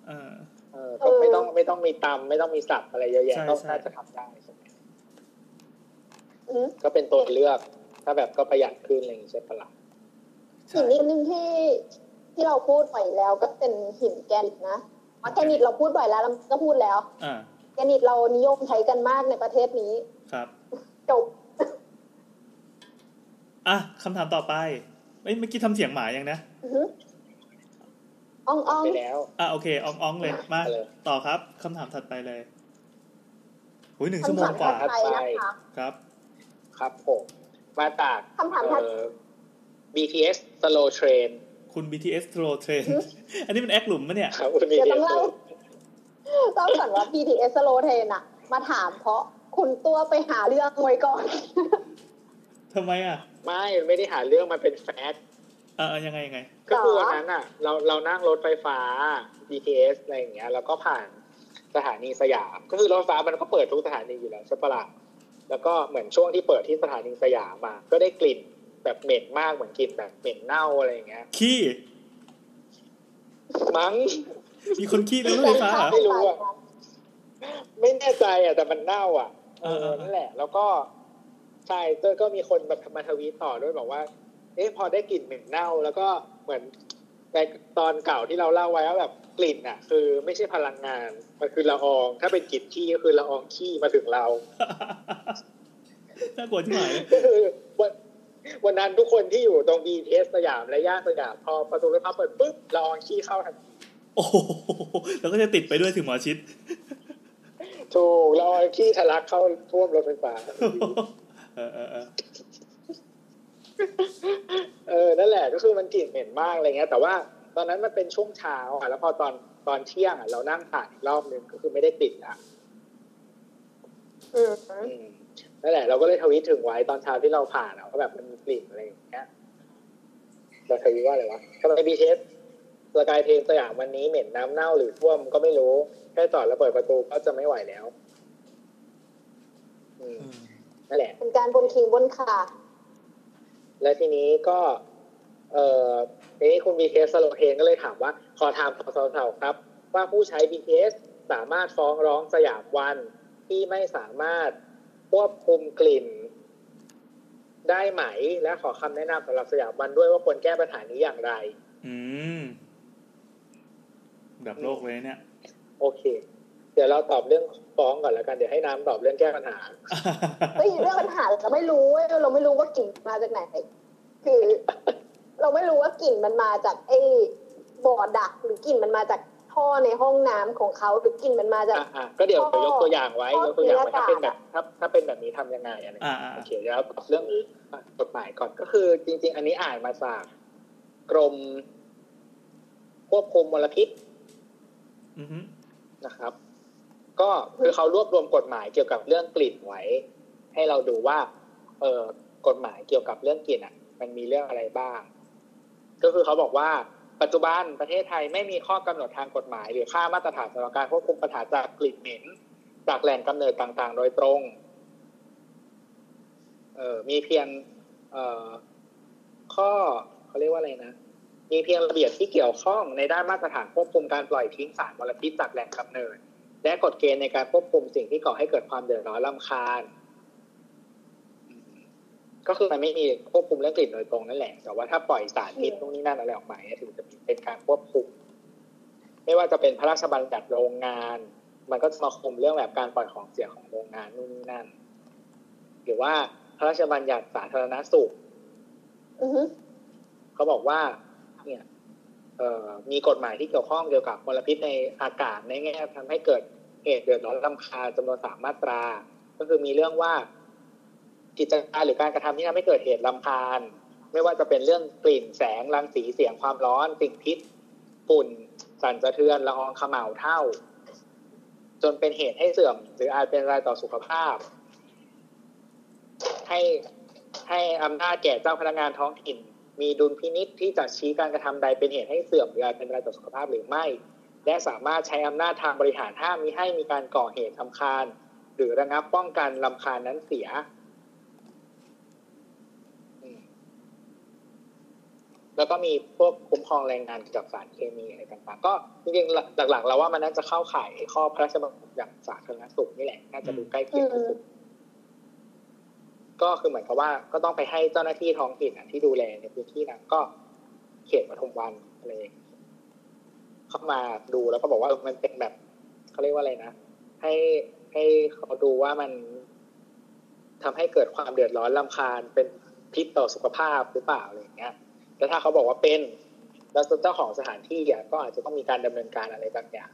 S2: เออ
S4: เออก็ไม่ต้องไม่ต้องมีตำไม่ต้องมีสับอะไรเยอะแยะ
S2: ใช่
S4: ก็
S2: ใช่
S4: น่าจะทำได้ใช่ไหม
S6: อืม
S4: ก็เป็นตัวเลือก ถ้าแบบก็ประหยัดขึ้นอะไรอย่างงี้ใช่ปะล่ะ
S2: ใช่
S6: หินอีกนิดนึงที่ที่เราพูดไปแล้วก็เป็นหินแกรนิตนะอ๋อแกรนิตเราพูดบ่อยแล้วเราก็พูดแล้ว
S2: อ่า
S6: แกรนิตเรานิยมใช้กันมากในประเทศนี้
S2: ครับ
S6: จบ
S2: อ่ะคำถามต่อไปเอ้ยเมื่อกี้ทำเสียงหมายังนะ
S6: อือหืออ่องอ่อง
S4: ไปแล้ว
S2: อ่ะโอเคอ่องๆเลย มา
S4: เลย
S2: ต่อครับคำถามถัดไปเลยหุยหนึ่ง
S6: คำ
S2: ชั่วโม
S6: ถาง ม
S2: ก
S6: ถั
S2: ว่า
S6: ดไปนะคะ
S2: ครับ
S4: ครับผมมาจาก
S6: คำถามถัด
S4: เอ่อ BTS slow train
S2: คุณ BTS Slow Train
S6: อืม
S2: อันนี้มันแอคหลุมมะเนี่ย
S4: ครับคุณ
S6: เดี๋ยวต้
S4: BTS
S6: องเล่าเล่าก่อนว่า BTS Slow Train อะมาถามเพราะคุณตัวไปหาเรื่องมวยก่อน
S2: ทำไมอ่ะ
S4: ไม่ไม่ได้หาเรื่องมันเป็นแฟกต์
S2: อ่ายังไงยังไง
S4: ก็คือ
S6: หรอ
S4: วันนั้นอ่ะ เราเรานั่งรถไฟฟ้า BTS อะไรอย่างเงี้ยแล้วก็ผ่านสถานีสยาม ก็คือรถไฟฟ้ามันก็เปิดทุกสถานีอยู่แล้วใช่ปะล่ะแล้วก็เหมือนช่วงที่เปิดที่สถานีสยามมาก็ได้กลิ่นแบบเหม็นมากเหมือนกลิ่นแบบเหม็นเน่าอะไรอย่างเงี้ย
S2: ขี้
S4: มั้ง
S2: มีคนขี้แล้วรถไฟฟ้าเหรอ
S4: ไม่รู้อะ ไม่แน่ใจอ่ะแต่มันเน่าอ่ะ
S2: เออเออเออ
S4: นั่นแหละ แล้วก็ใช่เต้ยก็มีคนแบบมาทวีตต่อด้วยบอกว่า เอ๊ะพอได้กลิ่นเหม็นเน่า แล้วก็เหมือนในตอนเก่าที่เราเล่าไว้ว่าแบบกลิ่นอ่ะ คือไม่ใช่พลังงานมันคือละออง ถ้าเป็นกลิ่นขี้ก็คือละอองขี้มาถึงเรา
S2: น่ากลัวที่ไหนเลย
S4: ก็คือวันวันนั้นทุกคนที่อยู่ตรงบีเทสสยามและย่านสยามพอประตูรถไฟฟ้าเปิดปุ๊บละอองขี้เข้าทันที
S2: โอ้โหแล้วก็จะติดไปด้วยถึงหมอชิด
S4: ถูกละอองขี้ทะลักเข้าท่วมรถไฟฟ้า
S2: เออเออเออ
S4: เออนั่นแหละก็คือมันกลิ่นเหม็นมากอะไรเงี้ย แต่ว่าตอนนั้นมันเป็นช่วงเช้าอ่ะแล้วพอตอนตอนเที่ยงอ่ะเรานั่งถ่ายอีกรอบนึงก็คือไม่ได้กลิ่นละ
S6: อืม
S4: อืมนั่นแหละเราก็เลยทวีตถึงไว้ตอนเช้าที่เราผ่านอ่ะว่าแบบมันมีกลิ่นอะไรอย่างเงี้ยเราทวีตว่าอะไรวะทำไมบีเทสสกายเพลงสยามวันนี้เหม็นน้ำเน่าหรือท่วมก็ไม่รู้ แค่จอดแล้วเปิดประตูก็จะไม่ไหวแล้ว อืม
S2: อืม
S4: นั่นแหละ
S5: เป็นการบนคิงบนขา
S4: แล้วทีนี้ก็ เอ่อทีนี้คุณ BTS สโลเทนก็เลยถามว่า ขอถามสาวๆครับ ว่าผู้ใช้ BTS สามารถฟ้องร้องสยามวันที่ไม่สามารถควบคุมกลิ่น ได้ไหม และขอคำแนะนำสำหรับสยามวันด้วยว่าควรแก้ปัญหานี้อย่างไร
S2: อืมดับโลกเลยเนี่ย
S4: โอเค เดี๋ยวเราตอบเรื่องฟ้องก่อนแล้วกัน เดี๋ยวให้น้ำตอบเรื่องแก้ปัญหา
S5: เฮ้ยเรื่องปัญหาเราไม่รู้เว้ยเราไม่รู้ว่ากลิ่นมาจากไหน คือ เราไม่รู้ว่ากลิ่นมันมาจากไอ้บ่อดัก หรือกลิ่นมันมาจากท่อในห้องน้ำของเขาหรือกลิ่นมันมาจาก
S4: อ่ะอ่ะก็เดี๋ยว
S5: ข้อย
S4: กตัวอย่างไว้
S5: ข้อย
S4: กตัวอย่างไว้
S5: ศีล
S4: ถ้า
S5: ศาสตร์
S4: เป็นแบบถ้าถ้าเป็นแบบนี้ทำยังไงอะไร
S2: อ่าอ่า
S4: โอเคเดี๋ยวเราตอบเรื่องกฎหมายก่อนก็คือ จริง ๆ อันนี้อ่านมาจากกรมควบคุมมลพิษ
S2: อือฮึ
S4: นะครับ ก็คือเขารวบรวมกฎหมายเกี่ยวกับเรื่องกลิ่นไว้ ให้เราดูว่า เออกฎหมายเกี่ยวกับเรื่องกลิ่นอ่ะ มันมีเรื่องอะไรบ้าง ก็คือเขาบอกว่าปัจจุบันประเทศไทยไม่มีข้อกำหนดทางกฎหมาย หรือค่ามาตรฐานสำหรับการควบคุมปัญหาจากกลิ่นเหม็น จากแหล่งกำเนิดต่างๆ โดยตรง เออมีเพียงเอ่อข้อเขาเรียกว่าอะไรนะ มีเพียงระเบียบที่เกี่ยวข้องในด้านมาตรฐานควบคุมการปล่อยทิ้งสารมลพิษจากแหล่งกำเนิด และกฎเกณฑ์ในการควบคุมสิ่งที่ก่อให้เกิดความเดือดร้อนรำคาญ ก็คือมันไม่มีควบคุมเรื่องกลิ่นโดยตรงนั่นแหละ แต่ว่าถ้าปล่อยสารพิษตรงนี้นั่นอะไรออกมาเนี่ยถึงจะมีเป็นการควบคุม ไม่ว่าจะเป็นพระราชบัญญัติโรงงาน มันก็จะมาคุมเรื่องแบบการปล่อยของเสียของโรงงานนู่นนี่นั่น หรือว่าพระราชบัญญัติสาธารณสุข
S5: อือฮึ
S4: เขาบอกว่า เนี่ยเอ่อมีกฎหมายที่เกี่ยวข้องเกี่ยวกับมลพิษในอากาศในแง่ทำให้เกิดเหตุเดือดร้อนรำคาญจำนวนสามมาตรา ก็คือมีเรื่องว่ากิจการหรือการกระทำที่ทำให้เกิดเหตุรำคาญ ไม่ว่าจะเป็นเรื่องกลิ่นแสงรังสีเสียงความร้อน สิ่งพิษฝุ่น สั่นสะเทือนละอองเขม่าวเท่า จนเป็นเหตุให้เสื่อม หรืออาจเป็นรายต่อสุขภาพ ให้ให้อำนาจแก่เจ้าพนักงานท้องถิ่น มีดุลพินิษที่จะชี้การกระทำใดเป็นเหตุให้เสื่อมหรืออาจเป็นอันตรายต่อสุขภาพหรือไม่ และสามารถใช้อำนาจทางบริหารห้ามมิให้มีการก่อเหตุทำคาญ หรือระงับป้องกันลำคาญนั้นเสียอืมแล้วก็มีพวกคุ้มครองแรงงานเกี่ยวกับสารเคมีอะไรต่างๆ ก็จริงๆหลักๆ แล้วว่ามันน่าจะเข้าข่ายข้อพระราชบัญญัติอย่างสาธารณสุขนี่แหละ น่าจะดูใกล้เคียงที่สุด ก็คือเหมือนกับว่าก็ต้องไปให้เจ้าหน้าที่ท้องถิ่นอะที่ดูแลในพื้นที่นั้นก็เขตปทุมวันอะไรอย่างงี้เข้ามาดูแล้วก็บอกว่าเออมันเป็นแบบเขาเรียกว่าอะไรนะให้ให้เขาดูว่ามันทำให้เกิดความเดือดร้อนลำคาญเป็นพิษต่อสุขภาพหรือเปล่าอะไรอย่างเงี้ยแล้วถ้าเขาบอกว่าเป็น แล้วเจ้าของสถานที่อะก็อาจจะต้องมีการดำเนินการอะไรบางอย่าง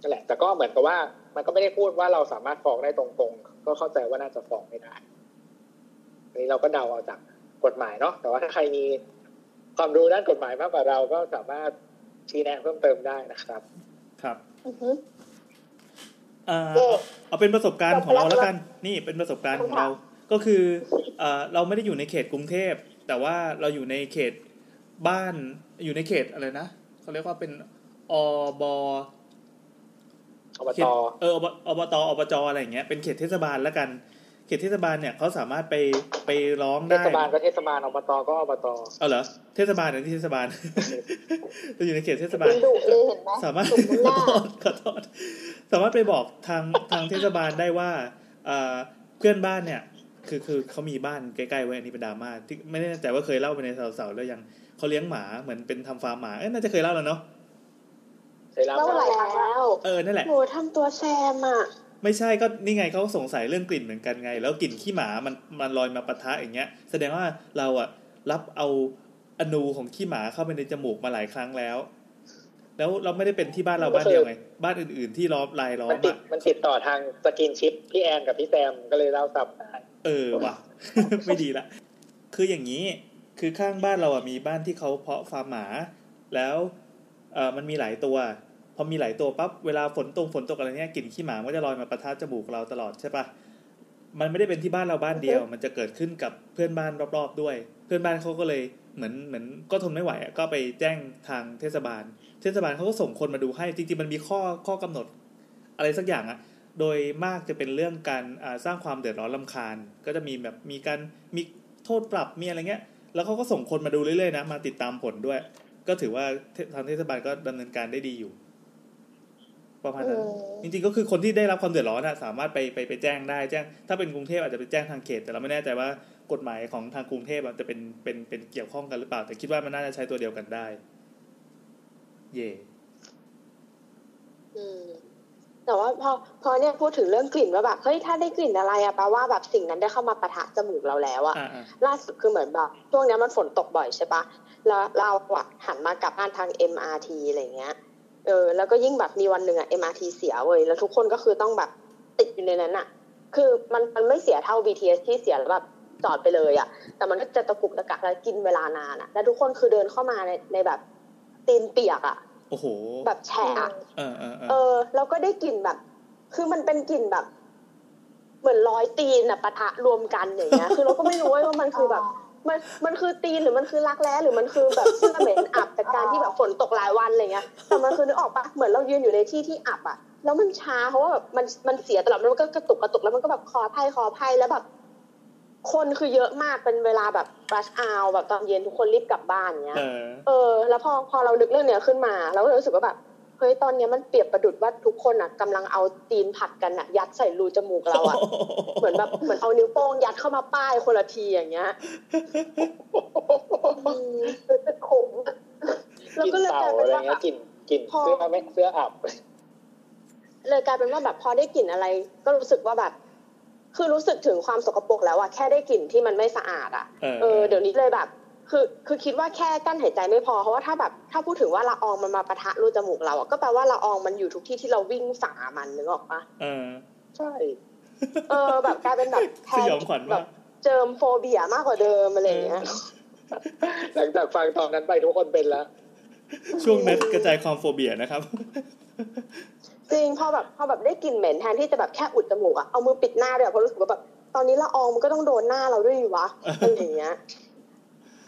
S4: นั่นแหละแต่ก็เหมือนกับว่า มันก็ไม่ได้พูดว่าเราสามารถฟ้องได้ตรงๆ ก็เข้าใจว่าน่าจะฟ้องไม่ได้อันนี้เราก็เดาเอาจากกฎหมายเนาะแต่ว่าถ้าใครมีความรู้ด้านกฎหมายมากกว่าเราก็สามารถชี้แนะเพิ่มเติมได้นะครับ
S2: ครับ
S5: อือฮึ
S2: อ่า
S5: เย่
S2: เอาเป็นประสบการณ์ของเรา
S5: จบไปแล้ว
S2: แล้วกัน นี่เป็นประสบการณ์ของเรา ก็คือเอ่อเราไม่ได้อยู่ในเขตกรุงเทพ แต่ว่าเราอยู่ในเขตบ้านอยู่ในเขตอะไรนะเขาเรียกว่าเป็นอบ
S4: อบ
S2: เข
S4: ต
S2: ตเอออบอบตอบจอะไรอย่างเงี้ยเป็นเขตเทศบาลแล้วกัน เขตเทศบาลเนี่ยเขาสามารถไปไปร้อง
S4: เท
S2: ได้
S4: ศบาลก็เทศบาลอบตก็อบต
S2: เอาเหรอเทศบาลนะที่เทศบาล เราอยู่ในเขตเทศบาล
S5: คุณดุเลยเห็นไหม
S2: สามารถ
S5: สมมุติห
S2: ขอ
S5: น้า
S2: โทษ ขอโทษสามารถไปบอกทางทางเทศบาลได้ว่าเอ่อเพื่อนบ้านเนี่ย คือคือเขามีบ้านใกล้ๆไว้ยอันนี้เป็นดราม่าที่ไม่แน่ใจว่าเคยเล่าไปในสาวๆแล้วยังเขาเลี้ยงหมาเหมือนเป็นทำฟาร์มหมาเอ้ยน่าจะเคยเล่าแล้วเนาะ
S4: ใช่แล้ว
S5: เล่าหลายครั้งแล้ว
S2: เออนั่นแหละ
S6: โหทำตัวแซมอ่ะ
S2: ไม่ใช่ก็นี่ไงเขาสงสัยเรื่องกลิ่นเหมือนกันไง แล้วกลิ่นขี้หมามันมันลอยมาปะทะอย่างเงี้ย แสดงว่าเราอะรับเอาอนูของขี้หมาเข้าไปในจมูกมาหลายครั้งแล้ว แล้วเราไม่ได้เป็นที่บ้านเราบ้านเดียวไง บ้านอื่นๆที่ล้อมลายล้อ
S4: มั
S2: ม
S4: นติด
S2: อะ
S4: มันติดต่อทางสกินชิปพี่แอนกับพี่แซมก็เลยเล่าสับ
S2: เออว่ะ ไม่ดีละ คืออย่างนี้ คือข้างบ้านเราอ่ะมีบ้านที่เขาเพาะฟาร์มหมา แล้วเออมันมีหลายตัว พอมีหลายตัวปั๊บ เวลาฝนตกฝนตกอะไรเนี้ยกลิ่นขี้หมามันก็จะลอยมาประทะจมูกเราตลอดใช่ปะมันไม่ได้เป็นที่บ้านเราบ้านเดียว มันจะเกิดขึ้นกับเพื่อนบ้านรอบๆด้วย เพื่อนบ้านเขาก็เลยเหมือนเหมือนก็ทนไม่ไหวอ่ะก็ไปแจ้งทางเทศบาล เทศบาลเขาก็ส่งคนมาดูให้ จริงๆมันมีข้อข้อกำหนด อะไรสักอย่างอะ โดยมากจะเป็นเรื่องการอ่าสร้างความเดือดร้อนลำคาญ ก็จะมีแบบมีการมีโทษปรับมีอะไรเงี้ย แล้วเขาก็ส่งคนมาดูเรื่อยๆนะ มาติดตามผลด้วย ก็ถือว่าเททางเทศบาลก็ดำเนินการได้ดีอยู่ ประมาณนั้น
S6: อืม
S2: จริงๆก็คือคนที่ได้รับความเดือดร้อนอะสามารถไปไปไปแจ้งได้แจ้ง ถ้าเป็นกรุงเทพอาจจะไปแจ้งทางเขต แต่เราไม่แน่ใจว่ากฎหมายของทางกรุงเทพอะจะเป็นเป็นเป็นเกี่ยวข้องกันหรือเปล่า แต่คิดว่ามันน่าจะใช้ตัวเดียวกันได้ เย่
S5: อืมแต่ว่าพอพอเนี่ยพูดถึงเรื่องกลิ่นว่าแบบเฮ้ยถ้าได้กลิ่นอะไรอะแปลว่าแบบสิ่งนั้นได้เข้ามาปะทะจมูกเราแล้วอะ
S2: อ่าอ่า
S5: ล่าสุดคือเหมือนแบบช่วงเนี้ยมันฝนตกบ่อยใช่ปะแล้วเราอะหันมากลับบ้านทาง MRT อะไรเงี้ยเออแล้วก็ยิ่งแบบมีวันหนึ่งอะ MRT เสียเว้ยแล้วทุกคนก็คือต้องแบบติดอยู่ในนั้นอะคือมันมันไม่เสียเท่า BTS ที่เสียแล้วแบบจอดไปเลยอะแต่มันก็จะตะกุกตะกักแล้วกินเวลานานอะแล้วทุกคนคือเดินเข้ามาในในแบบตีนเปียกอะ
S2: โอ้โห
S5: แบบแฉะอะ
S2: เออเออเอ
S5: เอ
S2: อ
S5: อแล้วก็ได้กลิ่นแบบ คือมันเป็นกลิ่นแบบ เหมือนร้อยตีนอะปะทะรวมกันอย่างเงี้ย คือเราก็ไม่รู้เว้ยว่ามันคือแบบ มันมันคือตีนหรือมันคือรักแร้หรือมันคือแบบเสื้อเหม็นอับจากการที่แบบฝนตกหลายวันอะไรเงี้ยแต่มันคือนึกออกปะเหมือนเรายืนอยู่ในที่ที่อับอะแล้วมันช้าเพราะว่าแบบมันมันเสียตลอดมันก็กระตุกกระตุกแล้วมันก็แบบคอไพ่คอไพ่แล้วแบบ คนคือเยอะมากเป็นเวลาแบบ rush hour แบบตอนเย็นทุกคนรีบกลับบ้านเงี้ย
S2: เออ
S5: เออแล้วพอพอเรานึกเรื่องเนี้ยขึ้นมาเราก็เลยรู้สึกว่าแบบเฮ้ยตอนเนี้ยมันเปรียบประดุดว่าทุกคนอ่ะกำลังเอาตีนผัดกันอ่ะ ยัดใส่รูจมูกเราอ่ะ เหมือนแบบเหมือนเอานิ้วโป้งยัดเข้ามาป้ายคนละทีอย่างเงี้ยอืม
S6: ขม
S5: แล้ว
S4: กิน
S5: ก็เลย
S4: เต่าก
S5: ลายเป็น
S4: อะ
S5: ว่าแบ
S4: ไรเงี้
S5: บ
S4: ยกินกิน
S5: พอ
S4: เสื้อไม่เสื้ออับ
S5: เลยกลายเป็นว่าแบบพอได้กลิ่นอะไร ก็รู้สึกว่าแบบ คือรู้สึกถึงความสกปรกแล้วอะแค่ได้กลิ่นที่มันไม่สะอาดอะ
S2: เออ
S5: เออเดี๋ยวนี้เลยแบบ คือคือคิดว่าแค่กั้นหายใจไม่พอเพราะว่าถ้าแบบถ้าพูดถึงว่าละอองมันมาปะทะรูจมูกเราอะก็แปลว่าละอองมันอยู่ทุกที่ที่เราวิ่งฝ่ามันนึกออกปะ
S2: เออ
S4: ใช่
S5: เออ แบบกลายเป็นแบบแพ
S2: สยองขวัญ
S5: แบ
S2: มาก
S5: บเจิมโฟเบียมากกว่าเดิมอะไรอย่างเงี้ย
S4: หลังจากฟังตอนนั้นไปทุกคนเป็นแล้ว
S2: ช่วงนั้นกระจายความโฟเบียนะครับ
S5: จริงพอแบบพอแบบได้กลิ่นเหม็นแทนที่จะแบบแค่อุดจมูกอะเอามือปิดหน้าด้วยอะเพราะรู้สึกว่าแบบตอนนี้ละอองมันก็ต้องโดนหน้าเราด้วยดิวะอะไรอย่างเงี้ย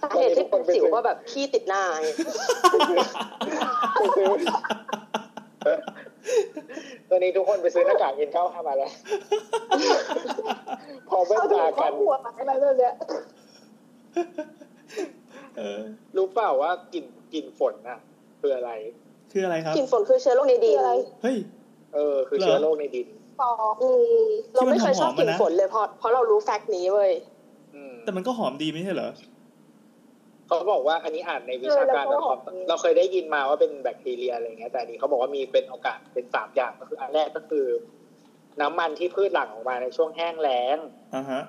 S5: สาเหตุที่เป็นสิวว่าแบบขี้ติดหน้าไง
S4: ตอนนี้ทุกคนไปซื้อหน้ากากกินข้าวห้ามา แล้ว พอเว้น
S6: เขาดู
S4: ตา
S6: ครอ
S4: กับ น
S6: ครัวอะไรเรื่องเนี้ย
S2: เออ
S4: รู้เปล่าว่ากลิ่นกลิ่นฝนน่ะคืออะไร
S2: คืออะไรครับ
S5: กลิ่นฝนคือเชื้อโรคในดิน
S6: คืออะไร
S2: เฮ้ย
S4: เออ คือ
S2: เหรอ
S4: เชื้อโรคในดิน
S6: ฟอง
S5: อืมเราไม่เคยชอบกลิ่น
S2: ที่มันหอมๆอะนะ
S5: ฝนเลยเพราะเพราะเรารู้แฟกต์นี้เว้ย
S4: อืม
S2: แต่มันก็หอมดีไม่ใช่เหรอ
S4: เขาบอกว่าอันนี้อ่านในวิชาการ
S6: เออแล้วเขาบอ
S4: เรา
S6: กอย่างนี้
S4: เราเคยได้ยินมาว่าเป็นแบคทีเรียอะไรเงี้ยแต่อันนี้เขาบอกว่ามีเป็นโอกาสเป็นสามอย่างก็คือ อันแรกก็คือ น้ำมันที่พืชหลั่งออกมาในช่วงแห้งแล้ง
S2: อ่าฮะ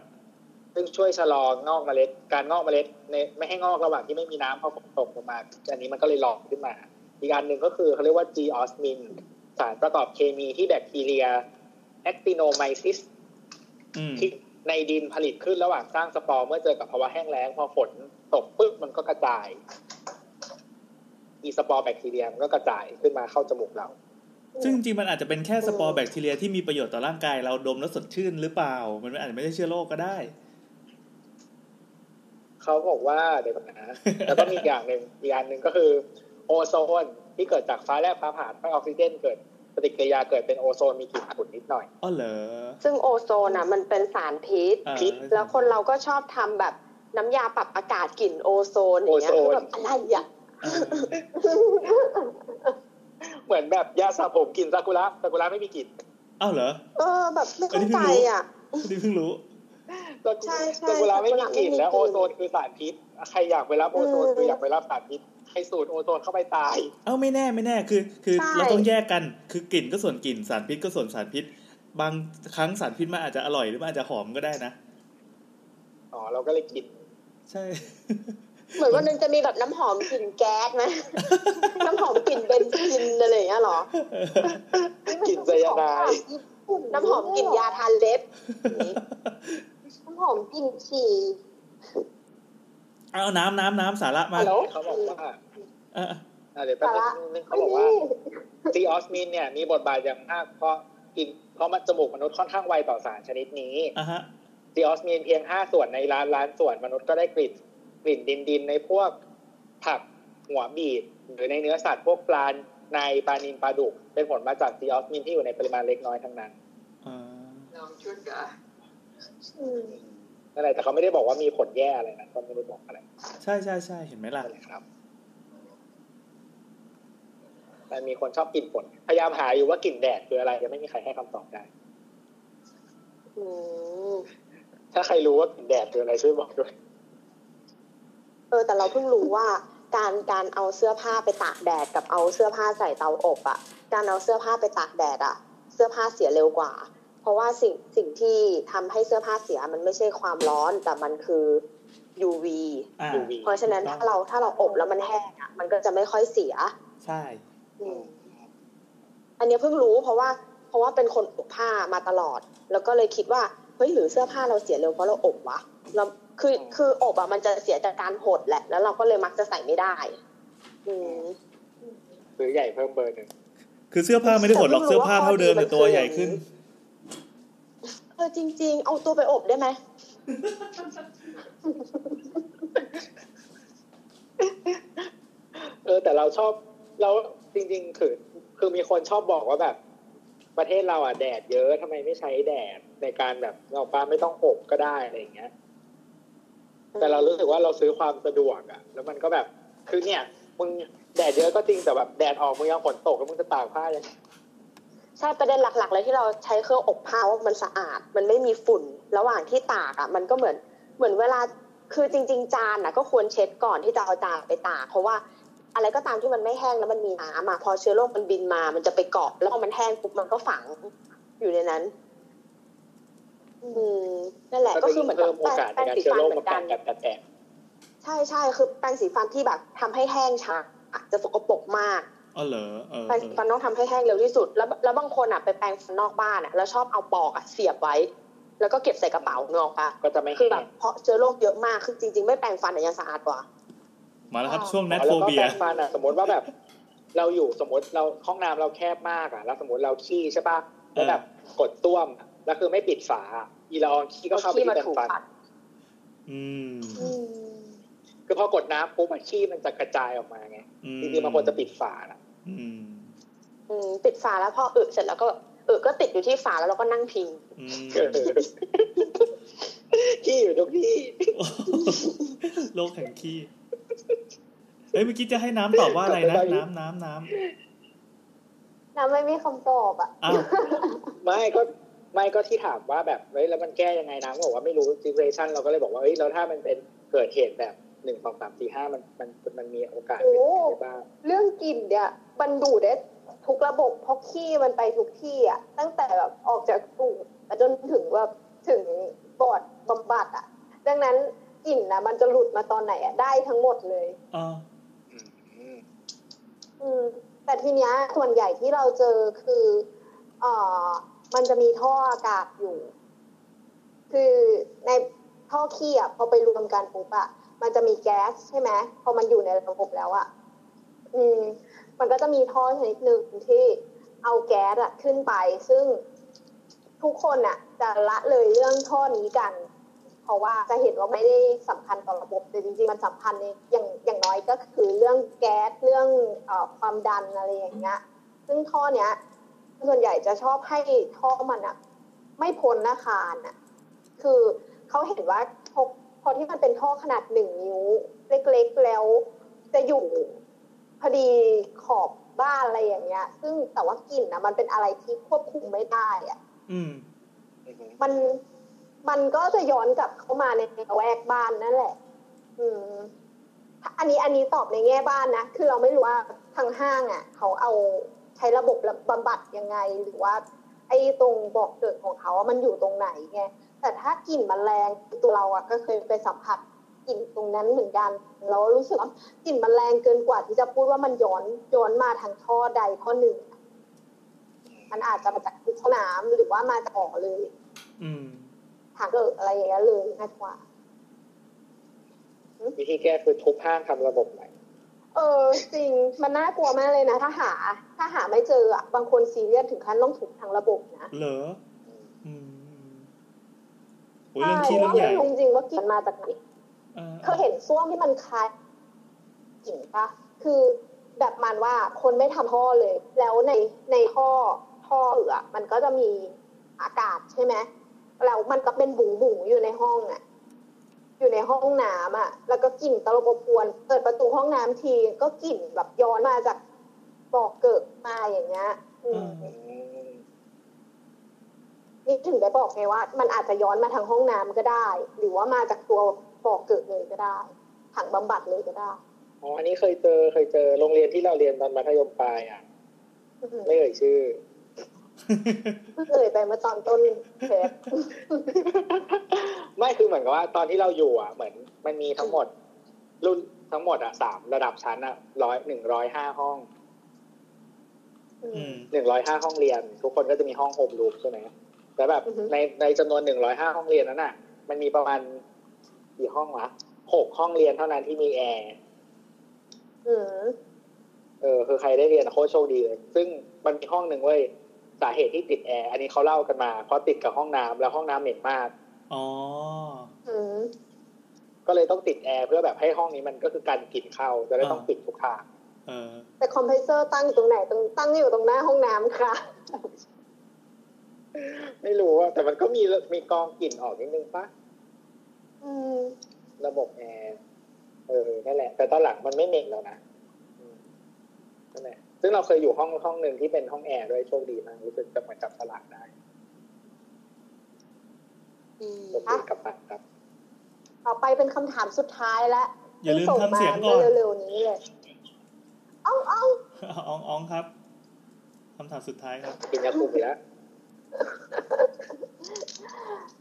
S4: ซึ่งช่วยชะลองอกเมล็ด การงอกเมล็ดในไม่ให้งอกระหว่างที่ไม่มีน้ำพอฝนตกลงมาอันนี้มันก็เลยหลอกขึ้นมา อีกอันหนึ่งก็คือเขาเรียกว่า g o s m i n สารประกอบเคมีที่แบคทีเรีย actinomyces
S2: อืม
S4: ที่ในดินผลิตขึ้นระหว่างสร้างสปอร์เมื่อเจอกับภาวะแห้งแล้ง พอฝนตกปึ๊บมันก็กระจาย อีสปอร์แบคทีเรียมันก็กระจายขึ้นมาเข้าจมูกเรา
S2: ซึ่งจริงๆมันอาจจะเป็นแค่สปอร์แบคทีเรียที่มีประโยชน์ต่อร่างกาย เราดมแล้วสดชื่นหรือเปล่า มันอาจจะไม่ใช่เชื้อโรคก็ได้
S4: เขาบอกว่าเดี๋ยวก่อนนะ แล้วก็มีอีกอย่างหนึ่งอีกอันหนึ่งก็คือ โอโซนที่เกิดจากฟ้าแลบฟ้าผ่าให้ออกซิเจนเกิดปฏิกิริยาเกิดเป็นโอโซนมีกลิ่นขุ่นนิดหน่อย
S2: อ๋อเหรอ
S5: ซึ่งโอโซนอ่ะ มันเป็นสารพิษ
S2: อ่า
S4: พิษ
S5: แล้วคนเราก็ชอบทำแบบน้ำยาปรับอากาศกลิ่นโอโซนอย่างเงี้ย
S4: โอ
S5: คือ
S4: โซน
S5: แบบอะไรอ่ะ
S2: อ่า
S4: เหมือนแบบยาสระผมกลิ่นซากุระซากุระไม่มีกลิ่น
S2: อ้าวเหรอ
S5: เออ แบบไม่เข้าใจอ่ะ
S2: นี่เพิ่งรู้
S4: ซากุ
S5: ใช่ใช่
S4: ซากุระไม่มีก
S5: ซากุระไม่มีก
S4: ลิ่น
S5: ลิ่น
S4: และโอโซนคือสารพิษ ใครอยากไปรับโอโซนคืออยากไปรับสารพิษใครสูดโอโซนเข้าไปตาย
S2: เอ้าไม่แน่ไม่แน่คือ คือ
S5: ใช่
S2: เราต้องแยกกันคือกลิ่นก็ส่วนกลิ่นสารพิษก็ส่วนสารพิษ บางครั้งสารพิษมันอาจจะอร่อยหรือมันอาจจะหอมก็ได้นะ
S4: อ๋อเราก็เลยกิ น
S2: ใช่
S5: เหมือนวันหนึงจะมีแบบน้ำหอมกลิ่นแก๊สไหม น้ำหอมกลิ่นเบนซินอะไรอย่างเงี้ยเหรอ
S4: กลิ่นไซยาไนด์
S5: น้ำหอมกลิ่นยาทาเล็บอย่างงี้
S6: น้ำหอมกลิ่นฉี่
S2: เอาน้ำน้ำน้ำสาระมา
S5: ฮัลโหล
S4: เขาบอกว่า
S2: เออ
S4: อ่ะเดี๋ยวแป๊บนึงเขาบอกว่า ซีออสมินเนี่ยมีบทบาทอย่างมากเพราะกินเพราะมันจมูกมนุษย์ค่อนข้างไวต่อสารชนิดนี้
S2: อ่ะฮะ
S4: ซีออสมินเพียงห้าส่วนในล้านล้านส่วนมนุษย์ก็ได้กลิ่นกลิ่นดินดินในพวกผักหัวบีดหรือในเนื้อสัตว์พวกปลาในปลานินปลาดุกเป็นผลมาจากซีออสมินที่อยู่ในปริมาณเล็กน้อยทั้งนั้น
S2: เออ
S3: ลองชุดกะ
S6: อืม
S4: นั่นแหละแต่เขาไม่ได้บอกว่ามีผลแย่อะไรนะเขาไม่รู้บอกอะไร
S2: ใช่ใช่ใช่เห็นไหมล่ะ
S4: นั่นแหละครับแต่มีคนชอบกลิ่นฝนพยายามหาอยู่ว่ากลิ่นแดดคืออะไรยังไม่มีใครให้คำตอบได้
S5: อืม
S4: ถ้าใครรู้ว่ากลิ่นแดดคืออะไรช่วยบอกด้วย
S5: เออแต่เราเพิ่งรู้ว่า การการเอาเสื้อผ้าไปตากแดดกับเอาเสื้อผ้าใส่เตาอบอ่ะ การเอาเสื้อผ้าไปตากแดดอ่ะ เสื้อผ้าเสียเร็วกว่า เพราะว่าสิ่งสิ่งที่ทำให้เสื้อผ้าเสียมันไม่ใช่ความร้อนแต่มันคือ UV
S2: อ่า
S4: UV
S5: เพราะฉะนั้นถ้าเราถ้าเราอบแล้วมันแห้งอ่ะมันก็จะไม่ค่อยเสีย
S2: ใช่
S5: อันเนี้ยเพิ่งรู้เพราะว่าเพราะว่าเป็นคนอบผ้ามาตลอด แล้วก็เลยคิดว่าเฮ้ยหรือเสื้อผ้าเราเสียเร็วเพราะเราอบวะเราคือคืออบอะมันจะเสียจากการหดแหละ แล้วเราก็เลยมักจะใส่ไม่ได้ อืม
S4: ซื้อใหญ่เพิ่มเบอร์หนึ่ง
S2: คือเสื้อผ้าไม่ได้หดหรอก
S5: แต่เพิ่งรู้
S2: เสื้อผ้า
S5: ว่า
S2: เท่าเดิม
S5: ข้อดี
S2: แต่ตัว
S5: มันคือ
S2: ใหญ่
S5: อย่างนี้
S2: ขึ้น
S5: เออจริง ๆ เอาตัวไปอบได้ไหม
S4: เออ แต่เราชอบเราจริง ๆ คือ คือมีคนชอบบอกว่าแบบ ประเทศเราอ่ะแดดเยอะทำไมไม่ใช้แดดในการแบบเราปลาไม่ต้องอบก็ได้อะไรอย่างเงี้ย แต่เรารู้สึกว่าเราซื้อความสะดวกอ่ะ แล้วมันก็แบบคือเนี่ยมึงแดดเยอะก็จริงแต่แบบแดดออกมึงยังฝนตกแล้วมึงจะตากผ้ายังไง
S5: ใช่ประเด็นหลัก ๆ เลยที่เราใช้เครื่องอบผ้าว่ามันสะอาด มันไม่มีฝุ่น ระหว่างที่ตากอะมันก็เหมือนเหมือนเวลาคือจริง ๆ จานอะก็ควรเช็ดก่อนที่จะเอาจานไปตากเพราะว่า อะไรก็ตามที่มันไม่แห้งแล้วมันมีน้ำอะพอเชื้อโรคมันบินมา มันจะไปเกาะแล้วพอมันแห้งปุ๊บมันก็ฝังอยู่ในนั้น อืมนั่นแหละก็
S4: จะ
S5: คือเหมือนกั
S4: เพิ่
S5: บ
S4: มโอกาสใน
S5: แป้ง
S4: การ
S5: สี
S4: เชื้อ
S5: ฟัน
S4: โรค
S5: เหมื
S4: มา
S5: อนกั
S4: กัน ดกันแตก
S5: ใช่ใช่คือแป้งสีฟันที่แบบทำให้แห้งช้าอะจะสกปรกมาก
S2: อ๋อเหรอเออ
S5: แปรง
S2: เอ
S5: สี
S2: อ
S5: ฟันต้องทำให้แห้งเร็วที่สุด แล้วแล้วบางคนอ่ะไปแปรงฟันนอกบ้านอ่ะแล้วชอบเอาปอกอ่ะเสียบไว้ แล้วก็เก็บใส่กระเป๋าเงาปะ
S4: ก็จะไม่
S5: คือ
S4: แห้
S5: แบบ
S4: ง
S5: เพราะเจอโรคเยอะมากคือจริง ๆ ไม่แปรงฟันอะยังสะอาดกว่า
S2: มาแล้วครับช่วงแนท
S4: อ๋อ
S2: โฟ
S4: แล้วก็
S2: เบี
S4: แป
S2: ย
S4: รงฟันอ่ะสมมติว่าแบบ เราอยู่สมมติเราห้องน้ำเราแคบมากอ่ะ แล้วสมมติเราขี้ใช่ปะแล้วแบบกดต้วมอะแล้วคือไม่ปิดฝาอะอีละอองขี้ก็เข้าไปที่แปรงฟัน
S2: อืม
S6: อืม
S4: คือพอกดน้ำปุ๊บอะขี้มันจะกระจายออกมาไง
S2: อืม
S4: จริงๆมันควรจะปิดฝานะ
S2: อืม
S5: อืมปิดฝาแล้วพออึเสร็จแล้วก็อึก็ติดอยู่ที่ฝาแล้วเราก็นั่งพิง
S2: อืม
S4: เออขี้อยู่ทุกที่
S2: โลกแห่งขี้เอ้ยเมื่อกี้จะให้น้ำตอบว่าอะไรนะ น้ำน้ำน้ำ
S6: น้ำไม่มีคำตอบอ่ะ
S2: อ้าว
S4: ไม่ก็ไม่ก็ที่ถามว่าแบบเฮ้ยแล้วมันแก้ยังไงน้ำก็บอกว่าไม่รู้ซิเรชันเราก็เลยบอกว่าเฮ้ยแล้วถ้ามันเป็นเกิดเหตุแบบหนึ่งสองสามสี่ห้ามันมันมันมีโอกาสเป็นยังไงบ้าง
S6: เรื่องกลิ่นเนี่ยมันดูดได้ทุกระบบเพราะขี้มันไปทุกที่อ่ะ ตั้งแต่แบบออกจากตูดไปจนถึงแบบถึงบอร์ดบำบัดอ่ะ ดังนั้นกลิ่นนะมันจะหลุดมาตอนไหนอ่ะได้ทั้งหมดเลย
S2: อ๋อ
S6: อืมแต่ทีเนี้ยส่วนใหญ่ที่เราเจอคือเอ่อมันจะมีท่ออากาศอยู่ คือในท่อขี้อ่ะพอไปรวมกันปุ๊บอ่ะมันจะมีแก๊สใช่ไหมพอมันอยู่ในระบบแล้วอ่ะอืม มันก็จะมีท่อชนิดหนึ่งที่เอาแก๊สอ่ะขึ้นไป ซึ่งทุกคนอ่ะ จะละเลยเรื่องท่อนี้กัน เพราะว่าจะเห็นว่าไม่ได้สำคัญต่อระบบแต่จริงๆมันสำคัญในอย่างอย่างน้อยก็คือเรื่องแก๊สเรื่องเออความดันอะไรอย่างเงี้ย ซึ่งท่อเนี้ย ส่วนใหญ่จะชอบให้ท่อมันอะไม่พ้นหน้าคานอะคือเขาเห็นว่าพอพอที่มันเป็นท่อขนาดหนึ่งนิ้ว เล็กๆแล้วจะอยู่พอดีขอบบ้านอะไรอย่างเงี้ย ซึ่งแต่ว่ากลิ่นนะมันเป็นอะไรที่ควบคุมไม่ได้อะ
S2: อืม
S6: มันมันก็จะย้อนกลับเข้ามาในระแวกบ้านนั่นแหละ อืม อันนี้อันนี้ตอบในแง่บ้านนะ คือเราไม่รู้ว่าทางห้างอ่ะ เขาเอาใช้ระบบบำบัดยังไง หรือว่า ไอ้ตรงบอกเกิดของเขาว่ามันอยู่ตรงไหนไง แต่ถ้ากลิ่นมันแรงตัวเราอ่ะ ก็เคยไปสัมผัสกลิ่นตรงนั้นเหมือนกัน เรารู้สึกว่ากลิ่นมันแรงเกินกว่าที่จะพูดว่ามันย้อนย้อนมาทางท่อใดข้อหนึ่ง มันอาจจะมาจากห้องน้ำหรือว่ามาจากหอเลย
S2: อืม
S6: ทางเกิดอะไรอย่างเงี้ยเลยง่ายกว่า
S4: วิธีแก้คือทุบห้างทำระบบใหม่
S6: เออจริงมันน่ากลัวมากเลยนะถ้าหา ถ้าหาไม่เจออะบางคนซีเรียสถึงขั้นต้องถูกทางระบบนะ
S2: เหรออืมโอ้ยเรื่องขี้เรื่องใหญ่
S6: ใช่เพราะว่าไม่รู้จริงๆว่ากลิ่นมันมาจากไหน
S2: อ่า
S6: เคยเห็นส้วมที่มันคล้ายกลิ่นปะคือแบบมันว่าคนไม่ทำท่อเลย แล้วในในท่อท่อเอือะมันก็จะมีอากาศใช่ไหมแล้วมันก็เป็นบุ๋งบุ๋งๆอยู่ในห้องอะอยู่ในห้องน้ำอะแล้วก็กลิ่นตลบอบอวนเปิดประตูห้องน้ำทีก็กลิ่นแบบย้อนมาจากบอกเกิดมาอย่างเงี้ยอืม
S2: อ่า
S6: นี่ถึงได้บอกไงว่า มันอาจจะย้อนมาทางห้องน้ำก็ได้ หรือว่ามาจากตัวบ่อเกิดเลยก็ได้ถังบำบัดเลยก็ได้
S4: อ๋อ อันนี้เคยเจอ เคยเจอ โรงเรียนที่เราเรียนตอนมัธยมปลายอ่ะ
S6: อืม
S4: ไม่เอ่ย ชื่อ
S6: เพิ่งเอ่ยไปเมื่อตอนต้นเท ป
S4: ไม่คือเหมือนกับว่าตอนที่เราอยู่อ่ะ เหมือนมันมีทั้งหมด รุ่นทั้งหมดอ่ะสามระดับชั้นอ่ะร้อยหนึ่งร้อยห้าห้อง
S6: อื
S2: อื
S6: ม
S2: ม
S4: หนึ่งร้อยห้าห้องเรียน ทุกคนก็จะมีห้องโฮมรูมใช่ไหมแต่แบบ
S6: อือฮึ
S4: ในในจำนวนหนึ่งร้อยห้าห้องเรียนนั้นอ่ะ มันมีประมาณกี่ห้องวะหกห้องเรียนเท่านั้นที่มีแอร์
S6: อืม
S4: เออคือใครได้เรียนโคตรโชคดีเลยซึ่งมันมีห้องหนึ่งเว้ยสาเหตุที่ติดแอร์อันนี้เขาเล่ากันมาเพราะติดกับห้องน้ำแล้วห้องน้ำเหม็นมาก
S2: อ๋อ
S6: อืม
S4: ก็เลยต้องติดแอร์เพื่อแบบให้ห้องนี้มันก็คือการกลิ่นเข้าจะได้ต้องปิดทุกทาง
S2: เออ
S6: แต่คอมเพรสเซอร์ตั้งอยู่ตรงไหนตรงตั้งอยู่ตรงหน้าห้องน้ำค่ะ
S4: ไม่รู้ว่าแต่มันก็มีมีกองกลิ่นออกนิดนึงปะ
S6: อืม
S4: ระบบแอร์เออนั่นแหละ แต่ตอนหลังมันไม่เหม็นแล้วนะอืมนั่นแหละซึ่งเราเคยอยู่ห้องห้องหนึ่งที่เป็นห้องแอร์ด้วยโชคดีมากรู้สึกจะเหมือนจับสลากได้
S8: อืม
S4: ผมดีกลับบ้านครับ
S6: ต่อไปเป็นคำถามสุดท้ายและ
S2: อย่าลืม
S6: ที่
S2: ทำเสียงก่อน
S6: มาเร็วๆนี้เลยเอ้าเอ้า
S2: อองอองครับคำถามสุดท้ายครับ
S4: กินยาคุมอีกแล้ว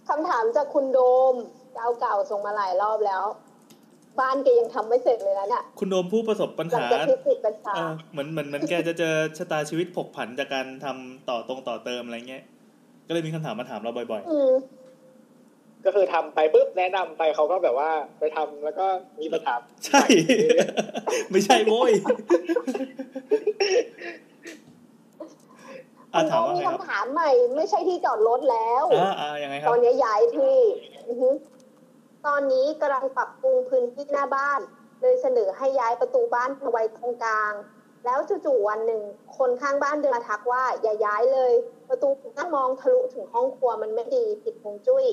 S6: คำถามจากคุณโดมเจ้าเก่าส่งมาหลายรอบแล้ว บ้านแกยังทำไม่เสร็จเลยนะเนี่ย
S2: คุณโดมผู้ประสบปัญ
S6: หลัง
S2: หา
S6: จากที่ติดกัญชา
S2: เออเหมือนเหมือนเหมือนแกจะเจอชะตาชีวิตผกผันจากการทำต่อตรงต่อเติมอะไรเงี้ย ก็เลยมีคำถามมาถามเราบ่อย
S6: อืม
S4: ก็คือทำไปปุ๊บแนะนำไปเขาก็แบบว่าไปทำแล้วก็มีปัญหา
S2: ๆ ใช่ ไม่ใช่โว้ยอ่ะถามว่า
S6: มี
S2: ไงครับ
S6: คำถามใหม่ ไม่ใช่ที่จอดรถแล้ว
S2: อ่าอ่ายังไงค
S6: ต
S2: รับ
S6: อนนี้ย้ายที่อือฮึตอนนี้กำลังปรับปรุงพื้นที่หน้าบ้าน เลยเสนอให้ย้ายประตูบ้านมาไว้ตรงกลาง แล้วจู่ๆวันหนึ่งคนข้างบ้านเดินมาทักว่า อย่าย้ายเลย ประตูหน้ามองทะลุถึงห้องครัวมันไม่ดีผิดฮวงจุ้ย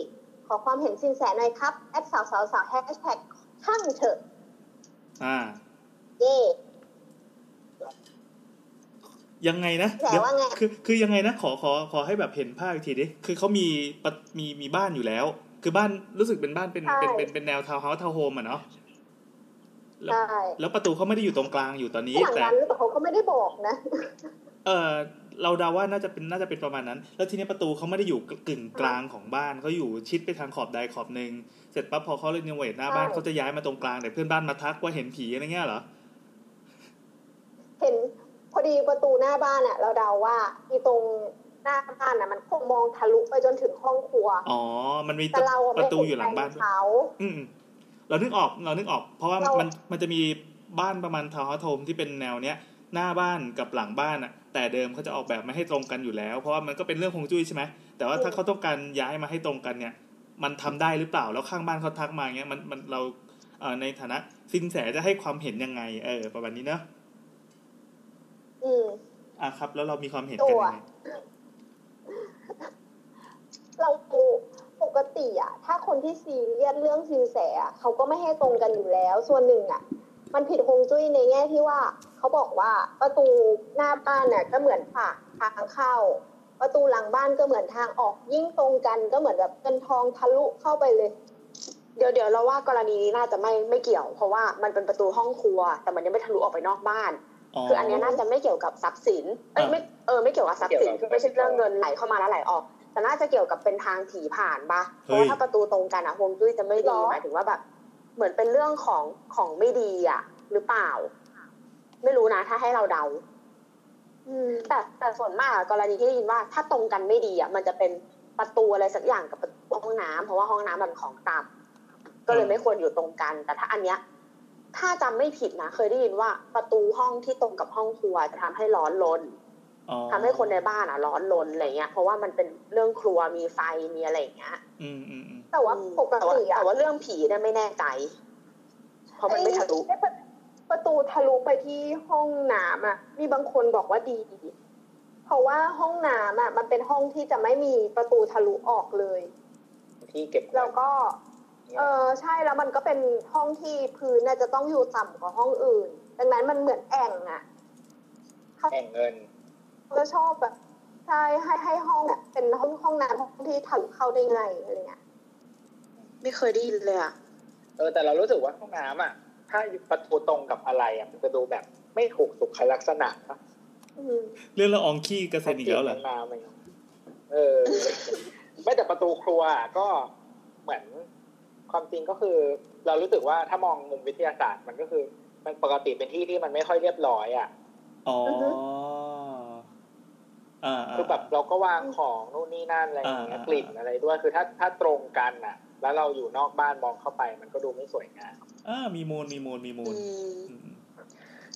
S6: ขอความเห็นสินแสหน่อยครับแอดสาวสาวสาวแฮชแท็กช่างเถอะ
S2: อ่า
S6: เย่
S2: ยังไงนะ
S6: แต่ว่าไง
S2: เดี๋ยคือคือยังไงนะ ขอขอขอให้แบบเห็นภาพอีกทีดิ คือเขามีปะมีมีบ้านอยู่แล้ว คือบ้านรู้สึกเป็นบ้านเป็น
S6: ใช่
S2: เป็นเป็นเป็นแนวทาวน์เฮาส์ทาวน์โฮมอ่ะเนาะ แล้ว
S6: ใช่
S2: แล้วประตูเขาไม่ได้อยู่ตรงกลางอยู่ตอนนี้
S6: ที่หลัง
S2: แต่
S6: ร้านหรือเปล่าเขาก็ไม่ได้บอกนะ
S2: เออเราเดาว่าน่าจะเป็นน่าจะเป็นประมาณนั้น แล้วทีนี้ประตูเขาไม่ได้อยู่กึ่งกลางของบ้านเขาอยู่ชิดไปทางขอบใดขอบหนึ่งเสร็จปั๊บพอเขาเรโนเวทหน้าบ้าน
S6: ใช่
S2: เขาจะย้ายมาตรงกลางแต่เพื่อนบ้านมาทักว่าเห็นผีอะไรเงี้ยเหรอ
S6: เห็นพอดีประตูหน้าบ้านอะเราเดาว่าอีตรงหน้าบ้านอะมันคงมองทะลุไปจนถึงห้องครัว
S2: อ๋อ มันมี
S6: แต่เราอ
S2: ป
S6: ไม่
S2: ระตู
S6: เห็น
S2: อยู่หลังบ้าน
S6: ใครเขา
S2: อืมเรานึกออกเรานึกออก เพราะว่า
S6: เรามั
S2: มันมันจะมีบ้านประมาณทาวน์เฮาส์โทมที่เป็นแนวเนี้ย หน้าบ้านกับหลังบ้านอะแต่เดิมเขาจะออกแบบไม่ให้ตรงกันอยู่แล้ว เพราะว่ามันก็เป็นเรื่องฮวงจุ้ยใช่ไหมแต่ว่าถ้าเขาต้องการย้ายมาให้ตรงกันเนี่ย มันทำได้หรือเปล่าแล้วข้างบ้านเขาทักมาเงี้ยมันมันเราเอ่อในฐานะสินแสจะให้ความเห็นยังไง เออ ประมาณนี้เนอะ
S6: อืม
S2: อ่ะครับ แล้วเรามีความเห็นกันยังไง
S6: เราปกติอะถ้าคนที่ซีเรียสเรื่องสินแสอะเขาก็ไม่ให้ตรงกันอยู่แล้ว ส่วนหนึ่งอะมันผิดฮวงจุ้ยในแง่ที่ว่า เขาบอกว่าประตูหน้าบ้านน่ะก็เหมือนปากทางเข้า ประตูหลังบ้านก็เหมือนทางออกยิ่งตรงกันก็เหมือนแบบเงินทองทะลุเข้าไปเลย
S5: เดี๋ยวเดี๋ยวเราว่ากรณีนี้น่าจะไม่ไม่เกี่ยว เพราะว่ามันเป็นประตูห้องครัว แต่มันยังไม่ทะลุออกไปนอกบ้าน
S2: อ๋อ
S5: คืออันเนี้ยน่าจะไม่เกี่ยวกับทรัพย์สินเอ้ย
S2: อ่ะ
S5: ไม่เออไม่เกี่ยวกับทรัพย์สิน
S4: ไม่เกี่ยวกับ
S5: คือไม่ใช่เรื่องเงินไหลเข้ามาแล้วไหลออก แต่น่าจะเกี่ยวกับเป็นทางผีผ่านปะเพราะว่าถ้าประตูตรงกันอะฮวงจุ้ยจะไม่
S6: หร
S5: ดี
S6: อ
S5: หมายถึงว่าแบบเหมือนเป็นเรื่องของของไม่ดีอะหรือเปล่า ไม่รู้นะถ้าให้เราเดา
S6: อืม
S5: แต่แต่ส่วนมากอะกรณีที่ได้ยินว่าถ้าตรงกันไม่ดีอ่ะมันจะเป็นประตูอะไรสักอย่างกับประ ห้องน้ำเพราะว่าห้องน้ำมันของต่ำก็เลยไม่ควรอยู่ตรงกัน แต่ถ้าอันเนี้ย ถ้าจำไม่ผิดนะ เคยได้ยินว่าประตูห้องที่ตรงกับห้องครัวจะทำให้ร้อนรน
S2: อ๋อ
S5: ทำให้คนในบ้านอ่ะร้อนรนอะไรเงี้ยเพราะว่ามันเป็นเรื่องครัวมีไฟมีอะไรอย่างเงี้ย
S2: อืมอืมอืม
S6: แต่ว่าปก
S5: แต่ว่า
S6: ติอะ
S5: แต่ว่าเรื่องผีเนี่ยไม่แน่ใจ เพราะมันไม่ทะลุ
S6: อ้ประประตูทะลุไปที่ห้องน้ำอะมีบางคนบอกว่าดี เพราะว่าห้องน้ำอะมันเป็นห้องที่จะไม่มีประตูทะลุออกเลย
S4: ที่เก็บขอ
S6: แล้
S4: ง
S6: วก็ เออใช่แล้วมันก็เป็นห้องที่พื้นน่ะจะต้องอยู่ต่ำกว่าห้องอื่น ดังนั้นมันเหมือนแอ่งอะ
S4: แห่งเงิน
S6: แล้วชอบแบบใช่ให้ให้ห้องแบบเป็นห้องห้องน้ำห้องที่ทะลุเข้าได้ไงอะไรเงี้ย
S5: ไม่เคยได้ยินเลยอ่ะ
S4: เออแต่เรารู้สึกว่าห้องน้ำอ่ะ ถ้าประตูตรงกับอะไรอ่ะมันจะดูแบบไม่ถูกสุขลักษณะนะ
S6: อืม
S2: เรื่องละอองขี้กระเซ็นอีกแล้วเหรอ
S4: ห้งน้ำอะไรเงี้ยเออ ไม่แต่ประตูครัวอะก็เหมือนความจริงก็คือ เรารู้สึกว่าถ้ามองมุมวิทยาศาสตร์มันก็คือ มันปกติเป็นที่ที่มันไม่ค่อยเรียบร้อยอ่ะ
S2: อ๋ออ่าา
S4: คือแบบเราก็วางของนู่นนี่นั่นอะไรอย่างเงี้ย
S2: อ่า
S4: กลิ่นอะไรด้วยคือถ้าถ้าตรงกันอ่ะ แล้วเราอยู่นอกบ้านมองเข้าไป มันก็ดูไม่สวยงาม
S2: อ่ามีมูลมีมูลมีมูล
S5: อืม
S2: อืม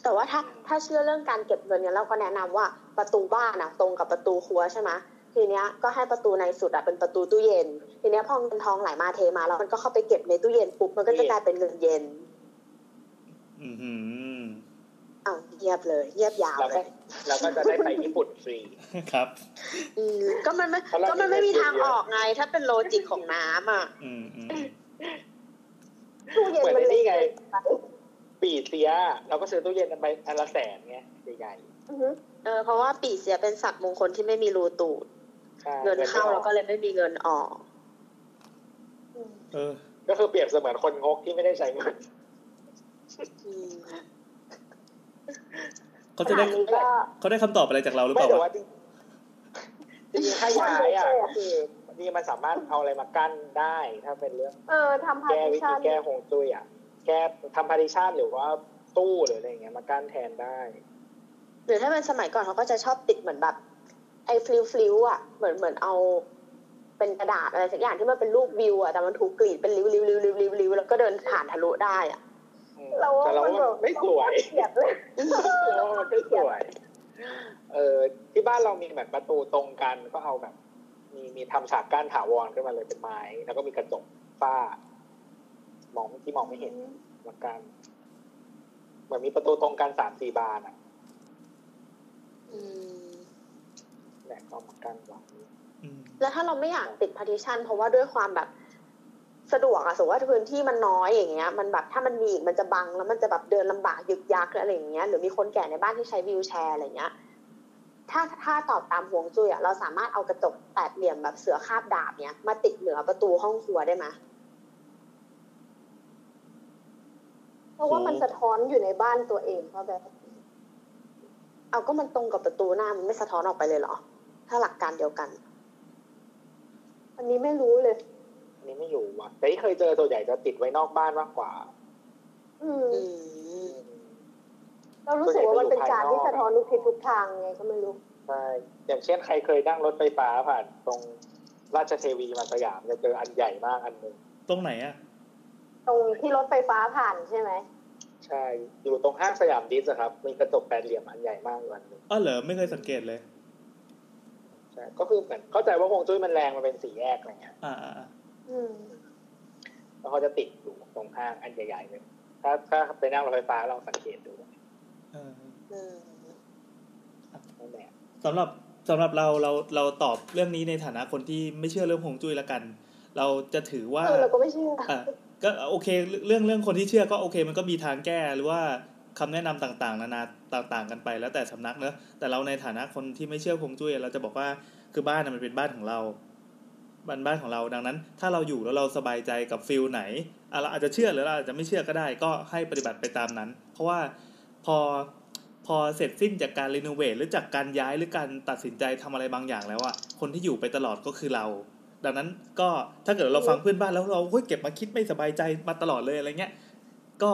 S5: แต่ว่าถ้าถ้าเชื่อเรื่องการเก็บเงินเนี่ยเราก็แนะนำว่าประตูบ้านอ่ะ ตรงกับประตูครัวใช่ไหมทีเนี้ยก็ให้ประตูในสุดอ่ะเป็นประตูตู้เย็น ทีเนี้ยพอเงินทองไหลมาเทมาแล้วมันก็เข้าไปเก็บในตู้เย็นปุ๊บมันก็จะกลายเป็นเงินเย็น
S2: อืมอืม
S5: อ้าวเยียบเลยเยียบยาว
S4: เรา
S5: เล
S4: ก็
S5: ย
S4: เราก็จะได้ไปญี่ปุ่น ฟรี
S2: ครับ
S5: อืมก็มันไม่
S4: เพราะเรา
S5: ก็มันไม่มี
S4: มีเงินเยอะ
S5: ทางออกไง ถ้าเป็นโลจิกของน้ำอ่ะ
S2: อืมอืม
S6: ตู้เย็น
S4: เหมือน
S6: มันเลย
S4: ไอ้นี่ไง ปีเสีย เราก็ซื้อตู้เย็นกันไปอันละแสนไงใหญ่
S6: อือฮึ
S5: เออเพราะว่าปีเสียเป็นสัตว์มงคลที่ไม่มีรูตูด
S4: ๆใช่
S5: เงินเข้าแล้วก็เลยไม่มีเงินออก
S2: เออ
S4: ก็คือเปรียบเสมือนคนงกที่ไม่ได้ใช้เงิน
S5: อืม
S2: เขา
S6: ข
S2: จะ
S6: นา
S2: ได้
S6: ดนี้ก็
S2: เขาได้คำตอบอะไรจากเราหรือเป
S4: ไม่
S2: ล่า
S4: แต่
S2: วะ
S4: ว่าจริงจริงๆถ้าย้ายอ่ะคือนี่มันสามารถเอาอะไรมากั้นได้ ถ้าเป็นเรื่อง
S6: เออทำพา
S4: แก้
S6: ร์ติ
S4: วิ
S6: ชั
S4: ธี
S6: น
S4: แก้หงจุ้ยอ่ะแก้ทำพาริชันหรือว่าตู้หรืออะไรอย่างเงี้ยมากั้นแทนได้
S5: หรือถ้าเป็นสมัยก่อนเขาก็จะชอบติดเหมือนแบบ ไอ้ฟลิวฟลิวๆอ่ะเหมือนเหมือนเอา เป็นกระดาษอะไรสักอย่างที่มันเป็นรูปวิวอ่ะแต่มันถูกกรีดเป็นริ้วริ้วริ้วริ้วริ้วริ้วแล้วก็เดินผ่านทะลุได้อ่ะ
S6: เรา
S4: แต่
S6: ว่ามันแบ
S4: เราว่า
S6: บ
S4: ไม่สวย
S6: เสียบเลย
S4: เราว่ามันไม่สวย เออที่บ้านเรามีแบบประตูตรงกันก็เอาแบบ มีมีทำฉากกั้นถาวรขึ้นมาเลยเป็นไม้ แล้วก็มีกระจกฝ้ามองที่มองไม่เห็นละกันเหมือนมีประตูตรงกันสามสี่บานอ่ะ
S5: อืม
S4: แหละก็มากั้นไว้
S2: อืม
S5: แล้วถ้าเราไม่อยากติดพาร์ติชันเพราะว่าด้วยความแบบสะดวกอะสมมติว่าพื้นที่มันน้อยอย่างเงี้ย มันแบบถ้ามันมีอีกมันจะบังแล้วมันจะแบบเดินลำบากยึกยักอะไรอย่างเงี้ยหรือมีคนแก่ในบ้านที่ใช้วีลแชร์อะไรเงี้ย ถ้าถ้าตอบตามห่วงจุ้ยอะเราสามารถเอากระจกแปดเหลี่ยมแบบเสือคาบดาบเนี้ยมาติดเหนือประตูห้องครัวได้ไหมย
S6: เพราะว่ามันสะท้อนอยู่ในบ้านตัวเองเพราะแบบ
S5: เอาก็มันตรงกับประตูหน้ามันไม่สะท้อนออกไปเลยเหรอ ถ้าหลักการเดียวกัน
S6: อันนี้ไม่รู้เลย
S4: อันนี้ไม่อยู่ว่ะแต่ที่เคยเจอตัวใหญ่จะติดไว้นอกบ้านมากกว่า
S6: อืม
S5: อืม
S6: เรารู้สึกว่ามันเป็นการที่สะท้อนทุกทิศทุกทางไงก็ไม่รู้
S4: ใช่อย่างเช่นใครเคยนั่งรถไฟฟ้าผ่านตรงราชเทวีมาสยามจะเจออันใหญ่มากอันหนึ่ง
S2: ตรงไหนอ่ะ
S6: ตรงที่รถไฟฟ้าผ่านใช่ไหม
S4: ใช่ อยู่ตรงห้างสยามดิสอะครับ มีกระจกแปดเหลี่ยมอันใหญ่มากอยู่อันหนึ่ง
S2: อ้อเหรอไม่เคยสังเกตเลย
S4: ใช่ก็คือเหมือนเข้าใจว่าฮวงจุ้ยมันแรงมันเป็นสีแยกอะไรเงี้ย
S2: อ่าอ่าอ่า
S6: อืม
S4: แล้วเขาจะติดอยู่ตรงห้างอันใหญ่ๆเลย ถ้าถ้าไปนั่งรถไฟฟ้าลองสังเกตดู
S2: เออ
S5: อืม
S4: นั่นแหละ
S2: สำหรับสำหรับเราเราเราตอบเรื่องนี้ในฐานะคนที่ไม่เชื่อเรื่องฮวงจุ้ยละกัน เราจะถือว่า
S6: เออเราก็ไม่เชื่อ
S2: อ่ะก็โอเคเรื่องเรื่องคนที่เชื่อก็โอเค มันก็มีทางแก้หรือว่าคำแนะนำต่างๆ นานาต่างๆ กันไปแล้วแต่สำนักเนอะแต่เราในฐานะคนที่ไม่เชื่อคงจุ้ยเราจะบอกว่าคือบ้านน่ะมันเป็นบ้านของเราบ้านบ้านของเราดังนั้น ถ้าเราอยู่แล้วเราสบายใจกับฟิลไหนอ่ะเราอาจจะเชื่อหรือเราอาจจะไม่เชื่อก็ได้ ก็ให้ปฏิบัติไปตามนั้น เพราะว่าพอพอเสร็จสิ้นจากการรีโนเวทหรือจากการย้ายหรือการตัดสินใจทำอะไรบางอย่างแล้วอะคนที่อยู่ไปตลอดก็คือเรา ดังนั้นก็ถ้าเกิดเราฟังเพื่อนบ้านแล้วเราเฮ้ยเก็บมาคิดไม่สบายใจมาตลอดเลยอะไรเงี้ย ก็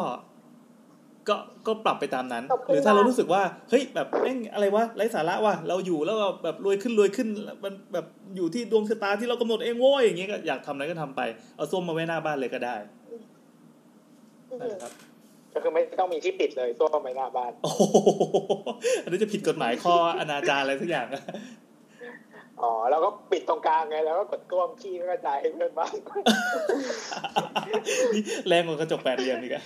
S2: ก็ก็ปรับไปตามนั้น
S6: ขอบคุ
S2: ห
S6: ณ
S2: รือถ้าเรา
S6: ค่ะ
S2: รู้สึกว่าเฮ้ยแบบแม่งอะไรวะไร้สาระว่ะเราอยู่แล้วแบบแบบรวยขึ้นรวยขึ้นมันแบบอยู่ที่ดวงชะตาที่เรากำหนดเองโว้ยอย่างเงี้ยก็อยากทำอะไรก็ทำไปเอาส้มมาไว้หน้าบ้านเลยก็ได้นั่นแหละครับ
S9: ก็คือไม่ต้องมีที่ปิดเลยตัวไปหน้าบ้าน
S2: โอ้โหอันนี้จะผิดกฎหมายข้ออนาจารอะไรสักอย่างนะ
S9: อ๋อแล้วก็ปิดตรงกลางไงแล้วก็กดต้วมขี้ก็กระจายให้เพื่อน บ้าน
S2: นี่แรงกว่ากระจกแปดเหลี่ยมอีกอะ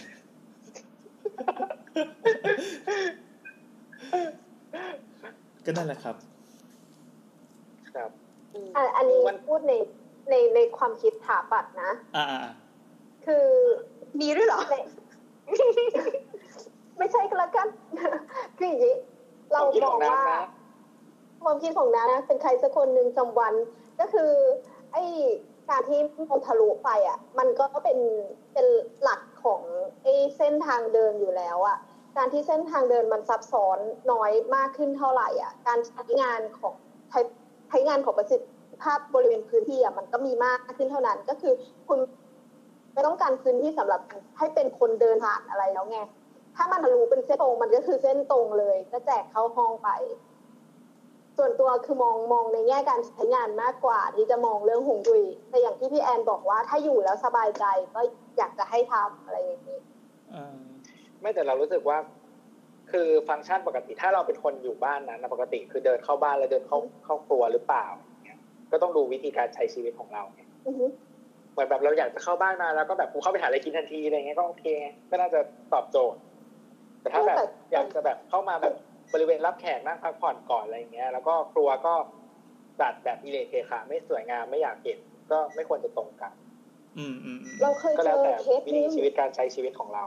S2: ก็นั่นแหละครับ
S9: ครับ
S6: อ่ะอันนี้
S9: วัน
S6: พูดในในในความคิดถาปัดนะ
S2: อ่าอ่าอ่า
S6: คือ
S3: มีด้วยเหรอ
S6: ใน ไม่ใช่ก็แล้วกัน คืออย่างนี้เรา
S9: ผมคิด
S6: ม
S9: ข
S6: อ
S9: องงน้ำ
S6: ว่า
S9: นะ
S6: ความคิดของน้านะ เป็นใครสักคนหนึ่งจำวัน ก็คือ ไอ้การที่มองทะลุไปอ่ะ มันก็เป็นเป็นหลักของไอ้เส้นทางเดินอยู่แล้วอ่ะ การที่เส้นทางเดินมันซับซ้อนน้อยมากขึ้นเท่าไหร่อ่ะ การใช้งานของใช้ใช้งานของประสิทธิภาพบริเวณพื้นที่อ่ะมันก็มีมากขึ้นเท่านั้น ก็คือคุณไม่ต้องการพื้นที่สำหรับให้เป็นคนเดินผ่านอะไรแล้วไง ถ้ามันทะลุเป็นเส้นตรงมันก็คือเส้นตรงเลย ก็แจกเข้าห้องไป ส่วนตัวคือมองมองในแง่การใช้งานมากกว่า ที่จะมองเรื่องหงจุยแต่อย่างที่พี่แอนบอกว่าถ้าอยู่แล้วสบายใจก็อยากจะให้ทำอะไรอย่างนี้
S2: อ่า
S9: ไม่แต่เรารู้สึกว่า คือฟังก์ชันปกติถ้าเราเป็นคนอยู่บ้านนั้นนะปกติคือเดินเข้าบ้านแล้วเดินเข้าเข้าครัวหรือเปล่าอย่างเงี้ยก็ต้องดูวิธีการใช้ชีวิตของเราไง
S6: อือฮึ
S9: เหมือนแบบเราอยากจะเข้าบ้านมาแล้วก็แบบกูเข้าไปหาอะไรกินทันทีอะไรเงี้ยก็โอเคไงก็น่าจะตอบโจทย์ แต่ถ้าแบบอยากจะแบบเข้ามาแบบบริเวณรับแขกนั่งพักผ่อนก่อนอะไรเงี้ย แล้วก็ครัวก็จัดแบบอิเลเคขาไม่สวยงามไม่อยากเห็นก็ไม่ควรจะตรงกัน
S2: อืมอืมอืม
S6: เราเคย
S9: ก็
S6: เจ
S9: แล้ว
S6: อ
S9: แต่
S6: เคส
S9: วิ
S6: ห
S9: ธี
S6: นึ่ง
S9: ชีวิตการใช้ชีวิตของเรา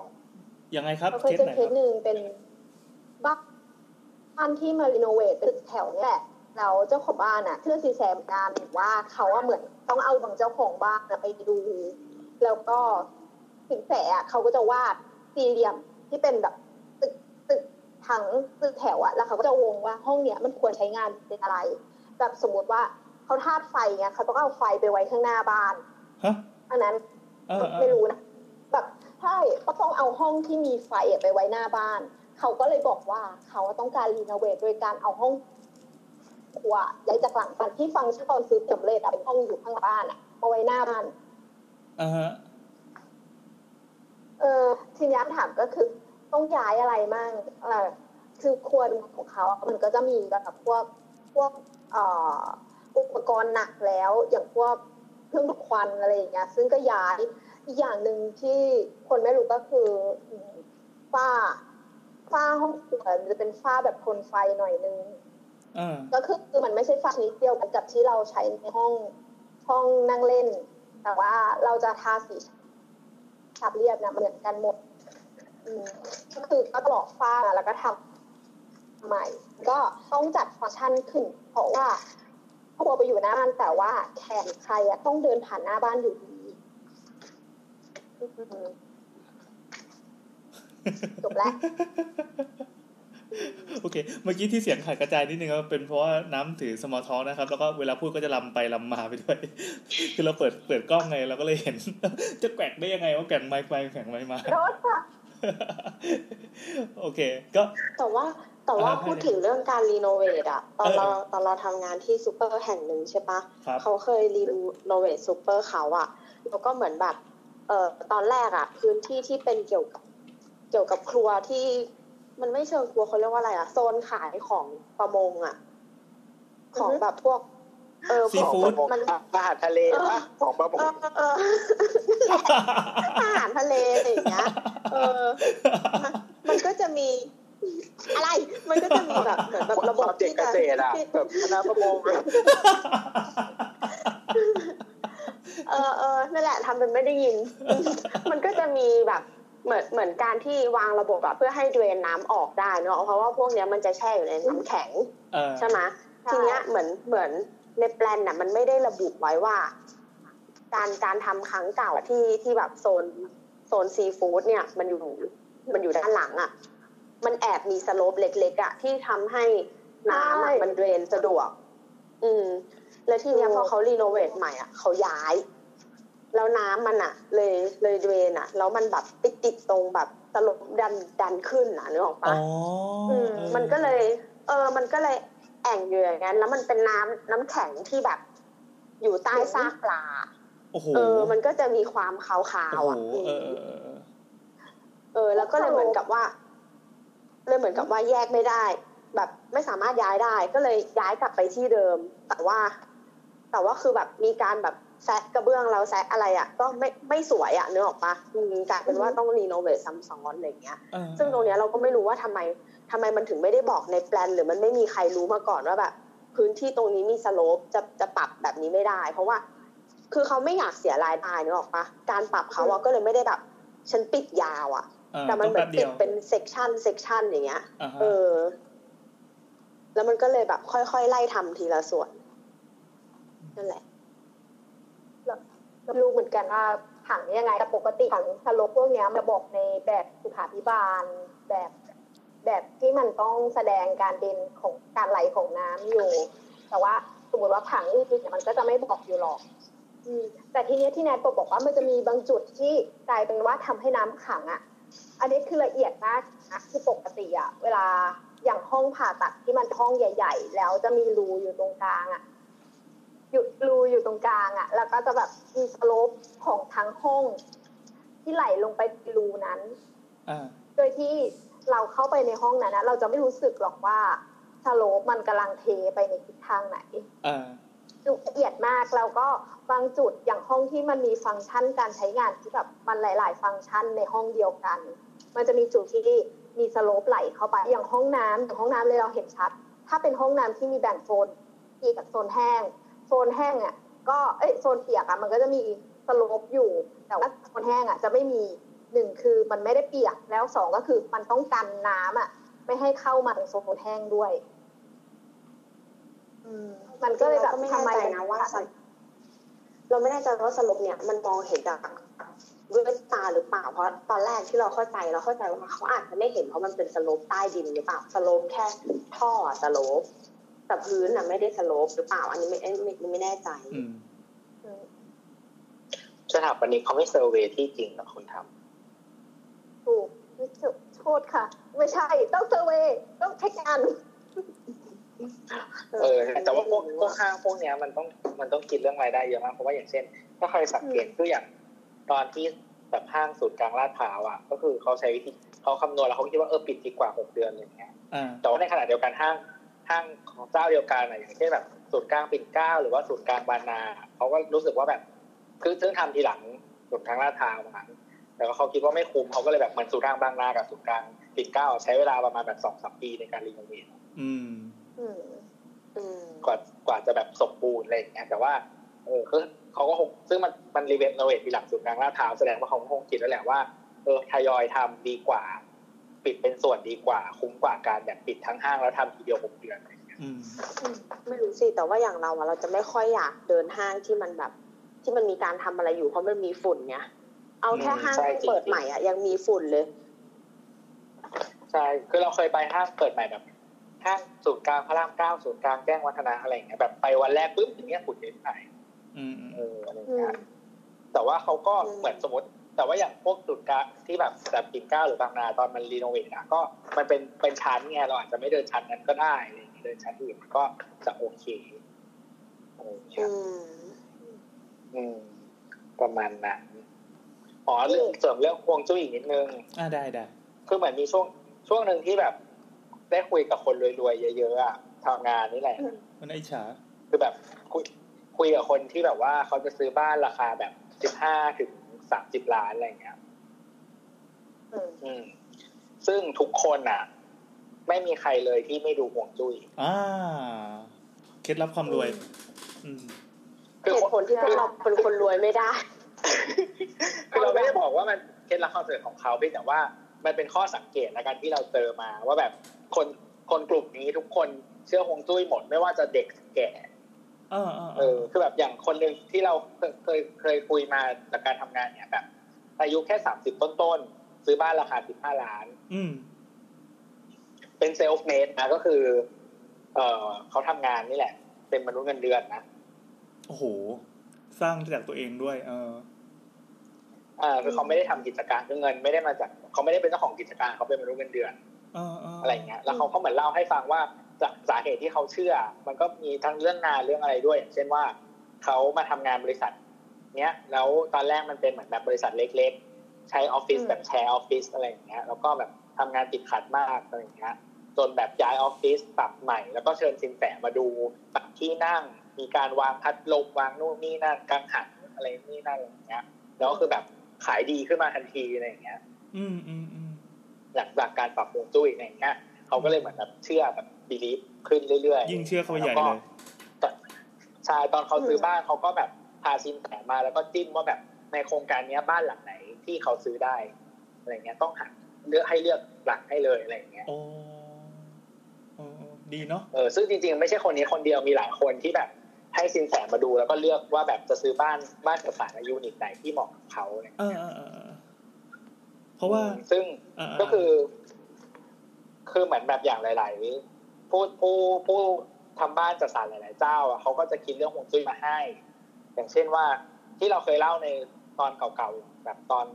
S2: ยังไงครับ
S6: เราเค
S2: เค
S6: ย
S2: ส
S6: เจอ
S2: ไหน
S6: เค
S2: ค
S6: ส
S2: รับ
S6: หนึ่งเป็นบ้านบ้านที่มารีโนเวทตึกแถวเนี่ยแหละแล้วเจ้าของบ้านอะเชื่อซีแซมการบอกว่าเขาอะเหมือนต้องเอาของเจ้าของบ้านอะไปดู แล้วก็สินแสอะเขาก็จะวาดสี่เหลี่ยมที่เป็นแบบตึกตึกทั้งตึกแถวอะแล้วเขาก็จะวงว่าห้องเนี้ยมันควรใช้งานเป็นอะไร แบบสมมติว่าเขาทาดไฟเงี้ยเขาต้องเอาไฟไปไว้ข้างหน้าบ้าน
S2: ฮะ
S6: อันนั้น
S2: เออเอ
S6: ไม่
S2: อ
S6: รู้นะแบบใช่ก็ต้องเอาห้องที่มีไฟอะไปไว้หน้าบ้าน เขาก็เลยบอกว่าเขาต้องการรีโนเวทโดยการเอาห้องครัวย้ายจากหลังบ้านที่ฟังก์ชันตอนซื้อสำเร็จอะเป็นห้องอยู่ข้างหลังบ้านอะมาไว้หน้าบ้าน
S2: อ่าฮะ
S6: เออทีนี้ถามก็คือต้องย้ายอะไรมั่งเออคือครัวของเขาอะมันก็จะมีแบบพวกพวกเอ่ออุปกรณ์หนักแล้ว อย่างพวกเครื่องดูดควันอะไรอย่างเงี้ย ซึ่งก็ย้ายอีกอย่างหนึ่งที่คนไม่รู้ก็คือฝ้าฝ้าห้องครัวมันจะเป็นฝ้าแบบทนไฟหน่อยนึง
S2: อ่า
S6: ก็คือคือมันไม่ใช่ฝ้าชนิดเดียวกันกับที่เราใช้ในห้องห้องนั่งเล่น แต่ว่าเราจะทาสีฉาบเรียบนะเหมือนกันหมด อืมก็คือก็กรอกฝ้าแล้วก็ทำใหม่ ก็ต้องจัดฟังก์ชันขึ้น เพราะว่าครัวไปอยู่หน้าบ้านแต่ว่าแขกใครอะต้องเดินผ่านหน้าบ้านอยู่ดีอืมจบแล้ว
S2: โอเค เมื่อกี้ที่เสียงขาดกระจายนิดนึงก็เป็นเพราะว่าน้ำถือสมอท้องนะครับ แล้วก็เวลาพูดก็จะลำไปลำมาไปด้วย คือเราเปิดเปิดกล้องไงเราก็เลยเห็น จะแกว่งได้ยังไงว่าแกว่งไมค์ไปแกว่งไมค์มา
S6: โทษค่ะ
S2: โอเค ก็
S5: แต่ว่าแต่ว่า
S2: อะไรนะ
S5: พูดถึงเรื่องการรีโนเวทอะตอน
S2: เออ
S5: เราตอนเราทำงานที่ซูเปอร์แห่งหนึ่งใช่ปะ
S2: ครับ
S5: เขาเคยรีโนเวทซูเปอร์เขาอะแล้วก็เหมือนแบบ เอ่อตอนแรกอะพื้นที่ที่เป็นเกี่ยวกับ เกี่ยวกับครัวที่มันไม่เชิงครัวเขาเรียกว่าอะไรอะโซนขายของประมงอะของแบบพวก เออ
S2: ซีฟู้ด
S5: ของมัน
S9: อาหารทะเลปะของประม
S5: เองอเออ อาหารทะเลอะไรอย่างเงี้ย เออ มันก็จะมี อะไร มันก็จะมีแบบเหมือนแบบระ
S9: ค
S5: บบ
S9: วามเด็ก
S5: ที่
S9: เก
S5: จะ
S9: ษตรอ่ะ
S5: ที่
S9: แบบคณะประมง
S5: เออเออนั่นแหละทำเป็นไม่ได้ยิน มันก็จะมีแบบเหมือนเหมือนการที่วางระบบอะเพื่อให้เดรนน้ำออกได้เนาะเพราะว่าพวกเนี้ยมันจะแช่อยู่ในน้ำแข็ง
S2: เออ
S5: ใช่ไหม
S6: ใช่
S5: ทีเนี้ยเหมือนเหมือนในแปลนน่ะมันไม่ได้ระบุไว้ว่า การการทำครั้งเก่าที่ที่แบบโซนโซนซีฟู้ดเนี่ย มันอยู่มันอยู่ด้านหลังอ่ะ มันแอบมีสโลปเล็กๆอ่ะที่ทำให้น้ำอะ
S6: ใช่
S5: มันเดรนสะดวก อืม แล้วทีเนี้ยพอเขารีโนเวทใหม่อ่ะเขาย้าย แล้วน้ำมันอะเลยเลยเดรนอะแล้วมันแบบติดติดๆตรงแบบตลบดันดันขึ้นอะนึกออก
S2: อ๋
S5: ปะ
S2: ออ
S5: อืม
S2: ออ
S5: มันก็เลย เออ มันก็เลยแอ่งอยู่อย่างนั้น แล้วมันเป็นน้ำน้ำแข็งที่แบบ อยู่ใต้ซากปลา
S2: โอ้โห
S5: เออ มันก็จะมีความขาวๆ
S2: โอ้
S5: อ่ะ
S2: โห
S5: อืม
S2: เออเออเออเออ
S5: เออ แล้วก็เลยเหมือนกับว่า เลยเหมือนกับว่าแยกไม่ได้ แบบไม่สามารถย้ายได้ ก็เลยย้ายกลับไปที่เดิม แต่ว่า แต่ว่าคือแบบมีการแบบแซะกระเบื้องเราแซะอะไรอ่ะ ก็ไม่ไม่สวยอ่ะนึกออกปะอืมกลายเป็นว่าต้องรีโนเวทซ้ำซ้อนอะไรอย่างเงี้ย
S2: เออ
S5: ซึ่งตรงเนี้ยเราก็ไม่รู้ว่าทำไมทำไมมันถึงไม่ได้บอกในแปลน หรือมันไม่มีใครรู้มาก่อนว่าแบบพื้นที่ตรงนี้มีสโลปจะจะปรับแบบนี้ไม่ได้ เพราะว่า คือเขาไม่อยากเสียรายได้นึกออกปะการปรับเขาอะก็เลยไม่ได้แบบฉันปิดยาวอะ
S2: เออ
S5: แต่มันแบ
S2: ต้องป๊
S5: บบ ปิ
S2: ดี
S5: ด
S2: ยว
S5: เป็นเซกชันเซกชันอย่างเงี้ย
S2: อ่าฮะ
S5: เออ แล้วมันก็เลยแบบค่อยๆไล่ทำทีละส่วนนั่นแหละ
S6: ไม่รู้เหมือนกันว่าถังยังไงแต่ปกติถังทะลกพวกเนี้ยมันบอกในแบบสุขาพิบาลแบบ แบบที่มันต้องแสดงการเดินของการไหลของน้ำอยู่ แต่ว่าสมมติว่าถังอื่นๆเนี่ยมันก็จะไม่บอกอยู่หรอก อืมแต่ทีเนี้ยที่แนทบอกบอกว่ามันจะมีบางจุดที่กลายเป็นว่าทำให้น้ำขังอะ่ะ อันนี้คือละเอียดมากนะคือปกติอะ่ะ เวลาอย่างห้องผ่าตัดที่มันห้องใหญ่ ๆ แล้วจะมีรูอยู่ตรงกลางอ่ะ หยุดรูอยู่ตรงกลางอะ่ะ แล้วก็จะแบบมีสโลปของทั้งห้อง ที่ไหลลงไปในรูนั้น
S2: อ่า
S6: โดยที่เราเข้าไปในห้องนั้นนะเราจะไม่รู้สึกหรอกว่าสโลปมันกำลังเทไปในทิศทางไหน
S2: อ่า
S6: ละเอียดมากแล้วก็บางจุดอย่างห้องที่มันมีฟังก์ชันการใช้งานที่แบบมันหลาย ๆ ฟังก์ชันในห้องเดียวกัน มันจะมีจุดที่มีสโลปไหลเข้าไปอย่างห้องน้ำอย่างห้องน้ำเลยเราเห็นชัด ถ้าเป็นห้องน้ำที่มีแบ่งโซนเปียกกับโซนแห้ง โซนแห้งอ่ะก็เอ้ยโซนเปียกอ่ะมันก็จะมีสโลปอยู่ แต่ว่าโซนแห้งอ่ะจะไม่มีหนึ่งคือมันไม่ได้เปียกแล้วสองก็คือมันต้องกันน้ำอ่ะไม่ให้เข้ามาในโซนแห้งด้วย
S5: อืม
S6: มันก็เลยแบบ
S5: เราก็ไม่
S6: ทำไม
S5: แน่ใจนะว่า เราไม่แน่ใจว่าสรุปเนี่ยมันมองเห็นจากด้วยตาหรือเปล่าเพราะตอนแรกที่เราเข้าใจเราเข้าใจว่าเขาอาจจะไม่เห็นเพราะมันเป็นสโลปใต้ดินหรือเปล่าสโลปแค่ท่อสโลปแต่พื้นน่ะไม่ได้สโลปหรือเปล่า อันนี้ไม่ไม่ไม่ไม่แน่ใจ
S2: อืม
S4: สถาปนิกเขาไม่เซอร์เวย์ที่จริงหรอกคุณท
S6: ถูกไม่ถูกโทษค่ะ ไม่ใช่ ต้องเซอร์เวย์ต้องเช็คงาน
S4: ำเออแต่ว่าพวกพวกห้างพวกเนี้ยมันต้องมันต้องคิดเรื่องรายได้เยอะมากเพราะว่าอย่างเช่น ถ้าใครสังเกตคืออย่างตอนที่แบบห้างศูนย์กลางลาดพร้าวอ่ะก็คือเขาใช้วิธีเขาคำนวณแล้วเขาคิดว่าเออปิดดีกว่าหกเดือนอะไรอย่างเงี้ย
S2: อ่า
S4: แต่ว่าในขณะเดียวกันห้างห้างของเจ้าเดียวกันอะอย่างเช่นแบบศูนย์กลางปิ่นเกล้าหรือว่าศูนย์กลางบางนาเขาก็รู้สึกว่าแบบคือซึ่งทำทีหลังศูนย์กลางลาดพร้าวมั้งแต่ว่าเขาคิดว่าไม่คุ้มเขาก็เลยแบบเหมือนศูนย์กลางบางนากับศูนย์กลางปิ่นเกล้าใช้เวลาประมาณแบบสองสามปีในการรีโนเวท
S2: อืม
S6: อืม
S4: กว่ากว่าจะแบบสมบูรณ์อะไรอย่างเงี้ยแต่ว่าเออคือเขาก็คงซึ่งมันมันรีโนเวททีหลังศูนย์กลางลาดพร้าวแสดงว่าเขาก็คงคิดแล้วแหละว่าเออทยอยทำดีกว่า ปิดเป็นส่วนดีกว่า คุ้มกว่าการแบบปิดทั้งห้างแล้วทำทีเดียวหกเดือน
S2: อืม
S5: ไม่รู้สิแต่ว่าอย่างเราอะเราจะไม่ค่อยอยากเดินห้างที่มันแบบ ที่มันมีการทำอะไรอยู่เพราะมันมีฝุ่นไงเอาแค่ห้าง
S4: ใช่
S5: ที่เปิดใหม่อะยังมีฝุ่นเลย
S4: ใช่ คือเราเคยไปห้างเปิดใหม่แบบห้างศูนย์กลางพระรามเก้าศูนย์กลางแจ้งวัฒนะอะไรอย่างเงี้ยแบบไปวันแรกปุ๊บอย่างเงี้ยฝุ่นเยอะไป
S2: อืม
S4: เอออะไรอย่างเงี้ยแต่ว่าเขาก็เหมือนสมมติ แต่ว่าอย่างพวกศูนย์กลางที่แบบแบบกิ่งก้าวหรือบางนาตอนมันรีโนเวทอะก็มันเป็นเป็นชั้นไงเราอาจจะไม่เดินชั้นนั้นก็ได้อะไรอย่างเงี้ยเดินชั้นอื่นมันก็จะโอเคอะไรอย่างเงี้ย
S5: อืม
S4: อืม ประมาณนั้นอ๋อเรื่องเสริมเรื่องฮวงจุ้ยอีกนิดนึง
S2: อ่าได้ได้
S4: คือเหมือนมีช่วงช่วงหนึ่งที่แบบ ได้คุยกับคนรวยๆเยอะๆอะทำงานนี่แหละ
S2: มันอิจฉา
S4: คือแบบคุยคุยกับคนที่แบบว่าเขาจะซื้อบ้านราคาแบบสิบห้าถึงสามสิบล้านอะไรอย่างเงี้ย
S6: อืม
S4: อืม ซึ่งทุกคนอ่ะ ไม่มีใครเลยที่ไม่ดูห่วงจุ้ย
S2: อ่าเคล็ดลับความรวย อืม
S4: คือ
S5: เหตุผลที่พวกเราเป็นคนรวยไม่ได้
S4: คือเราไม่ได้บอกว่ามันเคล็ดลับความสำเร็จของเขาเพียงแต่ว่ามันเป็นข้อสังเกตและการที่เราเจอมา ว่าแบบคนคนกลุ่มนี้ทุกคนเชื่อห่วงจุ้ยหมดไม่ว่าจะเด็กแก่
S2: เออเออเอ
S4: เอ
S2: อ
S4: อคือแบบอย่างคนหนึ่งที่เราเคยเคยเคยคุยมาจากการทำงานเนี่ยแบบอายุแค่สามสิบต้นๆ ซื้อบ้านราคาสิบห้าล้าน
S2: อืม
S4: เป็นเซลฟ์เมดนะก็คือ เออเขาทำงานนี่แหละ เป็นมนุษย์เงินเดือนนะ
S2: โอ้โห สร้างจากตัวเองด้วย เออ
S4: อ่าคือเขาไม่ได้ทำกิจการคือเงินไม่ได้มาจากเขาไม่ได้เป็นเจ้าของกิจการเขาเป็นมนุษย์เงินเดือน
S2: เออเออ
S4: อะไรเงี้ย แล้วเขาก็เหมือนเล่าให้ฟังว่าจากสาเหตุที่เขาเชื่อ มันก็มีทั้งเรื่องงานเรื่องอะไรด้วย อย่างเช่นว่าเขามาทำงานบริษัท เนี้ย แล้วตอนแรกมันเป็นเหมือนแบบบริษัทเล็กๆ ใช้ออฟฟิศ
S5: อืม
S4: แบบแชร์ออฟฟิศอะไรอย่างเงี้ย แล้วก็แบบทำงานติดขัดมากอะไรอย่างเงี้ย จนแบบย้ายออฟฟิศปรับใหม่ แล้วก็เชิญสินแสมาดูปรับที่นั่ง มีการวางพัดลมวางนู่นนี่นั่นกังหันอะไรนี่นั่นอะไรอย่างเงี้ย แล้วก็คือแบบขายดีขึ้นมาทันทีอะไรอย่างเงี้ย
S2: อืมอืมอืม
S4: หลังจากการปรับปรุงจุ้ยอะไรอย่างเงี้ยเขาก็เลยเหมือนแบบเชื่อแบบบีลีฟขึ้นเรื่อยๆ
S2: ยิ่งเชื่อเข้าไปใหญ่เลย
S4: แล้วก็ใช่ตอนเขาซื้ออ
S5: ม
S4: บ้านเขาก็แบบพาซินแสมาแล้วก็จิ้มว่าแบบในโครงการเนี้ยบ้านหลังไหนที่เขาซื้อได้อะไรเงี้ยต้องหักเลือกให้เลือกหลังให้เลยอะไรอย่างเงี้ย
S2: โอ้โอ้โอ้ดีเนาะ
S4: เออซึ่งจริงๆไม่ใช่คนนี้คนเดียวมีหลายคนที่แบบให้ซินแสมาดูแล้วก็เลือกว่าแบบจะซื้อบ้านบ้านกับสารอายุนิตไหนที่เหมาะกับเขาอะไร
S2: เอ
S4: เงี้ย
S2: อเออเออเออเพราะว่า
S4: ซึ่ง
S2: เเ
S4: ก็คือ คือเหมือนแบบอย่างหลาย ๆ ผู้ผู้ผู้ทำบ้านจัดสรรหลาย ๆ เจ้าอะเขาก็จะคิดเรื่องฮวงจุ้ยมาให้ อย่างเช่นว่าที่เราเคยเล่าในตอนเก่า ๆ แบบตอน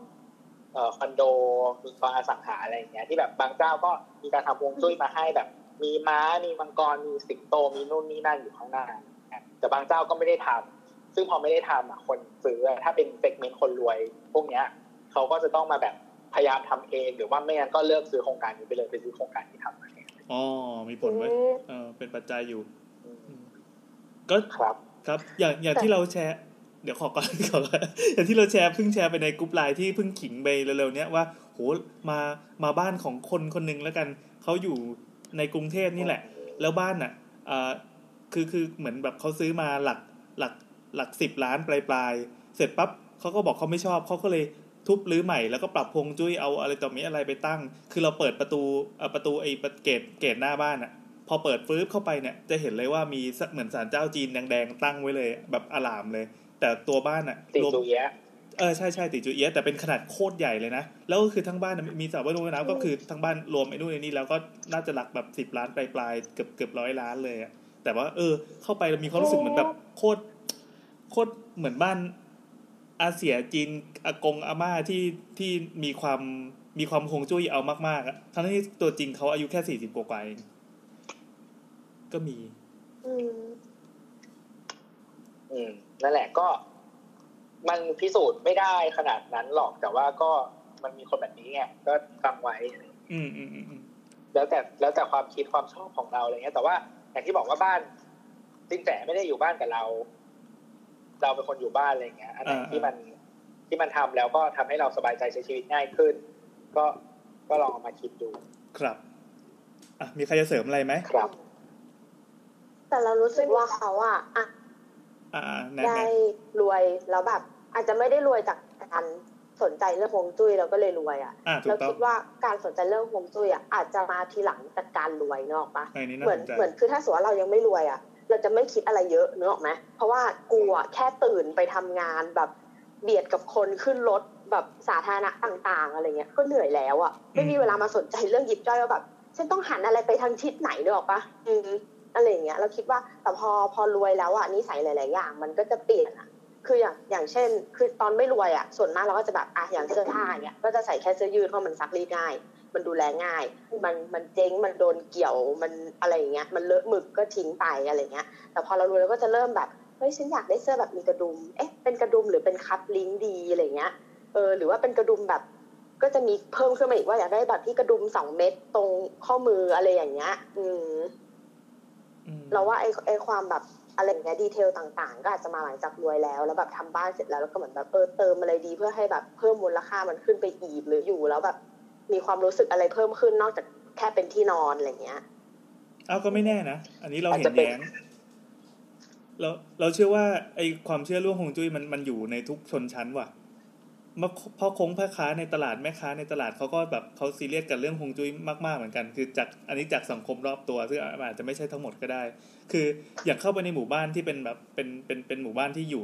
S4: เอ่อคอนโดหรือตอนอสังหาอะไรอย่างเงี้ยที่แบบบางเจ้าก็มีการทำฮวงจุ้ยมาให้แบบ มีม้ามีมังกรมีสิงโตมีนู่นนี่นั่นอยู่ข้างหน้านะครับแต่บางเจ้าก็ไม่ได้ทำซึ่งพอไม่ได้ทำอะคนซื้ออะถ้าเป็นเซกเมนต์คนรวย พวกเนี้ย เขาก็จะต้องมาแบบพยายามทำเองหรือว่าไม่งั้นก็เลิกซื้อโครงการนี้ไปเลยไปซื้อโครงการที่ทำมาเอง
S2: อ๋อมีผลไว้ยเออเป็นปัจจัยอยู่ อืมก็
S4: ครับ
S2: ครับอย่างอย่างที่เราแชร์ เดี๋ยวขอก่อน ขอก่อนอย่างที่เราแชร์เพิ่งแชร์ไปในกลุ่มไลน์ที่เพิ่งขิงไปเร็วๆเนี้ยว่าโหมามาบ้านของคนคนหนึ่งแล้วกันเขาอยู่ในกรุงเทพนี่แหละ แล้วบ้านอ่ะเอ่อคือคือเหมือนแบบเขาซื้อมาหลักหลักหลักสิบล้านปลายปลายๆเสร็จปั๊บเขาก็บอกเขาไม่ชอบเขาก็เลยทุบรื้อใหม่แล้วก็ปรับพวงจุ้ยเอาอะไรต่อมีอะไรไปตั้ง คือเราเปิดประตูเอ่อประตูไอ้ประเกตเกตหน้าบ้านอ่ะ พอเปิดฟื้บเข้าไปเนี่ยจะเห็นเลยว่ามีสเหมือนศาลเจ้าจีนแดงๆตั้งไว้เลย แบบอลามเลย แต่ตัวบ้านอะ
S4: ตี
S2: รวม
S4: จูเอียะ
S2: เออใช่ใช่ติจูเอียะแต่เป็นขนาดโคตรใหญ่เลยนะ แล้วก็คือทั้งบ้านน่ะมีสระว่ายน้ำก็คือทั้งบ้านรวมไอ้นู่นไอ้นี่แล้วก็น่าจะหลักแบบสิบ10 ล้านปลายๆเกือบเกือบร้อยล้านเลยอะแต่ว่า เออ เข้าไปมีความรู้สึกเหมือนแบบโคตรโคตรเหมือนบ้าน อาเซียจีนอากงอาม่าที่ที่มีความมีความฮวงจุ้ยเอามากๆอะทั้งที่ตัวจริงเขาอายุแค่สี่สิบกว่าๆเองก็มี
S5: อืม
S4: อืมนั่นแหละก็ มันพิสูจน์ไม่ได้ขนาดนั้นหรอกแต่ว่าก็มันมีคนแบบนี้ไงก็ฟังไว้
S2: อืมอืมอืมอืม
S4: แล้วแต่แล้วแต่ความคิดความชอบของเราอะไรเงี้ย แต่ว่าอย่างที่บอกว่าบ้านสินแสไม่ได้อยู่บ้านกับเรา เราเป็นคนอยู่บ้านอะไรเงี้ยอันไหนที่มันที่มันทำแล้วก็ทำให้เราสบายใจใช้ชีวิตง่ายขึ้น ก็ก็ลองเอามาคิดดู
S2: ครับ อ่ะ มีใครจะเสริมอะไรไหม
S4: ครับ
S5: แต่เรารู้สึกว่าเขาอะอะ
S2: อ่าแนะ
S5: ได้
S2: น
S5: รวยแล้วแบบ อาจจะไม่ได้รวยจากการสนใจเรื่องฮวงจุ้ยเราก็เลยรวยอะ
S2: ำอ่าถู
S5: เรา
S2: กต้อง
S5: คิดว่าการสนใจเรื่องฮวงจุ้ยอะอาจจะมาทีหลังจากการรวยนกออกปะ
S2: ในนี้น่า
S5: เหมือ
S2: ส
S5: น
S2: นใจ
S5: เหมือนคือถ้าสมมติว่าเรายังไม่รวยอะ่ะ เราจะไม่คิดอะไรเยอะนึกออกไหมเพราะว่ากลัวแค่ตื่นไปทำงานแบบเบียดกับคนขึ้นรถแบบสาธารณะต่าง ๆ อะไรเงี้ยก็เหนื่อยแล้วอะ่ะไม่มีเวลามาสนใจเรื่องยิบย่อยว่าแบบฉันต้องหันอะไรไปทางทิศไหนนึกออกปะอืมอะไรอย่างเงี้ยเราคิดว่าแต่พอพอรวยแล้วอะ่ะนิสัยหลาย ๆ อย่าง มันก็จะเปลี่ยนอะคืออย่างอย่างเช่น คือตอนไม่รวยอะ่ะส่วนมากเราก็จะแบบอ่ะอย่างเสื้อผ้าอย่างเงี้ยก็จะใส่แค่เสื้อยืดเพราะมันซักรีดง่าย มันดูแลง่าย มันมันเจ๊ง มันโดนเกี่ยว มันอะไรอย่างเงี้ย มันเลอะหมึกก็ทิ้งไปอะไรเงี้ย แต่พอเรารู้แล้วก็จะเริ่มแบบ เฮ้ยฉันอยากได้เสื้อแบบมีกระดุม เอ๊ะ เป็นกระดุมหรือเป็นคัพลิงก์ดีอะไรเงี้ย เออ หรือว่าเป็นกระดุมแบบ ก็จะมีเพิ่มขึ้นมาอีกว่าอยากได้แบบที่กระดุมสองเม็ดตรงข้อมืออะไรอย่างเงี้ย อืม
S2: อืม
S5: เราว่าไอ้ไอ้ความแบบอะไรอย่างเงี้ยดีเทลต่างๆ ก็อาจจะมาหลังจากรวยแล้ว แล้วแบบทำบ้านเสร็จแล้วแล้วก็เหมือนแบบเออเติมอะไรดีเพื่อให้แบบเพิ่มมูลค่ามันขึ้นไปอีกหรืออยู่แล้วแบบมีความรู้สึกอะไรเพิ่มขึ้นนอกจากแค่เป็นที่นอนอะไรเงี้ย
S2: เอาก็ไม่แน่นะ อันนี้เราเห็
S4: อา
S2: น
S4: จจะเป็น
S2: แย้งเราเราเชื่อว่าไอความเชื่อเรื่องฮวงจุ้ยมันมันอยู่ในทุกชนชั้นว่ะมาพ่อคงพ่อค้าในตลาดแม่ค้าในตลาดเขาก็แบบเขาซีเรียสกับเรื่องฮวงจุ้ยมากๆเหมือนกัน คือจากอันนี้จากสังคมรอบตัวซึ่งอาจจะไม่ใช่ทั้งหมดก็ได้ คืออย่างเข้าไปในหมู่บ้านที่เป็นแบบเป็นเป็นเป็นหมู่บ้านที่อยู่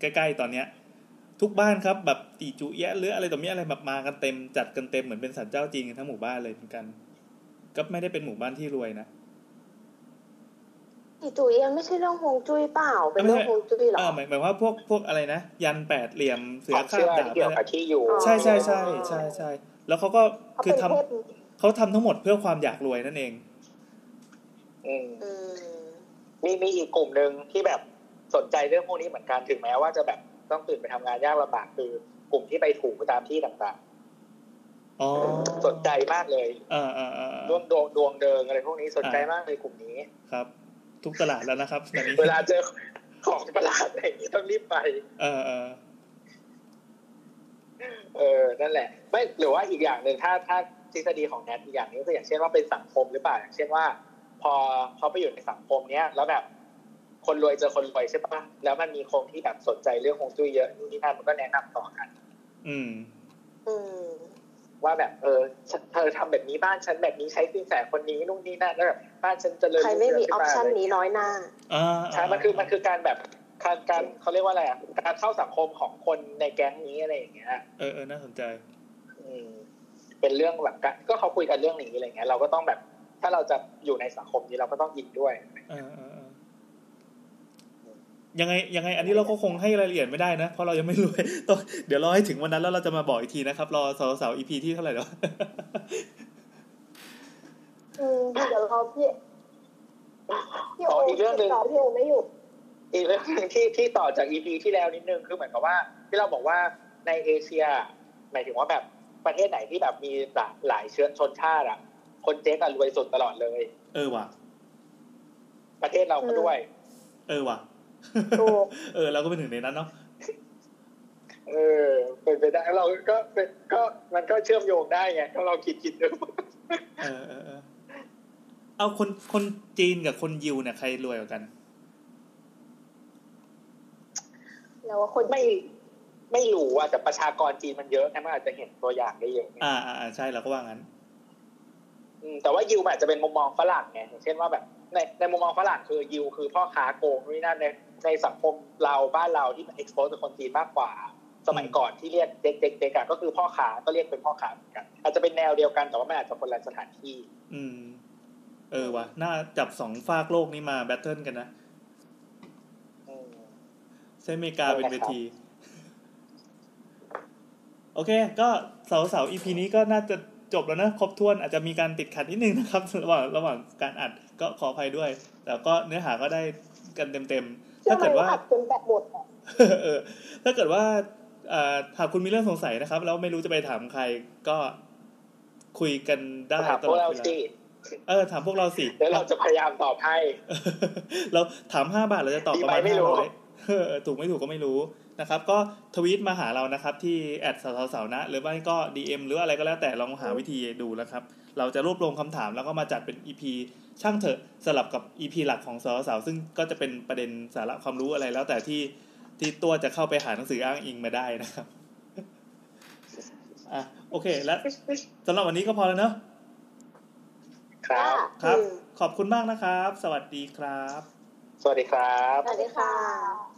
S2: ใกล้ๆตอนเนี้ย ทุกบ้านครับแบบตีจุเอะหรืออะไรต่อมีอะไรแบบมากันเต็มจัดกันเต็มเหมือนเป็นสันเจ้าจีนกันทั้งหมู่บ้านเลยเหมือนกัน ก็ไม่ได้เป็นหมู่บ้านที่รวยนะ
S5: จีจุยยังไม่ใช่เรื่องฮวงจุ้ยเปล่า เป็นเรื่องฮวงจุ้ยเหรอ
S2: อ่าหมายหมายว่าพวกพวกอะไรนะ ยันแปดเหลี่ยมเสื
S4: ค
S2: อ
S4: วาม
S2: คา
S4: เชื่
S2: บ
S4: อ
S2: ดาบ
S4: ที่เกี่ยวกับที่อยู่
S5: อ๋อ
S2: ใช่ใช่ใช่ใช่ใช่แล้วเขาก็
S6: เขา
S2: คือ
S6: เป็น
S2: ทำ
S6: เทพ
S2: เขาทำทั้งหมดเพื่อความอยากรวยนั่นเอง
S4: อืม
S5: อืม
S4: มีมีอีกกลุ่มหนึ่งที่แบบสนใจเรื่องพวกนี้เหมือนกันถึงแม้ว่าจะแบบต้องตื่นไปทำงานยากลำบากคือกลุ่มที่ไปถูตามที่ต่าง
S2: อ๋อ
S4: ๆ สนใจมากเลย
S2: อ่าอ่าอ่า
S4: ร่วมดวงดวงเดิงอะไรพวกนี้สนใจมากเลยกลุ่มนี้
S2: ครับ ทุกตลาดแล้วนะครับตอนนี้
S4: เวลาเจอของประหลาดอะไรอย่างนี้ต้องรีบไป
S2: เออเออ
S4: เออ นั่นแหละ ไม่หรือว่าอีกอย่างหนึ่งถ้าถ้าทฤษฎีของแนทอีกอย่างหนึงก็คืออย่างเช่นว่าเป็นสังคมหรือเปล่าอย่างเช่นว่า พอเขาไปอยู่ในสังคมเนี้ยแล้วแบบคนรวยเจอคนรวยใช่ปะแล้วมันมีคนที่แบบสนใจเรื่องฮวงจุ้ยเยอะนู่นนี่นั่นมันก็แนะนำต่อกัน
S2: อืม
S5: อืม
S4: ว่าแบบเออฉันเธอทำแบบนี้บ้านฉันแบบนี้ใช้สินแสคนนี้นู่นนี่นั่นแล้วแบบบ้านฉันเจริญ
S5: ใครไม่มีอ
S4: รุ่
S5: อง ป
S4: เรืง
S5: ชัน
S4: ขึ้าะ
S5: นี้
S4: ไรเงี้ย
S5: น้อยหน้า
S2: อ่า
S4: ใช่ มันคือ มันคือการแบบ การ การเขาเรียกว่าอะไรอ่ะ การเข้าสังคมของคนในแก๊งนี้อะไรอย่างเงี้ย
S2: เออเออน่าสนใจ
S4: อืม เป็นเรื่องแบบกะก็เขาคุยกันเรื่องนี้อะไรเงี้ย เราก็ต้องแบบ ถ้าเราจะอยู่ในสังคมนี้เราก็ต้องอินด้วย
S2: เออเออเออยังไงยังไง อันนี้เราก็คงให้รายละเอียดไม่ได้นะ เพราะเรายังไม่รวย ต้องเดี๋ยวรอให้ถึงวันนั้นแล้วเราจะมาบอกอีกทีนะครับ รอสาวสาวอีพีที่เท่าไหร่แล้ว
S6: อืมเดี๋ยวเราพี่พี่
S4: อ๋
S6: โอ
S4: ออีกเรื่องหนึ่ง
S6: ติดต่พี่โอไม่อยู่
S4: อีกเรื่องหนึ่งที่ที่ต่อจาก EP ที่แล้วนิดนึงคือเหมือนกับว่า ที่เราบอกว่าในเอเชีย หมายถึงว่าแบบประเทศไหนที่แบบมีหลากหลายเชื้อชนชาติอ่ะ คนเจ๊กอะรวยสุดตลอดเลย
S2: เออว่ะ
S4: ประเทศเราก็ด้วย
S2: เออว่ะ
S6: ถูก
S2: เออเราก็เป็นหนึ่งในนั้นเนาะ
S4: เออเป็นไปได้เราก็เป็นก็มันก็เชื่อมโยงได้ไงก็เราคิดคิดดู
S2: เออเออเออเอาคนคนจีนกับคนยิวเนี่ยใครรวยกว่ากัน
S6: แล้วว่าคน
S4: ไม่ไม่รู้อ่ะแต่ประชากรจีนมันเยอะนะมันอาจจะเห็นตัวอย่างได้เยอะไง
S2: อ่าอ่าอ่าใช่เราก็ว่างั้น
S4: อืมแต่ว่ายิวมันอาจจะเป็นมุมมองฝรั่งไงอย่างเช่นว่าแบบในในมุมมองฝรั่งคือยิวคือพ่อค้าโกงนู่นนี่นั่นในในสังคมเราบ้านเราที่มัน expose กับคนจีนมากกว่า สมัยก่อนที่เรียกเด็กเด็กเด็กอะก็คือพ่อค้าก็เรียกเป็นพ่อค้าเหมือนกัน อาจจะเป็นแนวเดียวกันแต่ว่ามันอาจจะคนละสถานที่
S2: อืม เออว่ะน่าจับสองฝากโลกนี้มาแบทเทิลกันนะ
S4: อืม
S2: ใช้อเมริกาเป็นเวที โอเค ก็เสาเสาอีพีนี้ก็น่าจะจบแล้วนะ ครบถ้วนอาจจะมีการติดขัดนิดนึงนะครับ ระหว่างระหว่างการอัดก็ขออภัยด้วย แต่ก็เนื้อหาก็ได้กันเต็มๆ
S6: เชื่อ
S2: ถ้า
S6: ไหม
S2: เกิด
S6: ว่า
S2: ว่า
S6: อัดจนแบบหมดอะ
S2: เออถ้าเกิดว่าเอ่อหากคุณมีเรื่องสงสัยนะครับ แล้วไม่รู้จะไปถามใครก็คุยกันได้
S4: ถาม
S2: ต
S4: พ
S2: ลอกด
S4: วเรา
S2: เวลา
S4: สิ
S2: เออถามพวกเราสิ
S4: แล้วเราจะพยายามตอบให้
S2: เราถามห้าบาทเราจะตอบประมาณ
S4: ดีไหมไม่
S2: ห้า
S4: รู้
S2: ร้อย เออถูกไม่ถูกก็ไม่รู้นะครับ ก็ทวีตมาหาเรานะครับ ที่แอดสาวสาวๆนะ หรือไม่ก็ DM หรืออะไรก็แล้วแต่ลองหาวิธีดูนะครับ เราจะรวบรวมคำถามแล้วก็มาจัดเป็น EP ช่างเถอะสลับกับ EP หลักของสาวสาวๆซึ่งก็จะเป็นประเด็นสาระความรู้อะไรแล้วแต่ที่ที่ตัวจะเข้าไปหาหนังสืออ้างอิงมาได้นะครับ อ่ะโอเค และสำหรับวันนี้ก็พอแล้วเนอะ
S4: ครับ
S2: ครับ ขอบคุณมากนะครับ สวัสดีครับ
S4: สวัสดีครับ
S5: สวัสดีค่ะ